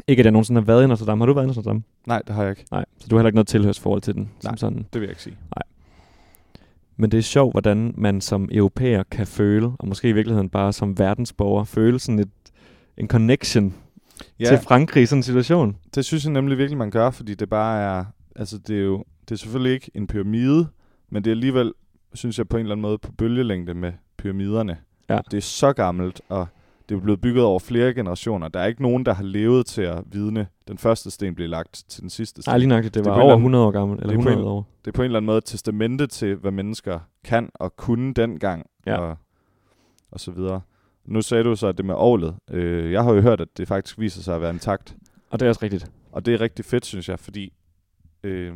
[SPEAKER 2] Ikke at jeg nogensinde har været i Notre Dame. Har du været i Notre Dame?
[SPEAKER 1] Nej, det har jeg ikke.
[SPEAKER 2] Nej, så du har heller ikke noget tilhørsforhold til den. Som
[SPEAKER 1] Nej.
[SPEAKER 2] sådan.
[SPEAKER 1] Det vil jeg ikke sige.
[SPEAKER 2] Men det er sjovt, hvordan man som europæer kan føle, og måske i virkeligheden bare som verdensborger, føle sådan et, en connection
[SPEAKER 1] Ja,
[SPEAKER 2] til Frankrig i sådan en situation.
[SPEAKER 1] det synes jeg nemlig virkelig, man gør, fordi det bare er... Altså, det er jo det er selvfølgelig ikke en pyramide, men det er alligevel, synes jeg, på en eller anden måde på bølgelængde med pyramiderne.
[SPEAKER 2] Ja.
[SPEAKER 1] Det er så gammelt, og det er blevet bygget over flere generationer. Der er ikke nogen, der har levet til at vidne, den første sten blev lagt til den sidste sten.
[SPEAKER 2] Nej, lige nok, det, det
[SPEAKER 1] er
[SPEAKER 2] var
[SPEAKER 1] på en
[SPEAKER 2] over
[SPEAKER 1] eller anden-
[SPEAKER 2] 100 år gammel, eller
[SPEAKER 1] det er på
[SPEAKER 2] 100 år.
[SPEAKER 1] det er på en eller anden måde et testamente til, hvad mennesker kan og kunne dengang,
[SPEAKER 2] Ja.
[SPEAKER 1] og, og så videre. Nu sagde du så, at det med ovlet. Øh, jeg har jo hørt, at det faktisk viser sig at være intakt.
[SPEAKER 2] Og det er også rigtigt.
[SPEAKER 1] Og det er rigtig fedt, synes jeg, fordi... Øh,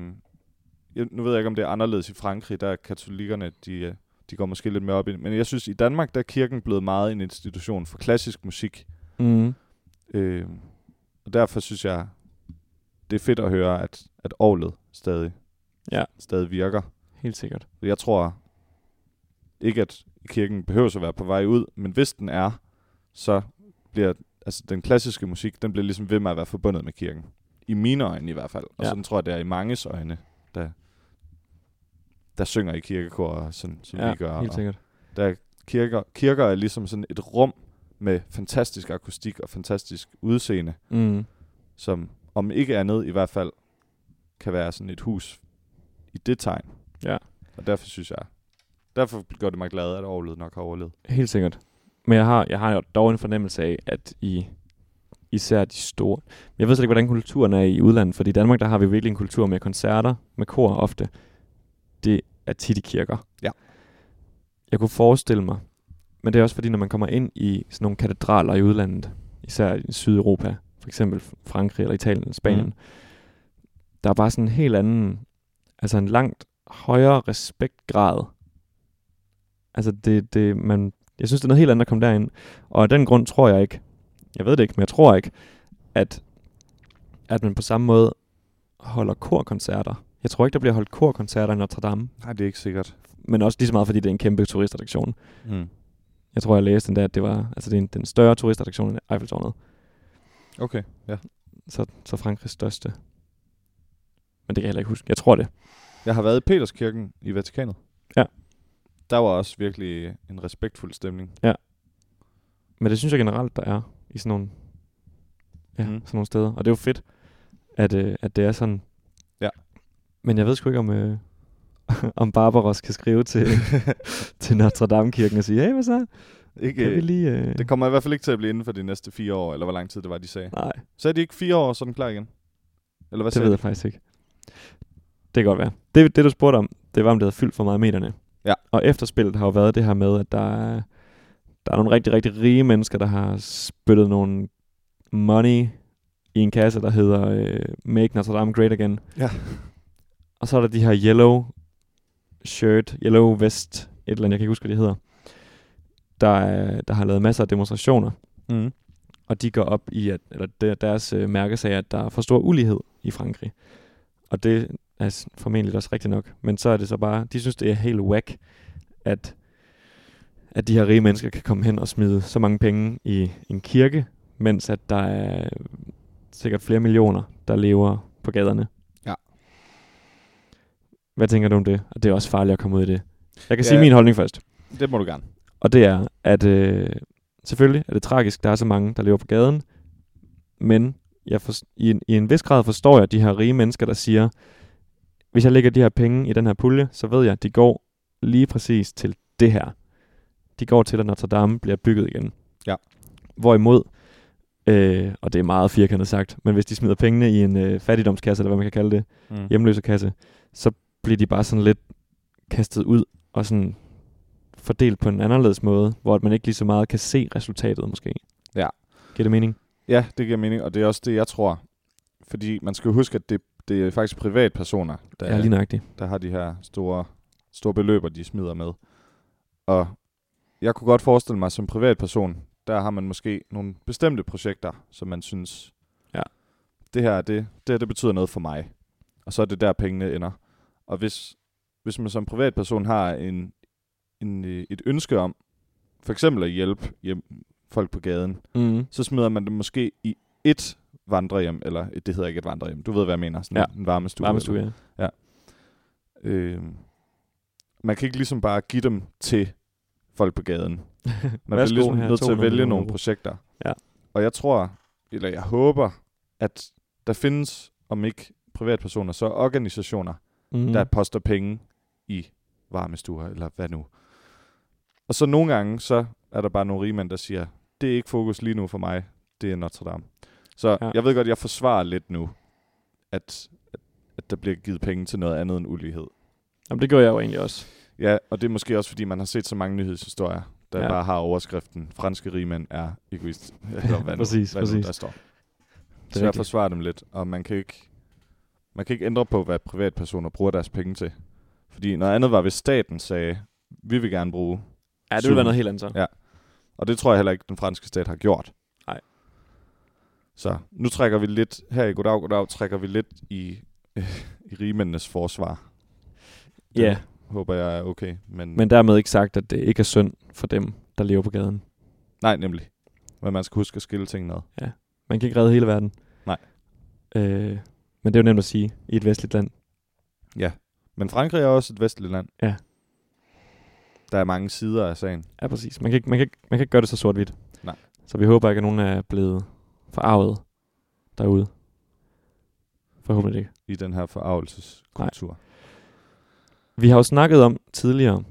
[SPEAKER 1] jeg, nu ved jeg ikke, om det er anderledes i Frankrig, der er katolikkerne, de, øh, de går måske lidt mere op i det. Men jeg synes, i Danmark, der er kirken blevet meget en institution for klassisk musik.
[SPEAKER 2] Mm.
[SPEAKER 1] Øh, og derfor synes jeg, det er fedt at høre, at, at ovlet stadig,
[SPEAKER 2] Ja.
[SPEAKER 1] stadig virker.
[SPEAKER 2] Helt sikkert.
[SPEAKER 1] Jeg tror ikke, at kirken behøver at være på vej ud, men hvis den er, så bliver altså, den klassiske musik, den bliver ligesom ved med at være forbundet med kirken. I mine øjne i hvert fald. Og
[SPEAKER 2] Ja.
[SPEAKER 1] ja. sådan tror jeg, det er i manges øjne, der, der synger i kirkekor, og sådan, som ja, vi gør.
[SPEAKER 2] helt
[SPEAKER 1] Og
[SPEAKER 2] sikkert.
[SPEAKER 1] der er kirker, kirker er ligesom sådan et rum med fantastisk akustik og fantastisk udseende,
[SPEAKER 2] Mm.
[SPEAKER 1] som om ikke andet i hvert fald kan være sådan et hus i det tegn.
[SPEAKER 2] Ja.
[SPEAKER 1] Og derfor synes jeg, derfor gør det mig glad, at overlevet nok har overlevet.
[SPEAKER 2] Helt sikkert. Men jeg har, jeg har jo dog en fornemmelse af, at i især de store... Jeg ved slet ikke, hvordan kulturen er i udlandet, fordi i Danmark, der har vi virkelig en kultur med koncerter, med kor ofte. Det er tit i kirker.
[SPEAKER 1] Ja.
[SPEAKER 2] Jeg kunne forestille mig, men det er også fordi, når man kommer ind i sådan nogle katedraler i udlandet, især i Sydeuropa, for eksempel Frankrig eller Italien eller Spanien, mm.
[SPEAKER 1] Mhm.
[SPEAKER 2] der er bare sådan en helt anden, altså en langt højere respektgrad. Altså det, det, man, jeg synes, det er noget helt andet at komme derind. Og af den grund tror jeg ikke, jeg ved det ikke, men jeg tror ikke, at, at man på samme måde holder korkoncerter. Jeg tror ikke, der bliver holdt korkoncerter i Notre Dame,
[SPEAKER 1] Nej, det er ikke sikkert.
[SPEAKER 2] men også lige så meget, fordi det er en kæmpe turistattraktion.
[SPEAKER 1] Mm.
[SPEAKER 2] Jeg tror, jeg læste den der, at det var altså det er en, den større turistattraktion end Eiffeltårnet.
[SPEAKER 1] Okay, ja.
[SPEAKER 2] Så, så Frankrigs største. Men det kan jeg heller ikke huske. Jeg tror det.
[SPEAKER 1] Jeg har været i Peterskirken i Vatikanet.
[SPEAKER 2] Ja.
[SPEAKER 1] Der var også virkelig en respektfuld stemning.
[SPEAKER 2] Men det synes jeg generelt, der er i sådan nogle, ja, mm.
[SPEAKER 1] Mm.
[SPEAKER 2] sådan nogle steder. Og det er jo fedt, at, øh, at det er sådan Men jeg ved sgu ikke, om, øh, om Barbaros kan skrive til, til Notre Dame-kirken og sige, hey, hvad så?
[SPEAKER 1] Ikke,
[SPEAKER 2] Kan vi
[SPEAKER 1] øh,
[SPEAKER 2] lige... Øh...
[SPEAKER 1] det kommer i hvert fald ikke til at blive inden for de næste fire år, eller hvor lang tid det var, de sagde.
[SPEAKER 2] Nej,
[SPEAKER 1] Så er de ikke fire år, så er den klar igen? Eller hvad
[SPEAKER 2] det
[SPEAKER 1] sagde
[SPEAKER 2] ved
[SPEAKER 1] de?
[SPEAKER 2] jeg faktisk ikke. Det kan godt være. Det, det du spurgte om, det var, om det havde fyldt for meget i medierne.
[SPEAKER 1] Ja.
[SPEAKER 2] Og efterspillet har jo været det her med, at der er, der er nogle rigtig, rigtig rige mennesker, der har spyttet nogle money i en kasse, der hedder øh, Make Notre Dame Great Again.
[SPEAKER 1] Ja.
[SPEAKER 2] Og så er der de her yellow shirt, yellow vest, et eller andet, jeg kan ikke huske, hvad de hedder, der, er- der har lavet masser af demonstrationer.
[SPEAKER 1] Mm.
[SPEAKER 2] og de går op i, at, eller der- deres øh, mærkesag er, at der er for stor ulighed i Frankrig. Og det er s- formentlig også rigtigt nok. Men så er det så bare, de synes, det er helt whack, at, at de her rige mennesker kan komme hen og smide så mange penge i en kirke, mens at der er sikkert flere millioner, der lever på gaderne.
[SPEAKER 1] Ja.
[SPEAKER 2] Hvad tænker du om det? Og det er også farligt at komme ud i det. Jeg kan
[SPEAKER 1] Ja.
[SPEAKER 2] sige min holdning først.
[SPEAKER 1] Det må du gerne.
[SPEAKER 2] Og det er, at øh, selvfølgelig er det tragisk, der er så mange, der lever på gaden, men jeg for, i, en, i en vis grad forstår jeg de her rige mennesker, der siger, hvis jeg lægger de her penge i den her pulje, så ved jeg, at de går lige præcis til det her. De går til, at Notre Dame bliver bygget igen.
[SPEAKER 1] Ja.
[SPEAKER 2] Hvorimod, øh, og det er meget firkantet sagt, men hvis de smider pengene i en øh, fattigdomskasse, eller hvad man kan kalde det,
[SPEAKER 1] Mm.
[SPEAKER 2] hjemløse kasse, så bliver de bare sådan lidt kastet ud og sådan fordelt på en anderledes måde, hvor at man ikke lige så meget kan se resultatet måske.
[SPEAKER 1] Ja.
[SPEAKER 2] Giver det mening?
[SPEAKER 1] Ja, det giver mening, og det er også det, jeg tror. Fordi man skal jo huske, at det, det er faktisk privatpersoner, der,
[SPEAKER 2] Ja, ja lige nøjagtigt.
[SPEAKER 1] der har de her store, store beløber, de smider med. Og jeg kunne godt forestille mig, som privatperson, der har man måske nogle bestemte projekter, som man synes,
[SPEAKER 2] Ja.
[SPEAKER 1] det her, det, det her det betyder noget for mig. Og så er det der, pengene ender. Og hvis, hvis man som privatperson har en, en, øh, et ønske om, for eksempel at hjælpe hjem, folk på gaden,
[SPEAKER 2] Mm.
[SPEAKER 1] så smider man det måske i et vandrehjem, eller et- det hedder ikke et vandrehjem, du ved, hvad jeg mener, sådan
[SPEAKER 2] Ja.
[SPEAKER 1] en varmestue.
[SPEAKER 2] Varmestue, ja.
[SPEAKER 1] Øh, man kan ikke ligesom bare give dem til folk på gaden. Man
[SPEAKER 2] Værsgo,
[SPEAKER 1] bliver ligesom
[SPEAKER 2] her er
[SPEAKER 1] nødt til at
[SPEAKER 2] 200
[SPEAKER 1] vælge
[SPEAKER 2] millioner
[SPEAKER 1] nogle
[SPEAKER 2] euro.
[SPEAKER 1] projekter.
[SPEAKER 2] Ja.
[SPEAKER 1] Og jeg tror, eller jeg håber, at der findes, om ikke privatpersoner, så organisationer,
[SPEAKER 2] Mm.
[SPEAKER 1] mm. der poster penge i varmestuer, eller hvad nu. Og så nogle gange, så er der bare nogle rigmænd, der siger, det er ikke fokus lige nu for mig, det er Notre Dame. Så
[SPEAKER 2] Ja.
[SPEAKER 1] ja. jeg ved godt, jeg forsvarer lidt nu, at, at der bliver givet penge til noget andet end ulighed.
[SPEAKER 2] Jamen, det gjorde jeg jo egentlig også.
[SPEAKER 1] Ja, og det er måske også, fordi man har set så mange nyhedshistorier, der
[SPEAKER 2] Ja.
[SPEAKER 1] ja. bare har overskriften, franske rigmænd er egoist, eller hvad nu,
[SPEAKER 2] Præcis,
[SPEAKER 1] hvad
[SPEAKER 2] præcis.
[SPEAKER 1] Nu, der står.
[SPEAKER 2] er
[SPEAKER 1] Så jeg
[SPEAKER 2] rigtigt.
[SPEAKER 1] forsvarer dem lidt, og man kan ikke, man kan ikke ændre på, hvad privatpersoner bruger deres penge til. Fordi noget andet var, hvis staten sagde, vi vil gerne bruge,
[SPEAKER 2] Ja, det ville
[SPEAKER 1] Super.
[SPEAKER 2] være noget helt andet så.
[SPEAKER 1] Ja. og det tror jeg heller ikke, den franske stat har gjort.
[SPEAKER 2] Nej.
[SPEAKER 1] Så nu trækker vi lidt, her i Goddag, Goddag, trækker vi lidt i, i rigmændenes forsvar. Det
[SPEAKER 2] ja,
[SPEAKER 1] håber jeg er okay, men,
[SPEAKER 2] men dermed ikke sagt, at det ikke er synd for dem, der lever på gaden.
[SPEAKER 1] nej nemlig. Men man skal huske at skille tingene ad.
[SPEAKER 2] Man kan ikke redde hele verden.
[SPEAKER 1] Nej.
[SPEAKER 2] Øh, men det er jo nemt at sige i et vestligt land.
[SPEAKER 1] Men Frankrig er også et vestligt land.
[SPEAKER 2] Ja.
[SPEAKER 1] Der er mange sider af sagen.
[SPEAKER 2] Ja, præcis. Man kan ikke, man kan ikke, man kan ikke gøre det så sort-hvidt.
[SPEAKER 1] Nej.
[SPEAKER 2] Så vi håber ikke, at nogen er blevet forarvet derude. Forhåbentlig ikke.
[SPEAKER 1] i den her forarvelseskultur.
[SPEAKER 2] Vi har jo snakket om tidligere,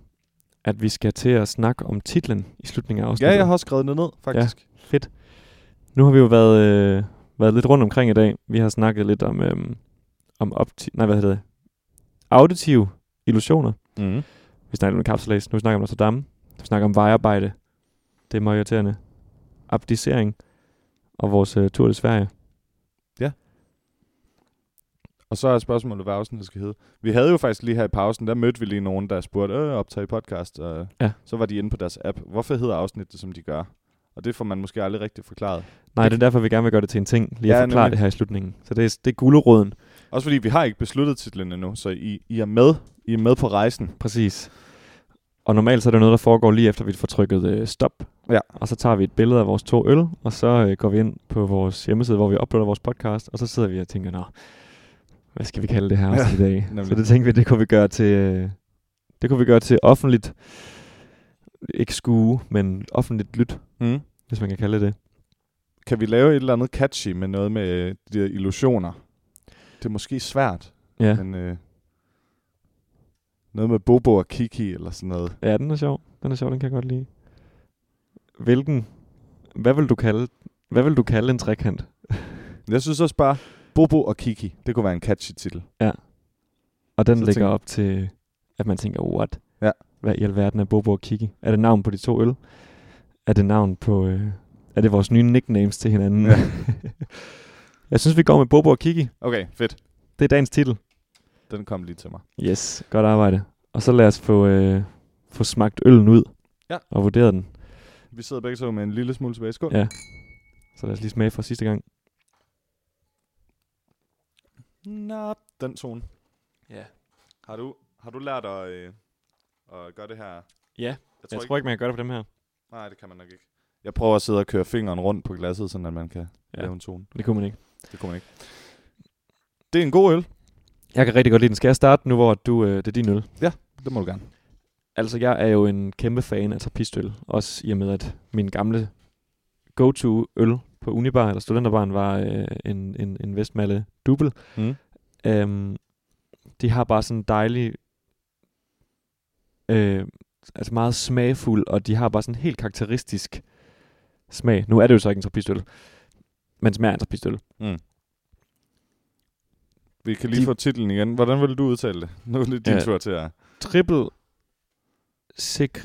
[SPEAKER 2] at vi skal til at snakke om titlen i slutningen af
[SPEAKER 1] Ja,
[SPEAKER 2] afsnittet.
[SPEAKER 1] jeg har også skrevet det ned, faktisk. Ja.
[SPEAKER 2] Fedt. Nu har vi jo været, øh, været lidt rundt omkring i dag. Vi har snakket lidt om, øh, om opti- nej, hvad hedder det? auditive illusioner.
[SPEAKER 1] Mm.
[SPEAKER 2] Vi snakker om kapsalæs, nu snakker vi om Notre Dame. Vi snakker om vejarbejde. Det er meget irriterende. Abdicering. Og vores øh, tur til Sverige.
[SPEAKER 1] Og så er spørgsmålet, hvad afsnittet skal hedde. Vi havde jo faktisk lige her i pausen, der mødte vi lige nogen, der spurgte, øh, optage podcast, og
[SPEAKER 2] Ja.
[SPEAKER 1] ja. så var de inde på deres app. Hvorfor hedder afsnittet, som de gør? Og det får man måske aldrig rigtig forklaret.
[SPEAKER 2] Nej,
[SPEAKER 1] Det-
[SPEAKER 2] det er derfor, vi gerne vil gøre det til en ting. Lige
[SPEAKER 1] Ja,
[SPEAKER 2] at forklare
[SPEAKER 1] nemlig.
[SPEAKER 2] det her i slutningen. Så det er, det er guleroden.
[SPEAKER 1] Også fordi vi har ikke besluttet titlen endnu, så I, I er med. I er med på rejsen.
[SPEAKER 2] Præcis. Og normalt så er det noget, der foregår lige efter, vi får trykket øh, stop.
[SPEAKER 1] Ja.
[SPEAKER 2] Og så tager vi et billede af vores to øl, og så øh, går vi ind på vores hjemmeside, hvor vi uploader vores podcast, og så sidder vi og tænker, nå, hvad skal vi kalde det her
[SPEAKER 1] Ja,
[SPEAKER 2] afsnit i dag?
[SPEAKER 1] nemlig.
[SPEAKER 2] så det tænkte vi, det kunne vi gøre til, øh, det kunne vi gøre til offentligt, ikke skue, men offentligt lyt,
[SPEAKER 1] Mm.
[SPEAKER 2] hvis man kan kalde det det.
[SPEAKER 1] Kan vi lave et eller andet catchy med noget med øh, de der illusioner? Det er måske svært,
[SPEAKER 2] Ja,
[SPEAKER 1] men øh, Noget med Bobo og Kiki eller sådan noget.
[SPEAKER 2] Ja, den er sjov. Den er sjov, den kan jeg godt lide. Hvilken... Hvad vil du kalde, hvad vil du kalde en trekant?
[SPEAKER 1] Jeg synes også bare, Bobo og Kiki, det kunne være en catchy titel.
[SPEAKER 2] Og den
[SPEAKER 1] Så
[SPEAKER 2] så ligger
[SPEAKER 1] tænker-
[SPEAKER 2] op til, at man tænker, what?
[SPEAKER 1] Ja.
[SPEAKER 2] Hvad i alverden er Bobo og Kiki? Er det navn på de to øl? Er det navn på... Øh, er det vores nye nicknames til hinanden?
[SPEAKER 1] Ja.
[SPEAKER 2] jeg synes, vi går med Bobo og Kiki.
[SPEAKER 1] Okay, fedt.
[SPEAKER 2] Det er dagens titel.
[SPEAKER 1] Den kom lige til mig.
[SPEAKER 2] Yes, godt arbejde. Og så lad os få, øh, få smagt øllen ud
[SPEAKER 1] Ja.
[SPEAKER 2] og vurderet den.
[SPEAKER 1] Vi sidder begge så med en lille smule tilbage i skål.
[SPEAKER 2] Ja. Så lad os lige smage fra sidste gang.
[SPEAKER 1] Nå, den tone.
[SPEAKER 2] Ja.
[SPEAKER 1] Har du, har du lært at, øh, at gøre det her?
[SPEAKER 2] Ja,
[SPEAKER 1] jeg
[SPEAKER 2] Jeg tror ikke, man kan gøre det på dem her.
[SPEAKER 1] Nej, det kan man nok ikke. Jeg prøver at sidde og køre fingeren rundt på glasset, sådan at man kan ja.
[SPEAKER 2] Ja.
[SPEAKER 1] lave en tone.
[SPEAKER 2] Det kunne man ikke.
[SPEAKER 1] Det kunne man ikke. Det er en god øl.
[SPEAKER 2] Jeg kan rigtig godt lide den. Skal jeg starte nu, hvor du, øh, det er din øl?
[SPEAKER 1] Det må du gerne.
[SPEAKER 2] Altså, jeg er jo en kæmpe fan af trappistøl. Også i og med, at min gamle go-to-øl på Unibar, eller studenterbaren, var øh, en, en, en Vestmalle Double.
[SPEAKER 1] Mm.
[SPEAKER 2] Øhm, de har bare sådan en dejlig... Øh, altså meget smagfuld, og de har bare sådan en helt karakteristisk smag. Nu er det jo så ikke en trappistøl, men smager af en trappistøl.
[SPEAKER 1] Vi kan lige
[SPEAKER 2] De-
[SPEAKER 1] få titlen igen. Hvordan vil du udtale det? Nu er det din ja.
[SPEAKER 2] Ja.
[SPEAKER 1] tur til at...
[SPEAKER 2] Triple sec-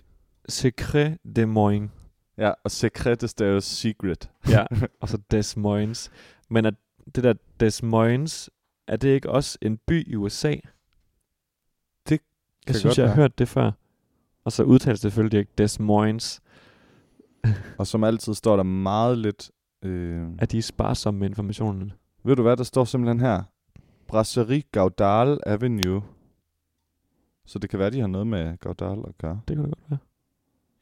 [SPEAKER 2] Secret de Moines.
[SPEAKER 1] Ja, og secret, det staves secret.
[SPEAKER 2] Ja, og så Des Moines. Men er det der Des Moines, er det ikke også en by i USA? Jeg synes, jeg har hørt det før. Og så udtales det selvfølgelig ikke Des Moines,
[SPEAKER 1] Og som altid står der meget lidt... Øh,
[SPEAKER 2] at de er sparsomme med informationen.
[SPEAKER 1] ved du hvad, der står simpelthen her? Brasserie Gaudal Avenue. Så det kan være, de har noget med Gaudal at gøre.
[SPEAKER 2] Det kunne det godt være.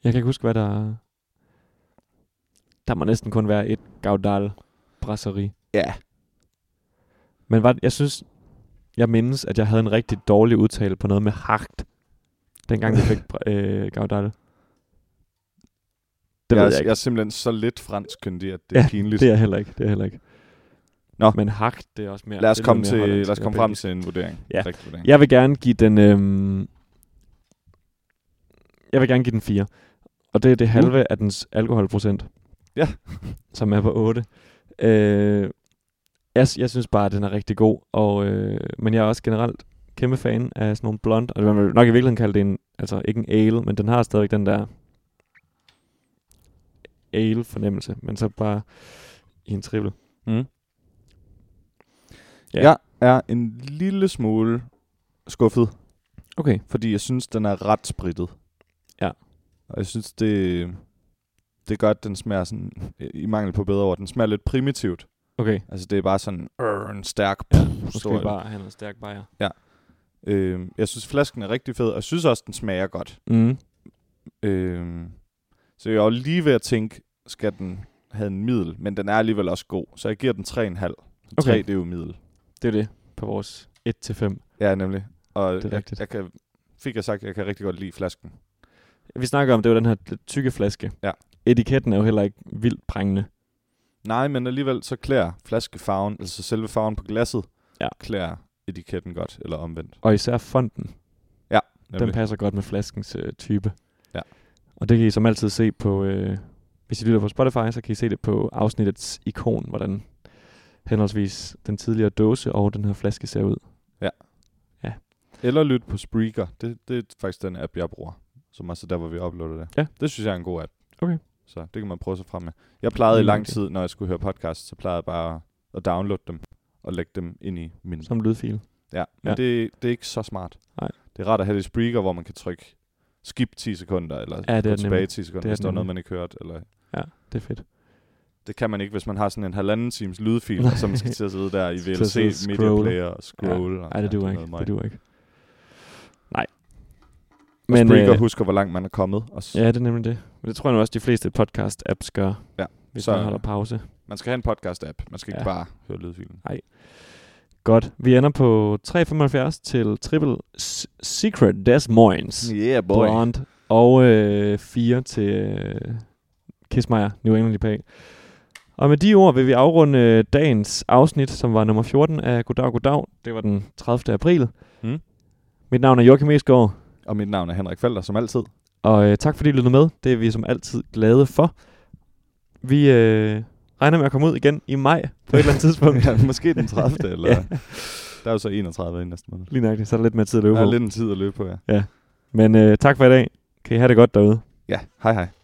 [SPEAKER 2] Jeg kan ikke huske, hvad der... Der må næsten kun være et Gaudal brasseri.
[SPEAKER 1] Ja.
[SPEAKER 2] Men var, jeg synes, jeg mindes, at jeg havde en rigtig dårlig udtale på noget med hart, dengang vi fik øh, Gaudal. Det
[SPEAKER 1] Det jeg,
[SPEAKER 2] ved
[SPEAKER 1] er,
[SPEAKER 2] jeg ikke.
[SPEAKER 1] jeg er simpelthen så lidt fransk kyndig, at det er ja,
[SPEAKER 2] Ja,
[SPEAKER 1] pinligt.
[SPEAKER 2] Det er jeg heller ikke. Det er jeg heller ikke.
[SPEAKER 1] Nå.
[SPEAKER 2] Men hak, det er også mere...
[SPEAKER 1] lad os
[SPEAKER 2] det er
[SPEAKER 1] komme,
[SPEAKER 2] noget
[SPEAKER 1] til,
[SPEAKER 2] mere hollandsk
[SPEAKER 1] lad os
[SPEAKER 2] eller
[SPEAKER 1] komme frem
[SPEAKER 2] belgisk.
[SPEAKER 1] til en vurdering.
[SPEAKER 2] Ja.
[SPEAKER 1] Rigtig vurdering.
[SPEAKER 2] Jeg vil gerne give den... Øhm, jeg vil gerne give den 4. Og det er det halve af dens alkoholprocent.
[SPEAKER 1] Ja.
[SPEAKER 2] Som er på 8. Øh, jeg, s- jeg synes bare, at den er rigtig god. Og, øh, men jeg er også generelt kæmpe fan af sådan nogle blond. Og man vil nok i virkeligheden kalde det en... Altså ikke en ale, men den har stadigvæk den der ale-fornemmelse. Men så bare i en triple.
[SPEAKER 1] Mm.
[SPEAKER 2] Ja.
[SPEAKER 1] Jeg er en lille smule skuffet,
[SPEAKER 2] Okay.
[SPEAKER 1] fordi jeg synes, den er ret spritet.
[SPEAKER 2] Ja.
[SPEAKER 1] Og jeg synes, det, det er godt, den smager sådan, i mangel på bedre ord, den smager lidt primitivt.
[SPEAKER 2] Okay.
[SPEAKER 1] Altså, det er bare sådan, øh, en stærk,
[SPEAKER 2] Ja,
[SPEAKER 1] pff,
[SPEAKER 2] Nu skal
[SPEAKER 1] stor
[SPEAKER 2] vi
[SPEAKER 1] øl.
[SPEAKER 2] bare have noget stærk bajer.
[SPEAKER 1] Øh, jeg synes, flasken er rigtig fed, og jeg synes også, den smager godt.
[SPEAKER 2] Mm.
[SPEAKER 1] Øh, så jeg var lige ved at tænke, skal den have en middel, men den er alligevel også god. Så jeg giver den 3,5. 3,
[SPEAKER 2] Okay.
[SPEAKER 1] det er jo middel.
[SPEAKER 2] Det er det på vores 1-5.
[SPEAKER 1] Ja, nemlig. Og
[SPEAKER 2] Det er
[SPEAKER 1] jeg,
[SPEAKER 2] rigtigt.
[SPEAKER 1] jeg kan, fik jeg sagt, jeg kan rigtig godt lide flasken.
[SPEAKER 2] Vi snakker om, det var den her lidt tykke flaske.
[SPEAKER 1] Ja.
[SPEAKER 2] Etiketten er jo heller ikke vildt prængende.
[SPEAKER 1] Nej, men alligevel så klæder flaskefarven, altså selve farven på glasset,
[SPEAKER 2] Ja.
[SPEAKER 1] klæder etiketten godt, eller omvendt.
[SPEAKER 2] Og især fonden, den
[SPEAKER 1] Nemlig.
[SPEAKER 2] passer godt med flaskens øh, type.
[SPEAKER 1] Ja.
[SPEAKER 2] Og det kan I som altid se på, øh, hvis I lytter på Spotify, så kan I se det på afsnittets ikon, hvordan henholdsvis den tidligere dåse og den her flaske ser ud.
[SPEAKER 1] Eller lyt på Spreaker. Det, det er faktisk den app, jeg bruger, som også er der, hvor vi uploader det.
[SPEAKER 2] Ja.
[SPEAKER 1] Det synes jeg er en god app.
[SPEAKER 2] Okay.
[SPEAKER 1] Så det kan man prøve sig frem med. Jeg plejede i
[SPEAKER 2] Mm,
[SPEAKER 1] lang
[SPEAKER 2] okay.
[SPEAKER 1] tid, når jeg skulle høre podcast, så plejede jeg bare at downloade dem og lægge dem ind i min.
[SPEAKER 2] Som lydfil.
[SPEAKER 1] Ja, men
[SPEAKER 2] Ja.
[SPEAKER 1] Det, det er ikke så smart.
[SPEAKER 2] Nej.
[SPEAKER 1] Det er rart at have det i Spreaker, hvor man kan trykke skip 10 sekunder, eller
[SPEAKER 2] Ja, det er
[SPEAKER 1] gå
[SPEAKER 2] det
[SPEAKER 1] tilbage
[SPEAKER 2] nemlig.
[SPEAKER 1] 10 sekunder,
[SPEAKER 2] Det er
[SPEAKER 1] hvis
[SPEAKER 2] det
[SPEAKER 1] der er noget, man
[SPEAKER 2] nemlig. ikke
[SPEAKER 1] ikke hørte, eller
[SPEAKER 2] Det er fedt.
[SPEAKER 1] Det kan man ikke, hvis man har sådan en halvanden times lydfil,
[SPEAKER 2] Nej.
[SPEAKER 1] som skal til at sidde der i
[SPEAKER 2] Til at sidde og
[SPEAKER 1] VLC Media
[SPEAKER 2] scrolle.
[SPEAKER 1] Player og scroll. Ja.
[SPEAKER 2] Nej, det duer ikke. Det
[SPEAKER 1] Men,
[SPEAKER 2] duer ikke. Nej.
[SPEAKER 1] men Spreaker
[SPEAKER 2] øh,
[SPEAKER 1] husker, hvor langt man er kommet. Og s-
[SPEAKER 2] Ja, det er nemlig det. Men det tror jeg nu også, de fleste podcast-apps gør.
[SPEAKER 1] Ja,
[SPEAKER 2] Hvis
[SPEAKER 1] så-
[SPEAKER 2] man holder pause.
[SPEAKER 1] Man skal have en podcast-app. Man skal ja.
[SPEAKER 2] Ja.
[SPEAKER 1] ikke bare høre lydfilen.
[SPEAKER 2] Godt. Vi ender på 3,75 til Triple S- Secret Des Moines.
[SPEAKER 1] Yeah,
[SPEAKER 2] Blonde. Og øh, 4 til øh, Kiss Meyer, New England IPA. Og med de ord vil vi afrunde øh, dagens afsnit, som var nummer 14 af Goddag Goddag. Det var den 30. april.
[SPEAKER 1] Mm.
[SPEAKER 2] Mit navn er Joachim Esgaard.
[SPEAKER 1] og mit navn er Henrik Felter, som altid.
[SPEAKER 2] Og øh, tak fordi I lyttede med. Det er vi som altid glade for. Vi øh, regner med at komme ud igen i maj på et eller andet tidspunkt.
[SPEAKER 1] ja, måske den 30. eller... ja. Der er jo så 31 i næste måned.
[SPEAKER 2] Lige nøjagtigt, så er der lidt mere tid at løbe
[SPEAKER 1] Der er
[SPEAKER 2] på.
[SPEAKER 1] lidt en tid at løbe på, ja.
[SPEAKER 2] Men øh, tak for i dag. Kan I have det godt derude.
[SPEAKER 1] Ja, hej hej.